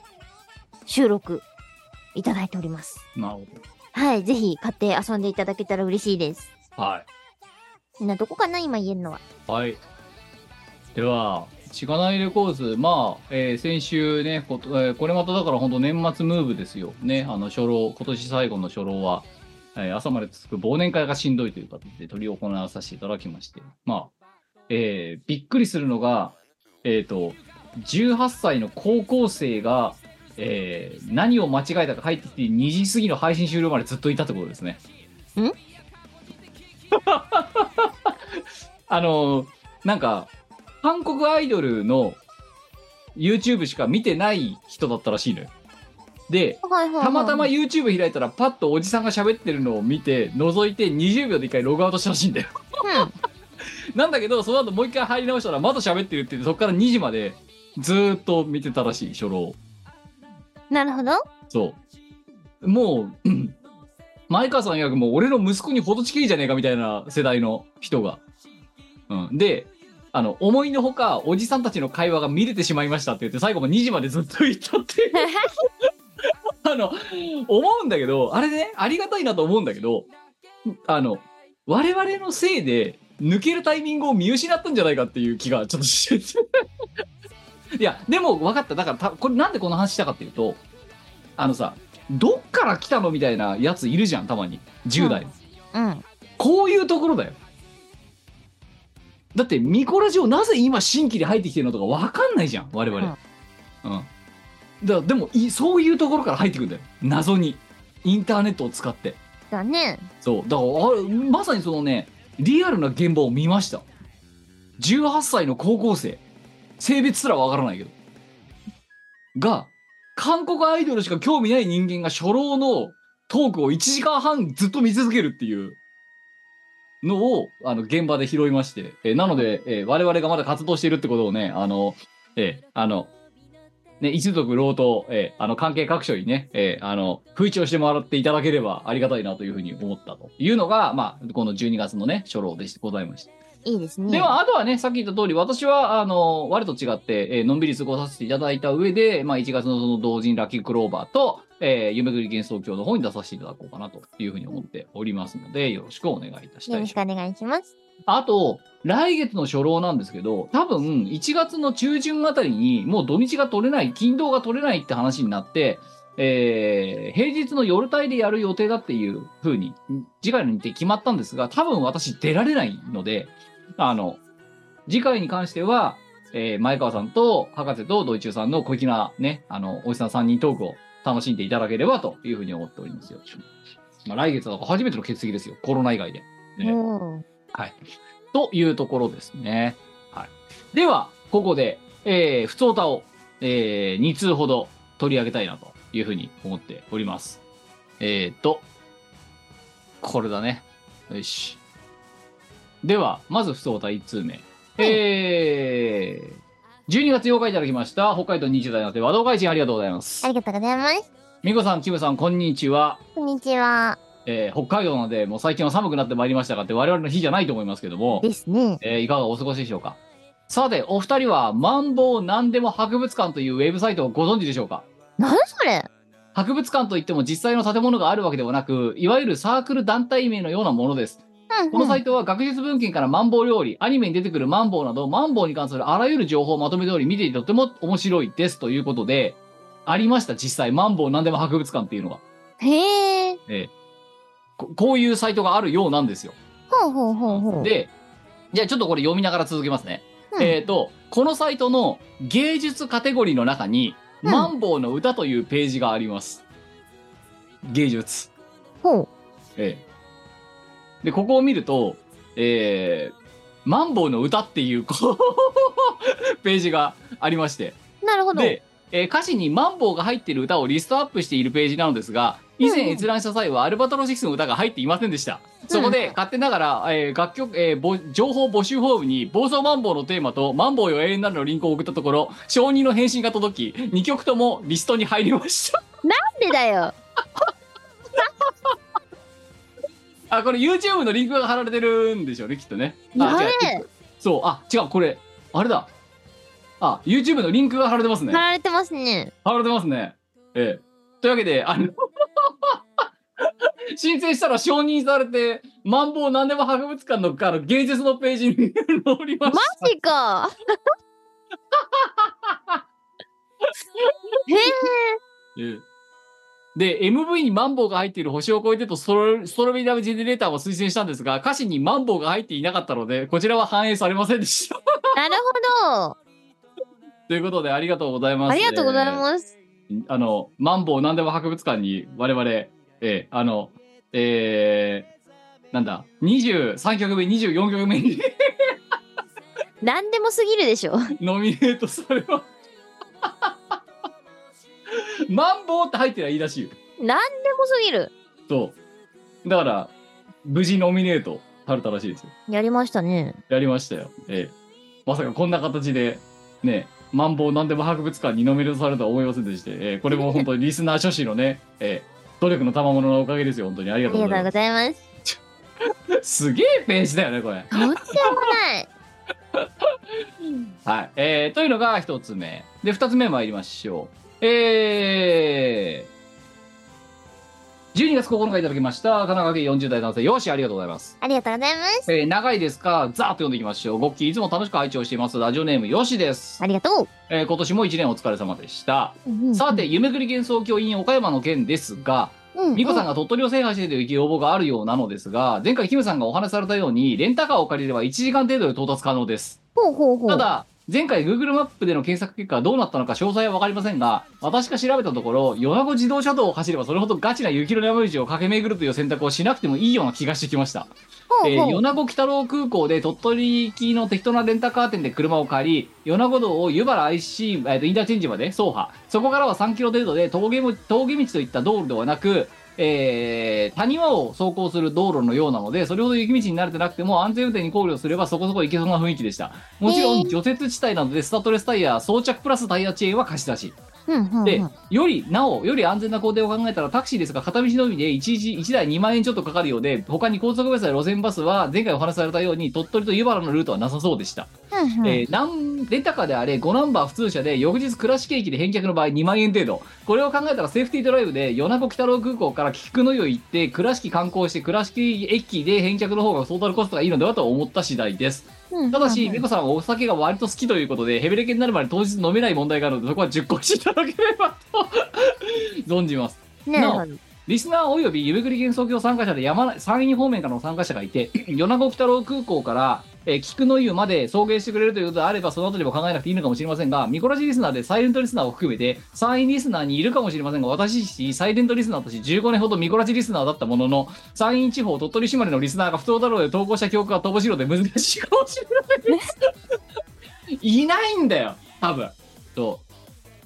[SPEAKER 4] 収録いただいております。
[SPEAKER 3] なるほ
[SPEAKER 4] はい、ぜひ買って遊んでいただけたら嬉しいです。
[SPEAKER 3] ど。はい。
[SPEAKER 4] みんなどこかな今言えるのは。
[SPEAKER 3] はい。では、しがないレコーズ、まあ、えー先週ねこと、えーこれまただから本当年末ムーブですよ。ね、あの、初老、今年最後の初老は、えー朝まで続く忘年会がしんどいという形で取り行わさせていただきまして、まあ、えーびっくりするのが、えっ、と、18歳の高校生が、えー何を間違えたか入ってきて2時過ぎの配信終了までずっといたってことですね。
[SPEAKER 4] ん
[SPEAKER 3] あの、なんか、韓国アイドルの YouTube しか見てない人だったらしいのよ。で、
[SPEAKER 4] はいはい、
[SPEAKER 3] たまたま YouTube 開いたらパッとおじさんが喋ってるのを見て覗いて20秒で一回ログアウトしたらしいんだよ。 なんだけどその後もう一回入り直したらまだ喋ってるって言ってそこから2時までずーっと見てたらしい初老を
[SPEAKER 4] なるほど。
[SPEAKER 3] そうもううん前川さん曰くもう俺の息子にほど近いじゃねえかみたいな世代の人が、うん、であの思いのほかおじさんたちの会話が見れてしまいましたって言って最後も2時までずっといたっていうあの思うんだけどあれねありがたいなと思うんだけどあの我々のせいで抜けるタイミングを見失ったんじゃないかっていう気がちょっとしてていやでも分かっただからたこれなんでこの話したかっていうとあのさどっから来たのみたいなやついるじゃんたまに10代、
[SPEAKER 4] うん。
[SPEAKER 3] こういうところだよだってミコラジオなぜ今新規で入ってきてるのとか分かんないじゃん我々うん、だでもいそういうところから入ってくるんだよ謎にインターネットを使って
[SPEAKER 4] だね。
[SPEAKER 3] そうだからあまさにそのねリアルな現場を見ました18歳の高校生性別すらわからないけどが韓国アイドルしか興味ない人間が初老のトークを1時間半ずっと見続けるっていうのをあの現場で拾いまして、えーなので、えー我々がまだ活動しているってことをねあの、えーあのね、一族老と、えーあの、関係各所にね、えーあの、吹聴してもらっていただければありがたいなというふうに思ったというのが、まあ、この12月のね、初老でございました。
[SPEAKER 4] いいですね。
[SPEAKER 3] では、あとはね、さっき言った通り、私は、あの、我と違って、えーのんびり過ごさせていただいた上で、まあ、1月のその同人ラッキークローバーと、えー、夢ぐり幻想郷の方に出させていただこうかなというふうに思っておりますので、よろしくお願いいたした
[SPEAKER 4] よ
[SPEAKER 3] い
[SPEAKER 4] ろ
[SPEAKER 3] で
[SPEAKER 4] し
[SPEAKER 3] す
[SPEAKER 4] く。お願いします。
[SPEAKER 3] あと、来月の初老なんですけど、多分、1月の中旬あたりに、もう土日が取れない、勤労が取れないって話になって、えー平日の夜帯でやる予定だっていうふうに、次回の日程決まったんですが、多分私出られないので、あの、次回に関しては、えー前川さんと博士とドイチューさんの小粋なね、あの、おじさん3人トークを楽しんでいただければというふうに思っておりますよ。まあ、来月は初めての欠席ですよ。コロナ以外で。ね
[SPEAKER 4] おー
[SPEAKER 3] はい。というところですね。はい。では、ここで、えー、普通歌を、えー、2通ほど取り上げたいなというふうに思っております。えーと、これだね。よし。では、まず普通歌1通目。えー、12月8日いただきました。北海道20代の手和道会人ありがとうございます
[SPEAKER 4] あ。りがとうございます。
[SPEAKER 3] みこさん、キムさん、こんにちは。
[SPEAKER 4] こんにちは。
[SPEAKER 3] えー北海道なので、もう最近は寒くなってまいりましたがって、我々の日じゃないと思いますけども。
[SPEAKER 4] ですね。
[SPEAKER 3] えーいかがお過ごしでしょうかさてお二人はマンボウ何でも博物館というウェブサイトをご存知でしょうか
[SPEAKER 4] なんそれ
[SPEAKER 3] 博物館といっても実際の建物があるわけではなくいわゆるサークル団体名のようなものです
[SPEAKER 4] うん
[SPEAKER 3] このサイトは学術文献からマンボウ料理アニメに出てくるマンボウなどマンボウに関するあらゆる情報をまとめており見ていてとても面白いですということでありました実際マンボウ何でも博物館っていうのが、
[SPEAKER 4] へえ。
[SPEAKER 3] えーここういうサイトがあるようなんですよ
[SPEAKER 4] ほうほうほうほう。
[SPEAKER 3] で、じゃあちょっとこれ読みながら続けますね。
[SPEAKER 4] うん
[SPEAKER 3] えっ、と、このサイトの芸術カテゴリーの中に、
[SPEAKER 4] うん
[SPEAKER 3] マンボウの歌というページがあります。芸術。
[SPEAKER 4] ほう。
[SPEAKER 3] ええで、ここを見ると、えーマンボウの歌っていう、こう ページがありまして。
[SPEAKER 4] なるほど。
[SPEAKER 3] で、えー歌詞にマンボウが入っている歌をリストアップしているページなのですが、以
[SPEAKER 4] うんう
[SPEAKER 3] 前
[SPEAKER 4] ん
[SPEAKER 3] 閲覧した際はアルバトロシックスの歌が入っていませんでした。そこで勝手ながら、えー楽曲、えーぼ情報募集フォームに暴走マンボウのテーマとマンボウよ永遠なるのリンクを送ったところ、承認の返信が届き、2曲ともリストに入りました。
[SPEAKER 4] なんでだよ。
[SPEAKER 3] あ、これ YouTube のリンクが貼られてるんでしょうね、きっとね。
[SPEAKER 4] や
[SPEAKER 3] あ、
[SPEAKER 4] べ
[SPEAKER 3] 違う
[SPEAKER 4] え。
[SPEAKER 3] そう、あ、違う、これ、あれだ。あ、YouTube のリンクが貼られてますね
[SPEAKER 4] 貼。られてますね。
[SPEAKER 3] 貼られてますね。ええ。というわけで、あの 申請したら承認されて、マンボウ何でも博物館のあの芸術のページに載りまし
[SPEAKER 4] マ
[SPEAKER 3] た。
[SPEAKER 4] ジ か。
[SPEAKER 3] ええで、MV にマンボウが入っている星を越えてとストロストロベリーラブジェネレーターを推薦したんですが、歌詞にマンボウが入っていなかったので、こちらは反映されませんでした。
[SPEAKER 4] なるほ
[SPEAKER 3] ということで、ありがとうございま
[SPEAKER 4] ど。
[SPEAKER 3] す。
[SPEAKER 4] ありがとうござい
[SPEAKER 3] す。
[SPEAKER 4] ます。
[SPEAKER 3] あの、マンボウ何でも博物館に我々、ええあの、ええなんだ、23曲目、24曲目に
[SPEAKER 4] なんでもすぎるでしょ。
[SPEAKER 3] ノミネートされます。 マンボウって入ってりゃいいらしいよ。
[SPEAKER 4] なんでもすぎる。
[SPEAKER 3] そう。だから、無事ノミネートされたらしいですよ。
[SPEAKER 4] やりましたね。
[SPEAKER 3] やりましたよ。ええ。まさかこんな形で、ね、マンボウなんでも博物館にノミネートされたとは思いませんでして、ええこれも本当にリスナー諸氏のね、ええ努力の賜物のおかげですよ、本当に。あり
[SPEAKER 4] あ
[SPEAKER 3] がと
[SPEAKER 4] り
[SPEAKER 3] う
[SPEAKER 4] が
[SPEAKER 3] ござ
[SPEAKER 4] と
[SPEAKER 3] いうま
[SPEAKER 4] ご
[SPEAKER 3] す。
[SPEAKER 4] ざいます。
[SPEAKER 3] すげえページだよね、これ。
[SPEAKER 4] とんでもない。
[SPEAKER 3] はい。えーというのが一つ目。で、二つ目参りましょう。えー、12月9日いただきました。神奈川県40代男性、よし、ありがとうございます。
[SPEAKER 4] ありがとうございます。
[SPEAKER 3] えー長いですかざーっと読んでいきましょう。ごっきーいつも楽しく拝聴しています。ラジオネーム、よしです。
[SPEAKER 4] ありがと
[SPEAKER 3] えー今年も一年お疲れ様でした。
[SPEAKER 4] ううん。
[SPEAKER 3] さて、夢ぐり幻想郷 in 岡山の件ですが、
[SPEAKER 4] うん、
[SPEAKER 3] ミコさんが鳥取を制覇している要望があるようなのですが、前回キムさんがお話しされたように、レンタカーを借りれば1時間程度で到達可能です。
[SPEAKER 4] ほうほうほう。
[SPEAKER 3] ただ、前回 Google マップでの検索結果はどうなったのか詳細は分かりませんが、私が調べたところ、米子自動車道を走ればそれほどガチな雪の山道を駆け巡るという選択をしなくてもいいような気がしてきました。
[SPEAKER 4] ほうほう、
[SPEAKER 3] えー米子北郎空港で鳥取行きの適当なレンタカー店で車を借り米子道を湯原 IC、えーとインターチェンジまで走破そこからは3キロ程度で峠も峠道といった道路ではなく、えー谷間を走行する道路のようなのでそれほど雪道に慣れてなくても安全運転に考慮すればそこそこ行けそうな雰囲気でしたもちろ
[SPEAKER 4] へ
[SPEAKER 3] ん除雪地帯なのでスタッドレスタイヤ装着プラスタイヤチェーンは貸し出し
[SPEAKER 1] うんうんうん
[SPEAKER 3] でよりなおより安全な行程を考えたらタクシーですが片道のみで一時1台2万円ちょっとかかるようで他に高速バスや路線バスは前回お話しされたように鳥取と湯原のルートはなさそうでした、
[SPEAKER 1] うんうん
[SPEAKER 3] えーなんレンタカーであれ5ナンバー普通車で翌日倉敷駅で返却の場合2万円程度これを考えたらセーフティードライブで米子北郎空港から菊の湯行って倉敷観光して倉敷駅で返却の方がトータルコストがいいのではと思った次第です
[SPEAKER 1] うんうん
[SPEAKER 3] ただし、美子さんはお酒が割と好きということで、ヘベレケになるまで当日飲めない問題があるので、そこは熟考していただければと存じます。
[SPEAKER 1] なるほど
[SPEAKER 3] リスナーおよび夢くり幻想郷参加者で山山陰方面からの参加者がいて、米子北郎空港から、えー菊の湯まで送迎してくれるということであれば、その後でも考えなくていいのかもしれませんが、ミコラジリスナーでサイレントリスナーを含めて、山陰リスナーにいるかもしれませんが、私自身、サイレントリスナーとして15年ほどミコラジリスナーだったものの、山陰地方、鳥取島根のリスナーが不当だろうで投稿した記憶が乏しいので難しいかもしれないです。いないんだよ、多分。そう。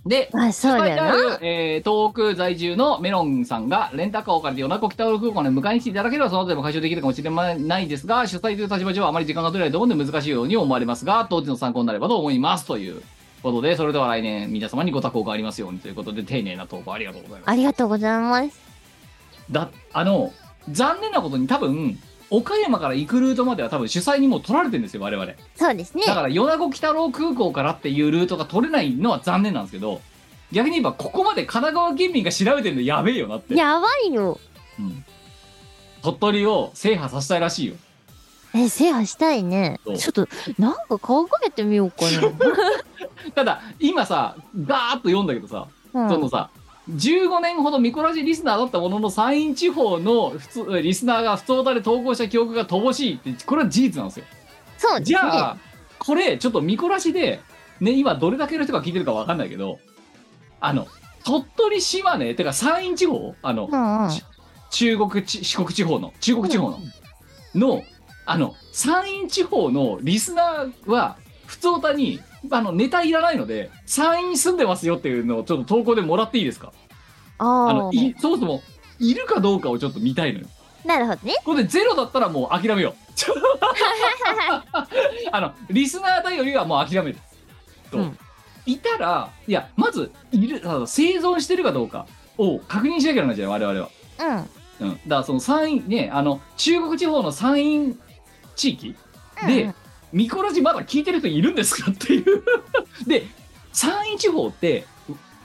[SPEAKER 3] で、
[SPEAKER 1] あそうだよな
[SPEAKER 3] 書いてあるえー東北在住のメロンさんがレンタカーを借りて米子北浦空港に迎えに来ていただければその後でも解消できるかもしれないですが主催という立場上はあまり時間が取れないと思うので難しいように思われますが当時の参考になればと思いますということでそれでは来年皆様にご多幸がありますようにということで丁寧な投稿ありがとうございます
[SPEAKER 1] ありがとうございます
[SPEAKER 3] だあの残念なことに多分岡山から行くルートまでは多分主催にもう取られてるんですよ我々
[SPEAKER 1] そうですね
[SPEAKER 3] だから米子北郎空港からっていうルートが取れないのは残念なんですけど逆に言えばここまで神奈川県民が調べてるのやべえよなって、
[SPEAKER 1] やばいよ
[SPEAKER 3] うん鳥取を制覇させたいらしいよ
[SPEAKER 1] え制覇したいね
[SPEAKER 3] そう
[SPEAKER 1] ちょっとなんか考えてみようか
[SPEAKER 3] ただ今さガーッと読んだけどさ、
[SPEAKER 1] な、
[SPEAKER 3] そ
[SPEAKER 1] うん
[SPEAKER 3] のさ15年ほどミコラジリスナーだったものの山陰地方の普通リスナーが不当だで投稿した記憶が乏しいってこれは事実なんですよ
[SPEAKER 1] そうです
[SPEAKER 3] じ
[SPEAKER 1] ね
[SPEAKER 3] ゃあ、これ、ちょっと見こらしで、ね、今、どれだけの人が聞いてるかわかんないけど、あの、鳥取、島根、てか山陰地方、あの、
[SPEAKER 1] うんうん、
[SPEAKER 3] 中国地、四国地方の、中国地方の、の、あの、山陰地方のリスナーは、普通歌に、あの、ネタいらないので、山陰に住んでますよっていうのをちょっと投稿でもらっていいですかあ
[SPEAKER 1] あ
[SPEAKER 3] の、
[SPEAKER 1] ー
[SPEAKER 3] いそもそも、いるかどうかをちょっと見たいのよ。
[SPEAKER 1] なるほどね
[SPEAKER 3] これでゼロだったらもう諦めよう。ちょあのリスナー頼りはもう諦める。と、
[SPEAKER 1] うん
[SPEAKER 3] いたらいやまずいるあの生存してるかどうかを確認しなきゃならないじゃん我々は。
[SPEAKER 1] うん
[SPEAKER 3] うん、だからその山陰ねあの中国地方の山陰地域で、
[SPEAKER 1] うんうん
[SPEAKER 3] ミコラジまだ聞いてる人いるんですかっていう で山陰地方って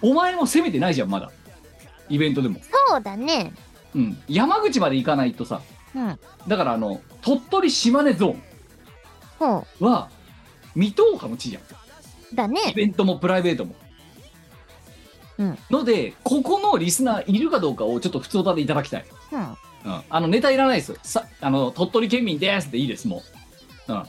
[SPEAKER 3] お前も攻めてないじゃんまだイベントでも、
[SPEAKER 1] そうだね
[SPEAKER 3] うん、山口まで行かないとさ
[SPEAKER 1] うん
[SPEAKER 3] だからあの鳥取島根ゾーン
[SPEAKER 1] ほ
[SPEAKER 3] は未踏破の地じゃん
[SPEAKER 1] うだ
[SPEAKER 3] イ
[SPEAKER 1] ね
[SPEAKER 3] ベントもプライベートも、
[SPEAKER 1] うん
[SPEAKER 3] のでここのリスナーいるかどうかをちょっと普通歌でいただきたい、
[SPEAKER 1] うん
[SPEAKER 3] うん、あのネタいらないですさあの鳥取県民ですっていいですもう、うん、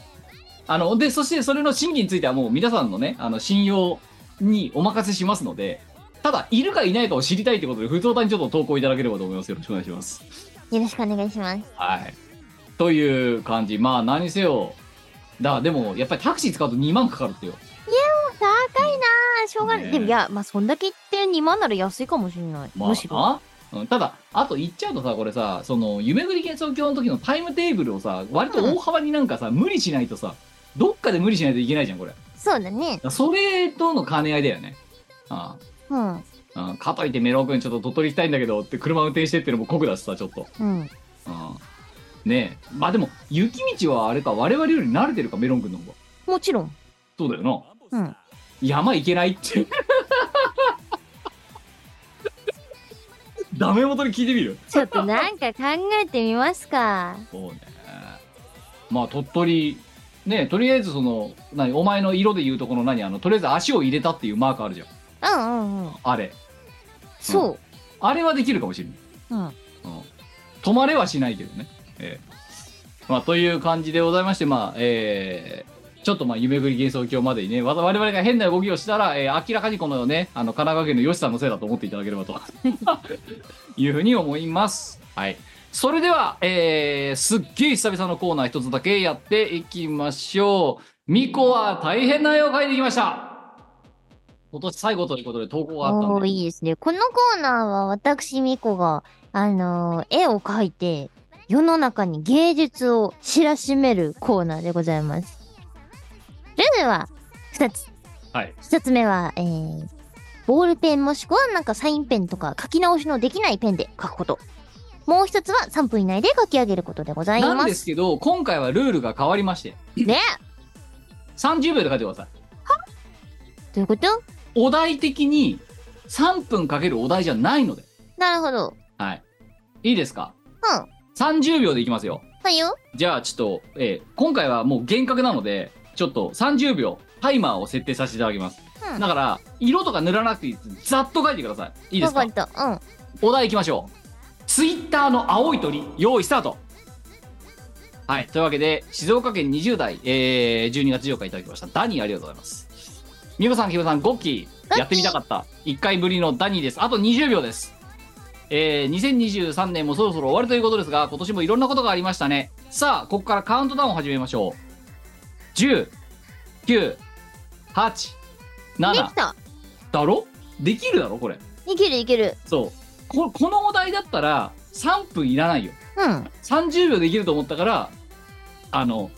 [SPEAKER 3] あのでそしてそれの審議についてはもう皆さんのねあの信用にお任せしますのでただいるかいないかを知りたいということで普通歌にちょっと投稿いただければと思いますよろしくお願いします
[SPEAKER 1] よろしくお願いします
[SPEAKER 3] はい。という感じ。まあ、何せよ。だ、でも、やっぱりタクシー使うと2万かかるってよ。
[SPEAKER 1] 高いなあしょうがない、
[SPEAKER 3] ねえ
[SPEAKER 1] でもいやまあそんだけ言って2万なら安いかもしれない、
[SPEAKER 3] ま
[SPEAKER 1] むしろ
[SPEAKER 3] あ、あうん、ただ、あと言っちゃうとさ、これさ、その、夢ぐり幻想郷の時のタイムテーブルをさ、割と大幅になんかさ、無理しないとさ、どっかで無理しないといけないじゃん、これ。だか
[SPEAKER 1] そうだね
[SPEAKER 3] らそれとの兼ね合いだよね。あ
[SPEAKER 1] うん
[SPEAKER 3] あうん、かといってメロウ君ちょっと鳥取行きたいんだけどって車運転してってのも酷だしさちょっと、
[SPEAKER 1] うん
[SPEAKER 3] うん、ねえまあでも雪道はあれか我々より慣れてるかメロン君の方が
[SPEAKER 1] もちろん
[SPEAKER 3] そうだよな
[SPEAKER 1] うん
[SPEAKER 3] 山行けないって ダメ元に聞いてみる
[SPEAKER 1] ちょっとなんか考えてみますか
[SPEAKER 3] そうねまあ鳥取ねとりあえずその何お前の色で言うとこの何あのとりあえず足を入れたっていうマークあるじゃん
[SPEAKER 1] うんうんうん
[SPEAKER 3] あれ
[SPEAKER 1] そ
[SPEAKER 3] あれはできるかもしれ
[SPEAKER 1] ううん
[SPEAKER 3] ない、うん、止まれはしないけどねええまあという感じでございましてまあえーちょっとまあ夢ぐり幻想郷までにねわざ我々が変な動きをしたら、えー明らかにこのねあの神奈川県の吉さんのせいだと思っていただければと いうふうに思います。はいそれでは、えーすっげえ久々のコーナー一つだけやっていきましょう。ミコは大変な絵を描いてきました。今年最後ということで投稿があった
[SPEAKER 1] お
[SPEAKER 3] ん
[SPEAKER 1] ー
[SPEAKER 3] で。
[SPEAKER 1] いいですねこのコーナーは私ミコがあのー絵を描いて世の中に芸術を知らしめるコーナーでございますルールは2つ
[SPEAKER 3] はい。
[SPEAKER 1] 1つ目は、えー
[SPEAKER 4] ボールペンもしくはなんかサインペンとか書き直しのできないペンで書くこと。もう一つは3分以内で書き上げることでござい
[SPEAKER 3] なん
[SPEAKER 4] ま。
[SPEAKER 3] ですすけど今回はルールが変わりまして
[SPEAKER 4] ね
[SPEAKER 3] 30秒で書いてください
[SPEAKER 4] どういうこと
[SPEAKER 3] お題的に3分かけるお題じゃないので
[SPEAKER 4] なるほど。
[SPEAKER 3] はいいいですか
[SPEAKER 4] うん。
[SPEAKER 3] 30秒でいきますよ
[SPEAKER 4] はいよ。
[SPEAKER 3] じゃあちょっと、えー今回はもう幻覚なのでちょっと30秒タイマーを設定させていただきます、
[SPEAKER 4] うん
[SPEAKER 3] だから色とか塗らなくていいですざっと書いてくださいいいですか
[SPEAKER 4] わかった。うん。
[SPEAKER 3] お題いきましょうツイッターの青い鳥用意スタートはいというわけで静岡県20代、えー、12月8日いただきましたダニーありがとうございます美子さんひぶさんゴッキー
[SPEAKER 4] ゴッキー
[SPEAKER 3] やってみたかった1回ぶりのダニーですあと20秒ですえー、2023年もそろそろ終わりということですが今年もいろんなことがありましたねさあここからカウントダウンを始めましょう10 9 8
[SPEAKER 4] で
[SPEAKER 3] 7
[SPEAKER 4] きた。
[SPEAKER 3] だろできるだろこれ
[SPEAKER 4] いけるいける。
[SPEAKER 3] そうここのお題だったら3分いらないよ
[SPEAKER 4] うん。
[SPEAKER 3] 30秒できると思ったからあの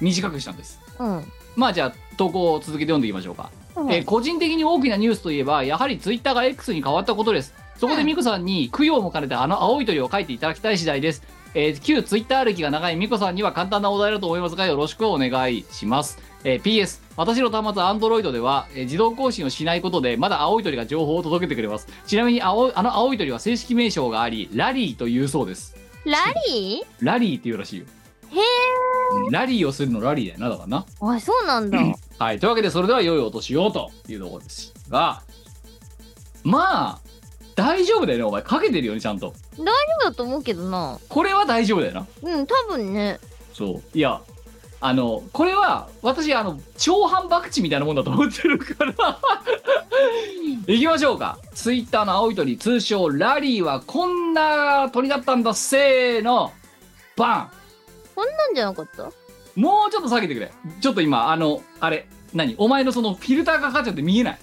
[SPEAKER 3] 短くしたんです
[SPEAKER 4] うん。
[SPEAKER 3] まあじゃあ投稿を続けて読んでいきましょうか、
[SPEAKER 4] うん
[SPEAKER 3] えー個人的に大きなニュースといえばやはりツイッターが X に変わったことですそこで
[SPEAKER 4] うん
[SPEAKER 3] ミコさんに供養も兼ねてあの青い鳥を書いていただきたい次第です、えー旧ツイッター歴が長いミコさんには簡単なお題だと思いますがよろしくお願いします、えー PS 私の端末 Android では、えー自動更新をしないことでまだ青い鳥が情報を届けてくれますちなみに青いあの青い鳥は正式名称がありラリーというそうです
[SPEAKER 4] ラリー
[SPEAKER 3] ラリーっていうらしいよ
[SPEAKER 4] へ
[SPEAKER 3] うんラリーをするのラリーだよなだからな
[SPEAKER 4] あ、そうなんだ。
[SPEAKER 3] はい、というわけでそれでは良いお年をというところですがまあ大丈夫だよねお前かけてるよねちゃんと
[SPEAKER 4] そうだと思うけどな。
[SPEAKER 3] これは大丈夫だよな
[SPEAKER 4] うん、多分ね。
[SPEAKER 3] そういやあのこれは私あの超反博打みたいなもんだと思ってるから 行きましょうかツイッターの青い鳥通称ラリーはこんな鳥だったんだせーのバ
[SPEAKER 4] なんじゃなかった
[SPEAKER 3] ンもうちょっと下げてくれちょっと今あのあれ何お前のそのフィルターがかかっちゃって見えない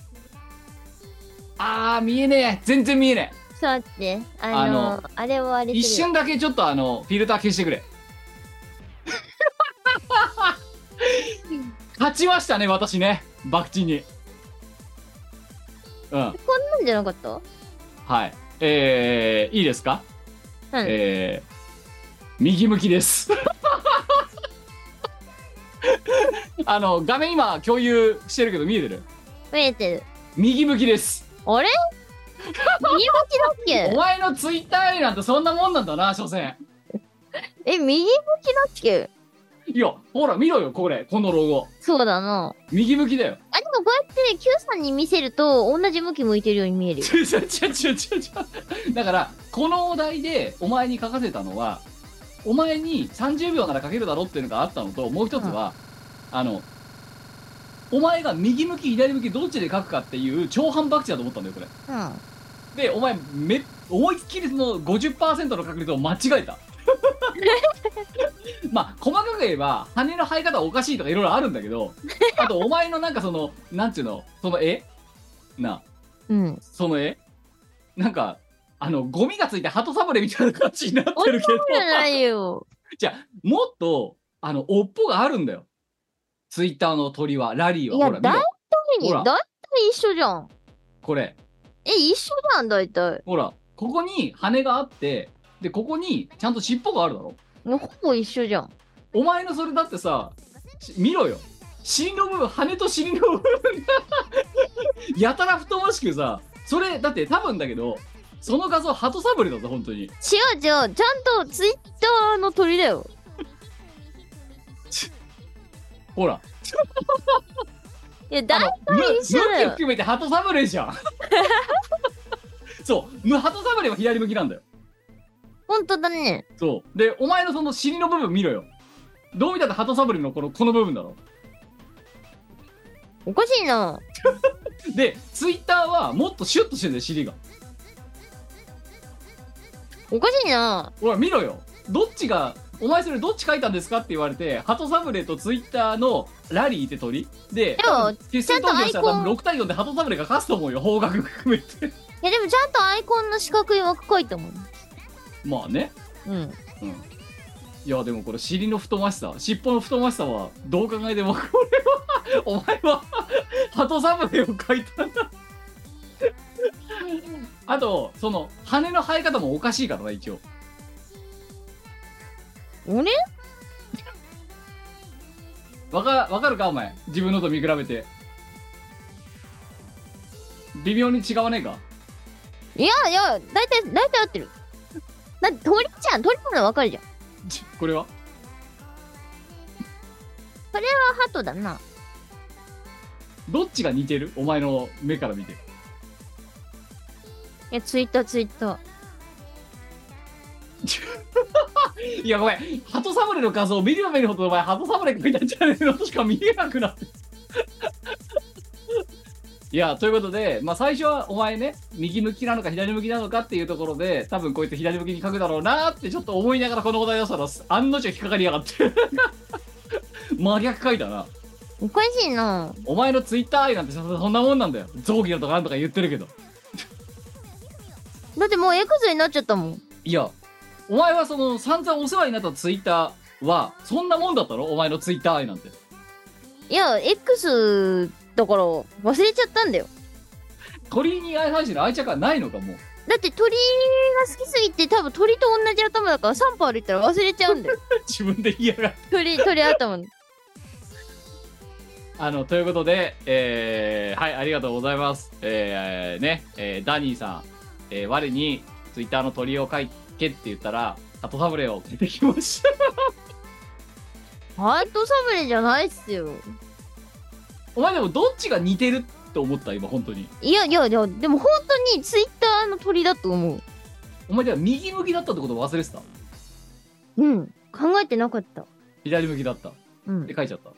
[SPEAKER 3] あー見えねえ全然見えねえ
[SPEAKER 4] さて、あの、
[SPEAKER 3] あ
[SPEAKER 4] あれはあれてる
[SPEAKER 3] 一瞬だけちょっとあのフィルター消してくれ勝ちましたね私ねバクチンにうん
[SPEAKER 4] なんじゃなかった
[SPEAKER 3] はいえー、いいですか、
[SPEAKER 4] うん
[SPEAKER 3] えー右向きです あの画面今共有してるけど見えてる
[SPEAKER 4] 見えてる。
[SPEAKER 3] 右向きです
[SPEAKER 4] あれ右向きだっ
[SPEAKER 3] お
[SPEAKER 4] け
[SPEAKER 3] 前のツイッターなんてそんなもんなんだな所詮
[SPEAKER 4] え、右向きだっけ
[SPEAKER 3] いやほら見ろよこれこのロゴ
[SPEAKER 4] そうだな。
[SPEAKER 3] 右向きだよ
[SPEAKER 4] あ、でもこうやって Q さんに見せると同じ向き向いてるように見えるよ。
[SPEAKER 3] 違う違う違う違う違うだからこのお題でお前に書かせたのはお前に30秒なら書けるだろっていうのがあったのともう一つは、あのお前が右向き左向きどっちで書くかっていう超反博打だと思ったんだよこれ
[SPEAKER 4] うん。
[SPEAKER 3] でお前め思いっきりその50%の確率を間違えたまあ細かく言えば羽の生え方おかしいとかいろいろあるんだけどあとお前のなんかそのなんていうのその絵なあ
[SPEAKER 4] うん。
[SPEAKER 3] その絵なんかあのゴミがついて鳩サブレみたいな感じになってるけど
[SPEAKER 4] じゃないよ。
[SPEAKER 3] じゃあもっとあの尾っぽがあるんだよツイッターの鳥はラリー
[SPEAKER 4] い
[SPEAKER 3] は
[SPEAKER 4] や
[SPEAKER 3] ほら見ろ
[SPEAKER 4] だい
[SPEAKER 3] ほら
[SPEAKER 4] だいたい一緒じゃん。
[SPEAKER 3] これ
[SPEAKER 4] え、一緒じゃん、だいたい。
[SPEAKER 3] ほらここに羽があってでここにちゃんと尻尾があるだろ
[SPEAKER 4] もうほぼ一緒じゃん。
[SPEAKER 3] お前のそれだってさし見ろよ尻の部分羽と尻の部分 がやたら太もしくさそれだって多分だけどその画像鳩サブレだぞ本当に
[SPEAKER 4] 違う違う。ちゃんとツイッターの鳥だよ。
[SPEAKER 3] ほら
[SPEAKER 4] いや、だい
[SPEAKER 3] む
[SPEAKER 4] 一緒だよ
[SPEAKER 3] 向き含めて鳩サブレーじゃんそうむ鳩サブレーは左向きなんだよ
[SPEAKER 4] ほんとだね。
[SPEAKER 3] そうでお前のその尻の部分見ろよどう見たって鳩サブレーのこのこの部分だろ
[SPEAKER 4] おかしいな。
[SPEAKER 3] でツイッターはもっとシュッとしてるんだよ尻が
[SPEAKER 4] おかしいな。
[SPEAKER 3] ほら見ろよどっちがお前それどっち書いたんですかって言われて鳩サブレーとツイッターのラリーって鳥で
[SPEAKER 4] でも
[SPEAKER 3] 決選投票したら
[SPEAKER 4] ちゃんとアイコ
[SPEAKER 3] 多
[SPEAKER 4] ン
[SPEAKER 3] 分6対4で鳩サブレーが勝つと思うよ方角含めて
[SPEAKER 4] いや、でもちゃんとアイコンの四角い枠書いたもん。
[SPEAKER 3] まあね
[SPEAKER 4] うん。
[SPEAKER 3] うんいやでもこれ尻の太ましさ尻尾の太ましさはどう考えてもこれはお前は鳩サムレを書いたんだあとその羽の生え方もおかしいからな一応
[SPEAKER 4] 俺
[SPEAKER 3] わかわかるかお前自分のと見比べて微妙に違わねえか
[SPEAKER 4] いやいや、大体、大体合ってる。だって鳥じゃん、鳥なのわかるじゃん。
[SPEAKER 3] ちこれは
[SPEAKER 4] あ、ハトだな。
[SPEAKER 3] どっちが似てるお前の目から見て
[SPEAKER 4] いや、ツイッターツイッター。
[SPEAKER 3] いやごめん鳩サムレの画像を見れば見るほどお前鳩サムレ書いたんじゃねえのとしか見えなくなっていやということで、まあ、最初はお前ね右向きなのか左向きなのかっていうところで多分こうやって左向きに書くだろうなってちょっと思いながらこのお題出したら案の定引っかかりやがって真逆書いたな
[SPEAKER 4] おかしいな。
[SPEAKER 3] お前のツイッター愛なんてそそんなもんなんだよ臓器だとかなんとか言ってるけど
[SPEAKER 4] だってもうエクゾになっちゃったもん。
[SPEAKER 3] いやお前はその散々お世話になったツイッターはそんなもんだったろお前のツイッター愛なんて
[SPEAKER 4] いや、X だから忘れちゃったんだよ。
[SPEAKER 3] 鳥に愛配信の愛着はないのかもう
[SPEAKER 4] だって鳥が好きすぎて多分鳥と同じ頭だから3歩歩いたら忘れちゃ うんだよ。
[SPEAKER 3] 自分で言いやがって
[SPEAKER 4] 鳥、鳥頭の。
[SPEAKER 3] あのということで、えーはいありがとうございますえーね、えーダニーさん、えー我にツイッターの鳥を書いけって言ったら鳩サブレを出てきま した
[SPEAKER 4] ハートサムレじゃないっすよ。
[SPEAKER 3] お前でもどっちが似てるって思った今本当に
[SPEAKER 4] いやいやいや、でも本当にツイッターの鳥だと思う。
[SPEAKER 3] お前では右向きだったってこと忘れてた
[SPEAKER 4] うん。考えてなかった。
[SPEAKER 3] 左向きだった
[SPEAKER 4] うん
[SPEAKER 3] で。書いちゃった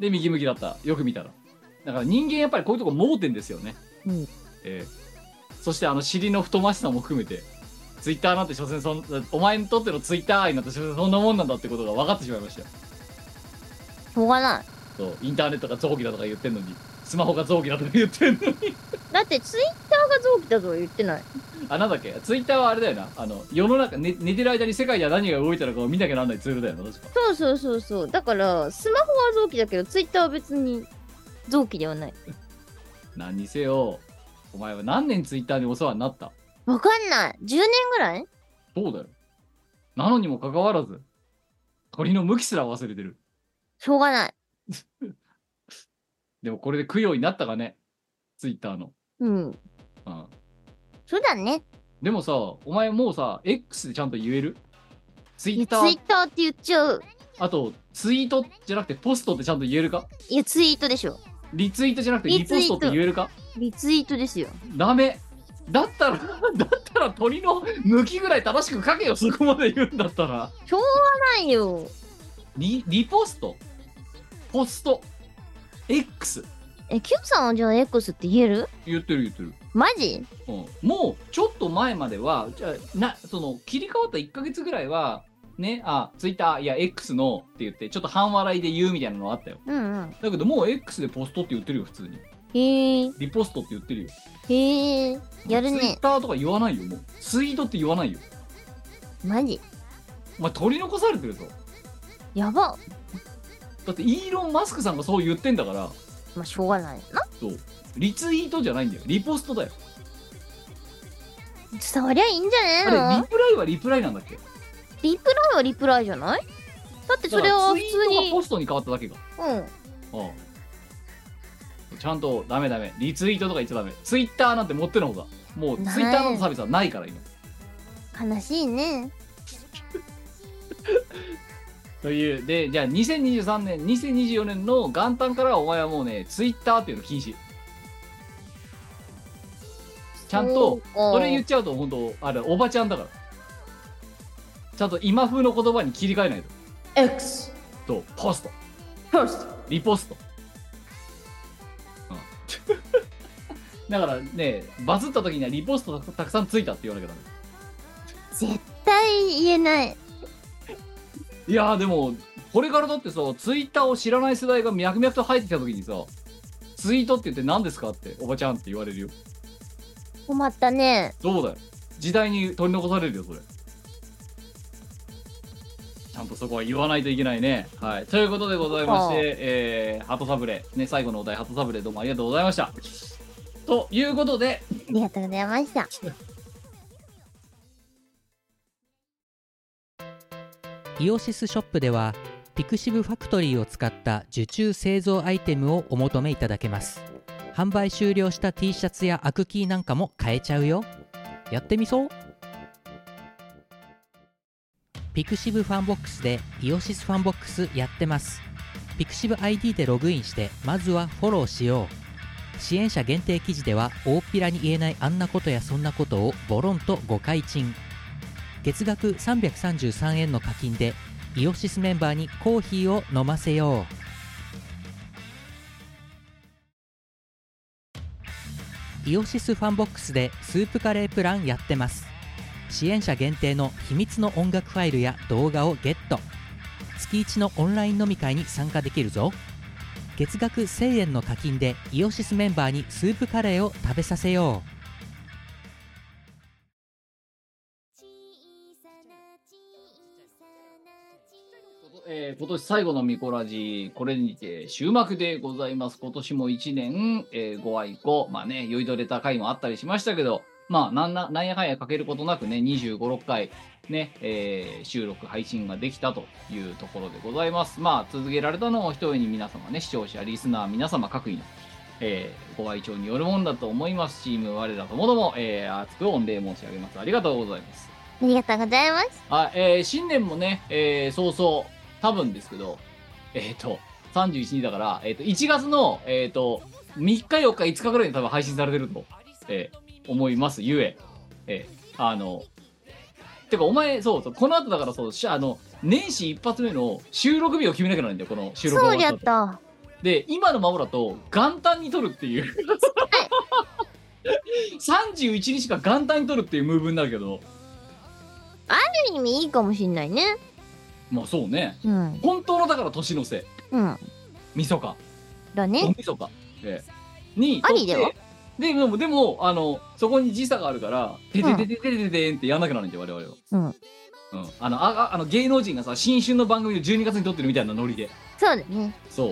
[SPEAKER 3] で右向きだったよく見たらだから人間やっぱりこういうとこ盲点ですよね、
[SPEAKER 4] うん
[SPEAKER 3] ええそしてあの尻の太ましさも含めてツイッターなんて所詮そんお前にとってのツイッター愛なんて所詮そんなもんなんだってことが分かってしまいましたよ
[SPEAKER 4] しょうがない。
[SPEAKER 3] そうインターネットが臓器だとか言ってんのにスマホが臓器だとか言ってんのに
[SPEAKER 4] だってツイッターが臓器だとは言ってない。
[SPEAKER 3] あなんだっけツイッターはあれだよなあの世の中、ね、寝てる間に世界では何が動いてるかを見なきゃなんないツールだよな確か
[SPEAKER 4] そうそうそうそう。だから、スマホは臓器だけど、ツイッターは別に臓器ではない。
[SPEAKER 3] 何にせよお前は何年ツイッターにお世話になった
[SPEAKER 4] わかんない。10年ぐらい
[SPEAKER 3] そうだよ。なのにもかかわらず、鳥の向きすら忘れてる。
[SPEAKER 4] しょうがない。
[SPEAKER 3] でもこれで供養になったかね、ツイッターの。
[SPEAKER 4] うん。
[SPEAKER 3] うん、
[SPEAKER 4] そうだね。
[SPEAKER 3] でもさ、お前もうさ、X でちゃんと言えるツイ
[SPEAKER 4] いや
[SPEAKER 3] ッ
[SPEAKER 4] ツ
[SPEAKER 3] タ
[SPEAKER 4] イ
[SPEAKER 3] ー
[SPEAKER 4] ッ、ターって言っちゃう。
[SPEAKER 3] あとツイートじゃなくてポストってちゃんと言えるか
[SPEAKER 4] いや、ツイートでしょ。
[SPEAKER 3] リツイートじゃなくてリ
[SPEAKER 4] リツイ
[SPEAKER 3] ポ
[SPEAKER 4] ー
[SPEAKER 3] ス
[SPEAKER 4] ト
[SPEAKER 3] トって言えるか
[SPEAKER 4] リツイートですよ。
[SPEAKER 3] ダメ。だったら、 だったら鳥の向きぐらい正しく書けよ、そこまで言うんだったら。
[SPEAKER 4] しょうがないよ。
[SPEAKER 3] リリポストポスト ?X?
[SPEAKER 4] え、Q さんはじゃあ X って言える
[SPEAKER 3] 言ってる言ってる。
[SPEAKER 4] マジ
[SPEAKER 3] うんもうちょっと前まではじゃあなその切り替わった1ヶ月ぐらいはねあツイッターいや X のって言ってちょっと半笑いで言うみたいなのあったよ
[SPEAKER 4] うんうん。
[SPEAKER 3] だけどもう X でポストって言ってるよ普通に
[SPEAKER 4] へえ、
[SPEAKER 3] リポストって言ってるよ
[SPEAKER 4] へえ、やる
[SPEAKER 3] ツイッ
[SPEAKER 4] ね。
[SPEAKER 3] ターとか言わないよもうツイートって言わないよ
[SPEAKER 4] マジ
[SPEAKER 3] お前取り残されてるぞ
[SPEAKER 4] やば。
[SPEAKER 3] だってイーロン・マスクさんがそう言ってんだから
[SPEAKER 4] まあ、しょうがないな。
[SPEAKER 3] そうリツイートじゃないんだよリポストだよ
[SPEAKER 4] 伝わりゃいいんじゃね
[SPEAKER 3] あ
[SPEAKER 4] え
[SPEAKER 3] れ
[SPEAKER 4] の
[SPEAKER 3] リプライはリプライなんだっけ
[SPEAKER 4] リプライはリプライじゃないだってそれ
[SPEAKER 3] だ
[SPEAKER 4] は
[SPEAKER 3] から
[SPEAKER 4] 普
[SPEAKER 3] ツイ
[SPEAKER 4] 通
[SPEAKER 3] ートが
[SPEAKER 4] に。
[SPEAKER 3] ポストに変わっただけか
[SPEAKER 4] うん。
[SPEAKER 3] うんちゃんとダメダメリツイートとか言っちゃダメツイッターなんて持ってのほうがもうツイ
[SPEAKER 4] ない
[SPEAKER 3] ッターのサービスはないから今
[SPEAKER 4] 悲しいね。
[SPEAKER 3] というでじゃあ2023年2024年の元旦からはお前はもうねツイッターっていうの禁止ちゃんと
[SPEAKER 4] そ
[SPEAKER 3] それ言っちゃうと本当あれおばちゃんだからちゃんと今風の言葉に切り替えないと
[SPEAKER 6] X
[SPEAKER 3] とポスト
[SPEAKER 6] First
[SPEAKER 3] リポスト、うん だからねバズった時にはリポストたくさんついたって言わなきゃダメ
[SPEAKER 4] 絶対言えない。
[SPEAKER 3] いやーでもこれからだってさツイッターを知らない世代が脈々と入ってきた時にさツイートって言って何ですかっておばちゃんって言われるよ
[SPEAKER 4] 困ったね。
[SPEAKER 3] そうだよ時代に取り残されるよそれちゃんとそこは言わないといけないねはいということでございまし
[SPEAKER 4] そう
[SPEAKER 3] て、えー、ハトサブレね最後のお題ハトサブレどうもありがとうございましたということで、
[SPEAKER 4] りがとうございました。
[SPEAKER 2] イオシスショップではピクシブファクトリーを使った受注製造アイテムをお求めいただけます販売終了した T シャツやアクキーなんかも買えちゃうよやってみそうピクシブファンボックスでイオシスファンボックスやってますピクシブ ID でログインしてまずはフォローしよう支援者限定記事では大っぴらに言えないあんなことやそんなことをボロンと誤解賃月額333円の課金でイオシスメンバーにコーヒーを飲ませようイオシスファンボックスでスープカレープランやってます支援者限定の秘密の音楽ファイルや動画をゲット月一のオンライン飲み会に参加できるぞ月額1000円の課金でイオシスメンバーにスープカレーを食べさせよう
[SPEAKER 3] えー今年最後のミコラジこれにて終幕でございます今年も1年、えーご愛顧まあね酔いどれた回もあったりしましたけどまあなんななんやかんやかけることなくね2 5 6回ね、えー収録配信ができたというところでございますまあ続けられたのも一重に皆様ね視聴者リスナー皆様各位の、えーご愛聴によるもんだと思いますチーム我らともども、えー、熱く御礼申し上げますありがとうございます
[SPEAKER 4] ありがとうございます。
[SPEAKER 3] はい、えー新年もね、えー、そうそう、多分ですけど、えっ、と、31日だから、えっ、と、1月の、えっ、と、3日、4日、5日ぐらいに多分配信されてると、えー思います、ゆえ。えーあの、てか、お前、そうそう、この後だからそう、しあの、年始一発目の収録日を決めなきゃならないんだよ、この収録が
[SPEAKER 4] そ
[SPEAKER 3] 終
[SPEAKER 4] うじ
[SPEAKER 3] わ
[SPEAKER 4] ゃっ
[SPEAKER 3] った後
[SPEAKER 4] た。
[SPEAKER 3] で、今のままだと、元旦に撮るっていう。31日か元旦に撮るっていうムーブになるけど、
[SPEAKER 4] ある意味いいかもしんないね。
[SPEAKER 3] まあそうね。
[SPEAKER 4] うん。
[SPEAKER 3] 本当のだから年のせい。
[SPEAKER 4] うん。
[SPEAKER 3] みそか
[SPEAKER 4] だ
[SPEAKER 3] 大
[SPEAKER 4] ね。
[SPEAKER 3] みそか、ええに
[SPEAKER 4] ありだよ
[SPEAKER 3] 取ってででもでもあのそこに時差があるから「て
[SPEAKER 4] う
[SPEAKER 3] て
[SPEAKER 4] ん
[SPEAKER 3] てててててん」ってやんなきゃならないんだよ我々は。
[SPEAKER 4] うん。
[SPEAKER 3] うん、あのあああの芸能人がさ新春の番組を12月に撮ってるみたいなノリで
[SPEAKER 4] そうだね。
[SPEAKER 3] そ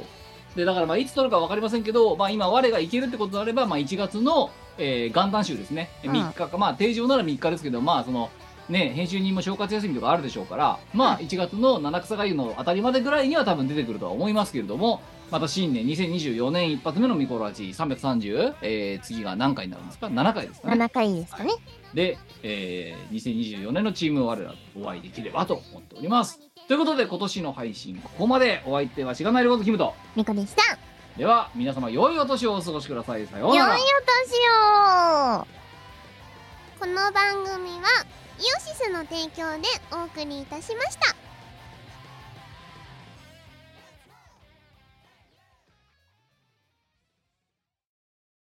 [SPEAKER 3] うでだからまあいつ撮るか分かりませんけど、まあ、今我がいけるってことであれば、まあ、1月の、えー元旦週ですね
[SPEAKER 4] うん
[SPEAKER 3] 3日か、まあ定常なら3日ですけどまあそのね編集人も正月休みとかあるでしょうからまあ1月の七草がゆのあたりまでぐらいには多分出てくるとは思いますけれどもまた新年2024年一発目のミコラジ330、えー次が何回になるんですか7回ですかね
[SPEAKER 4] 7回ですかね。
[SPEAKER 3] で、えー2024年のチーム我らとお会いできればと思っておりますということで今年の配信ここまでお相手はしがないことキムと
[SPEAKER 4] みこでした。
[SPEAKER 3] では皆様良いお年をお過ごしくださいさよ
[SPEAKER 4] 良
[SPEAKER 3] う
[SPEAKER 4] い
[SPEAKER 3] な
[SPEAKER 4] お
[SPEAKER 3] ら
[SPEAKER 4] 年をこの番組はイオシスの提供でお送りいたしました。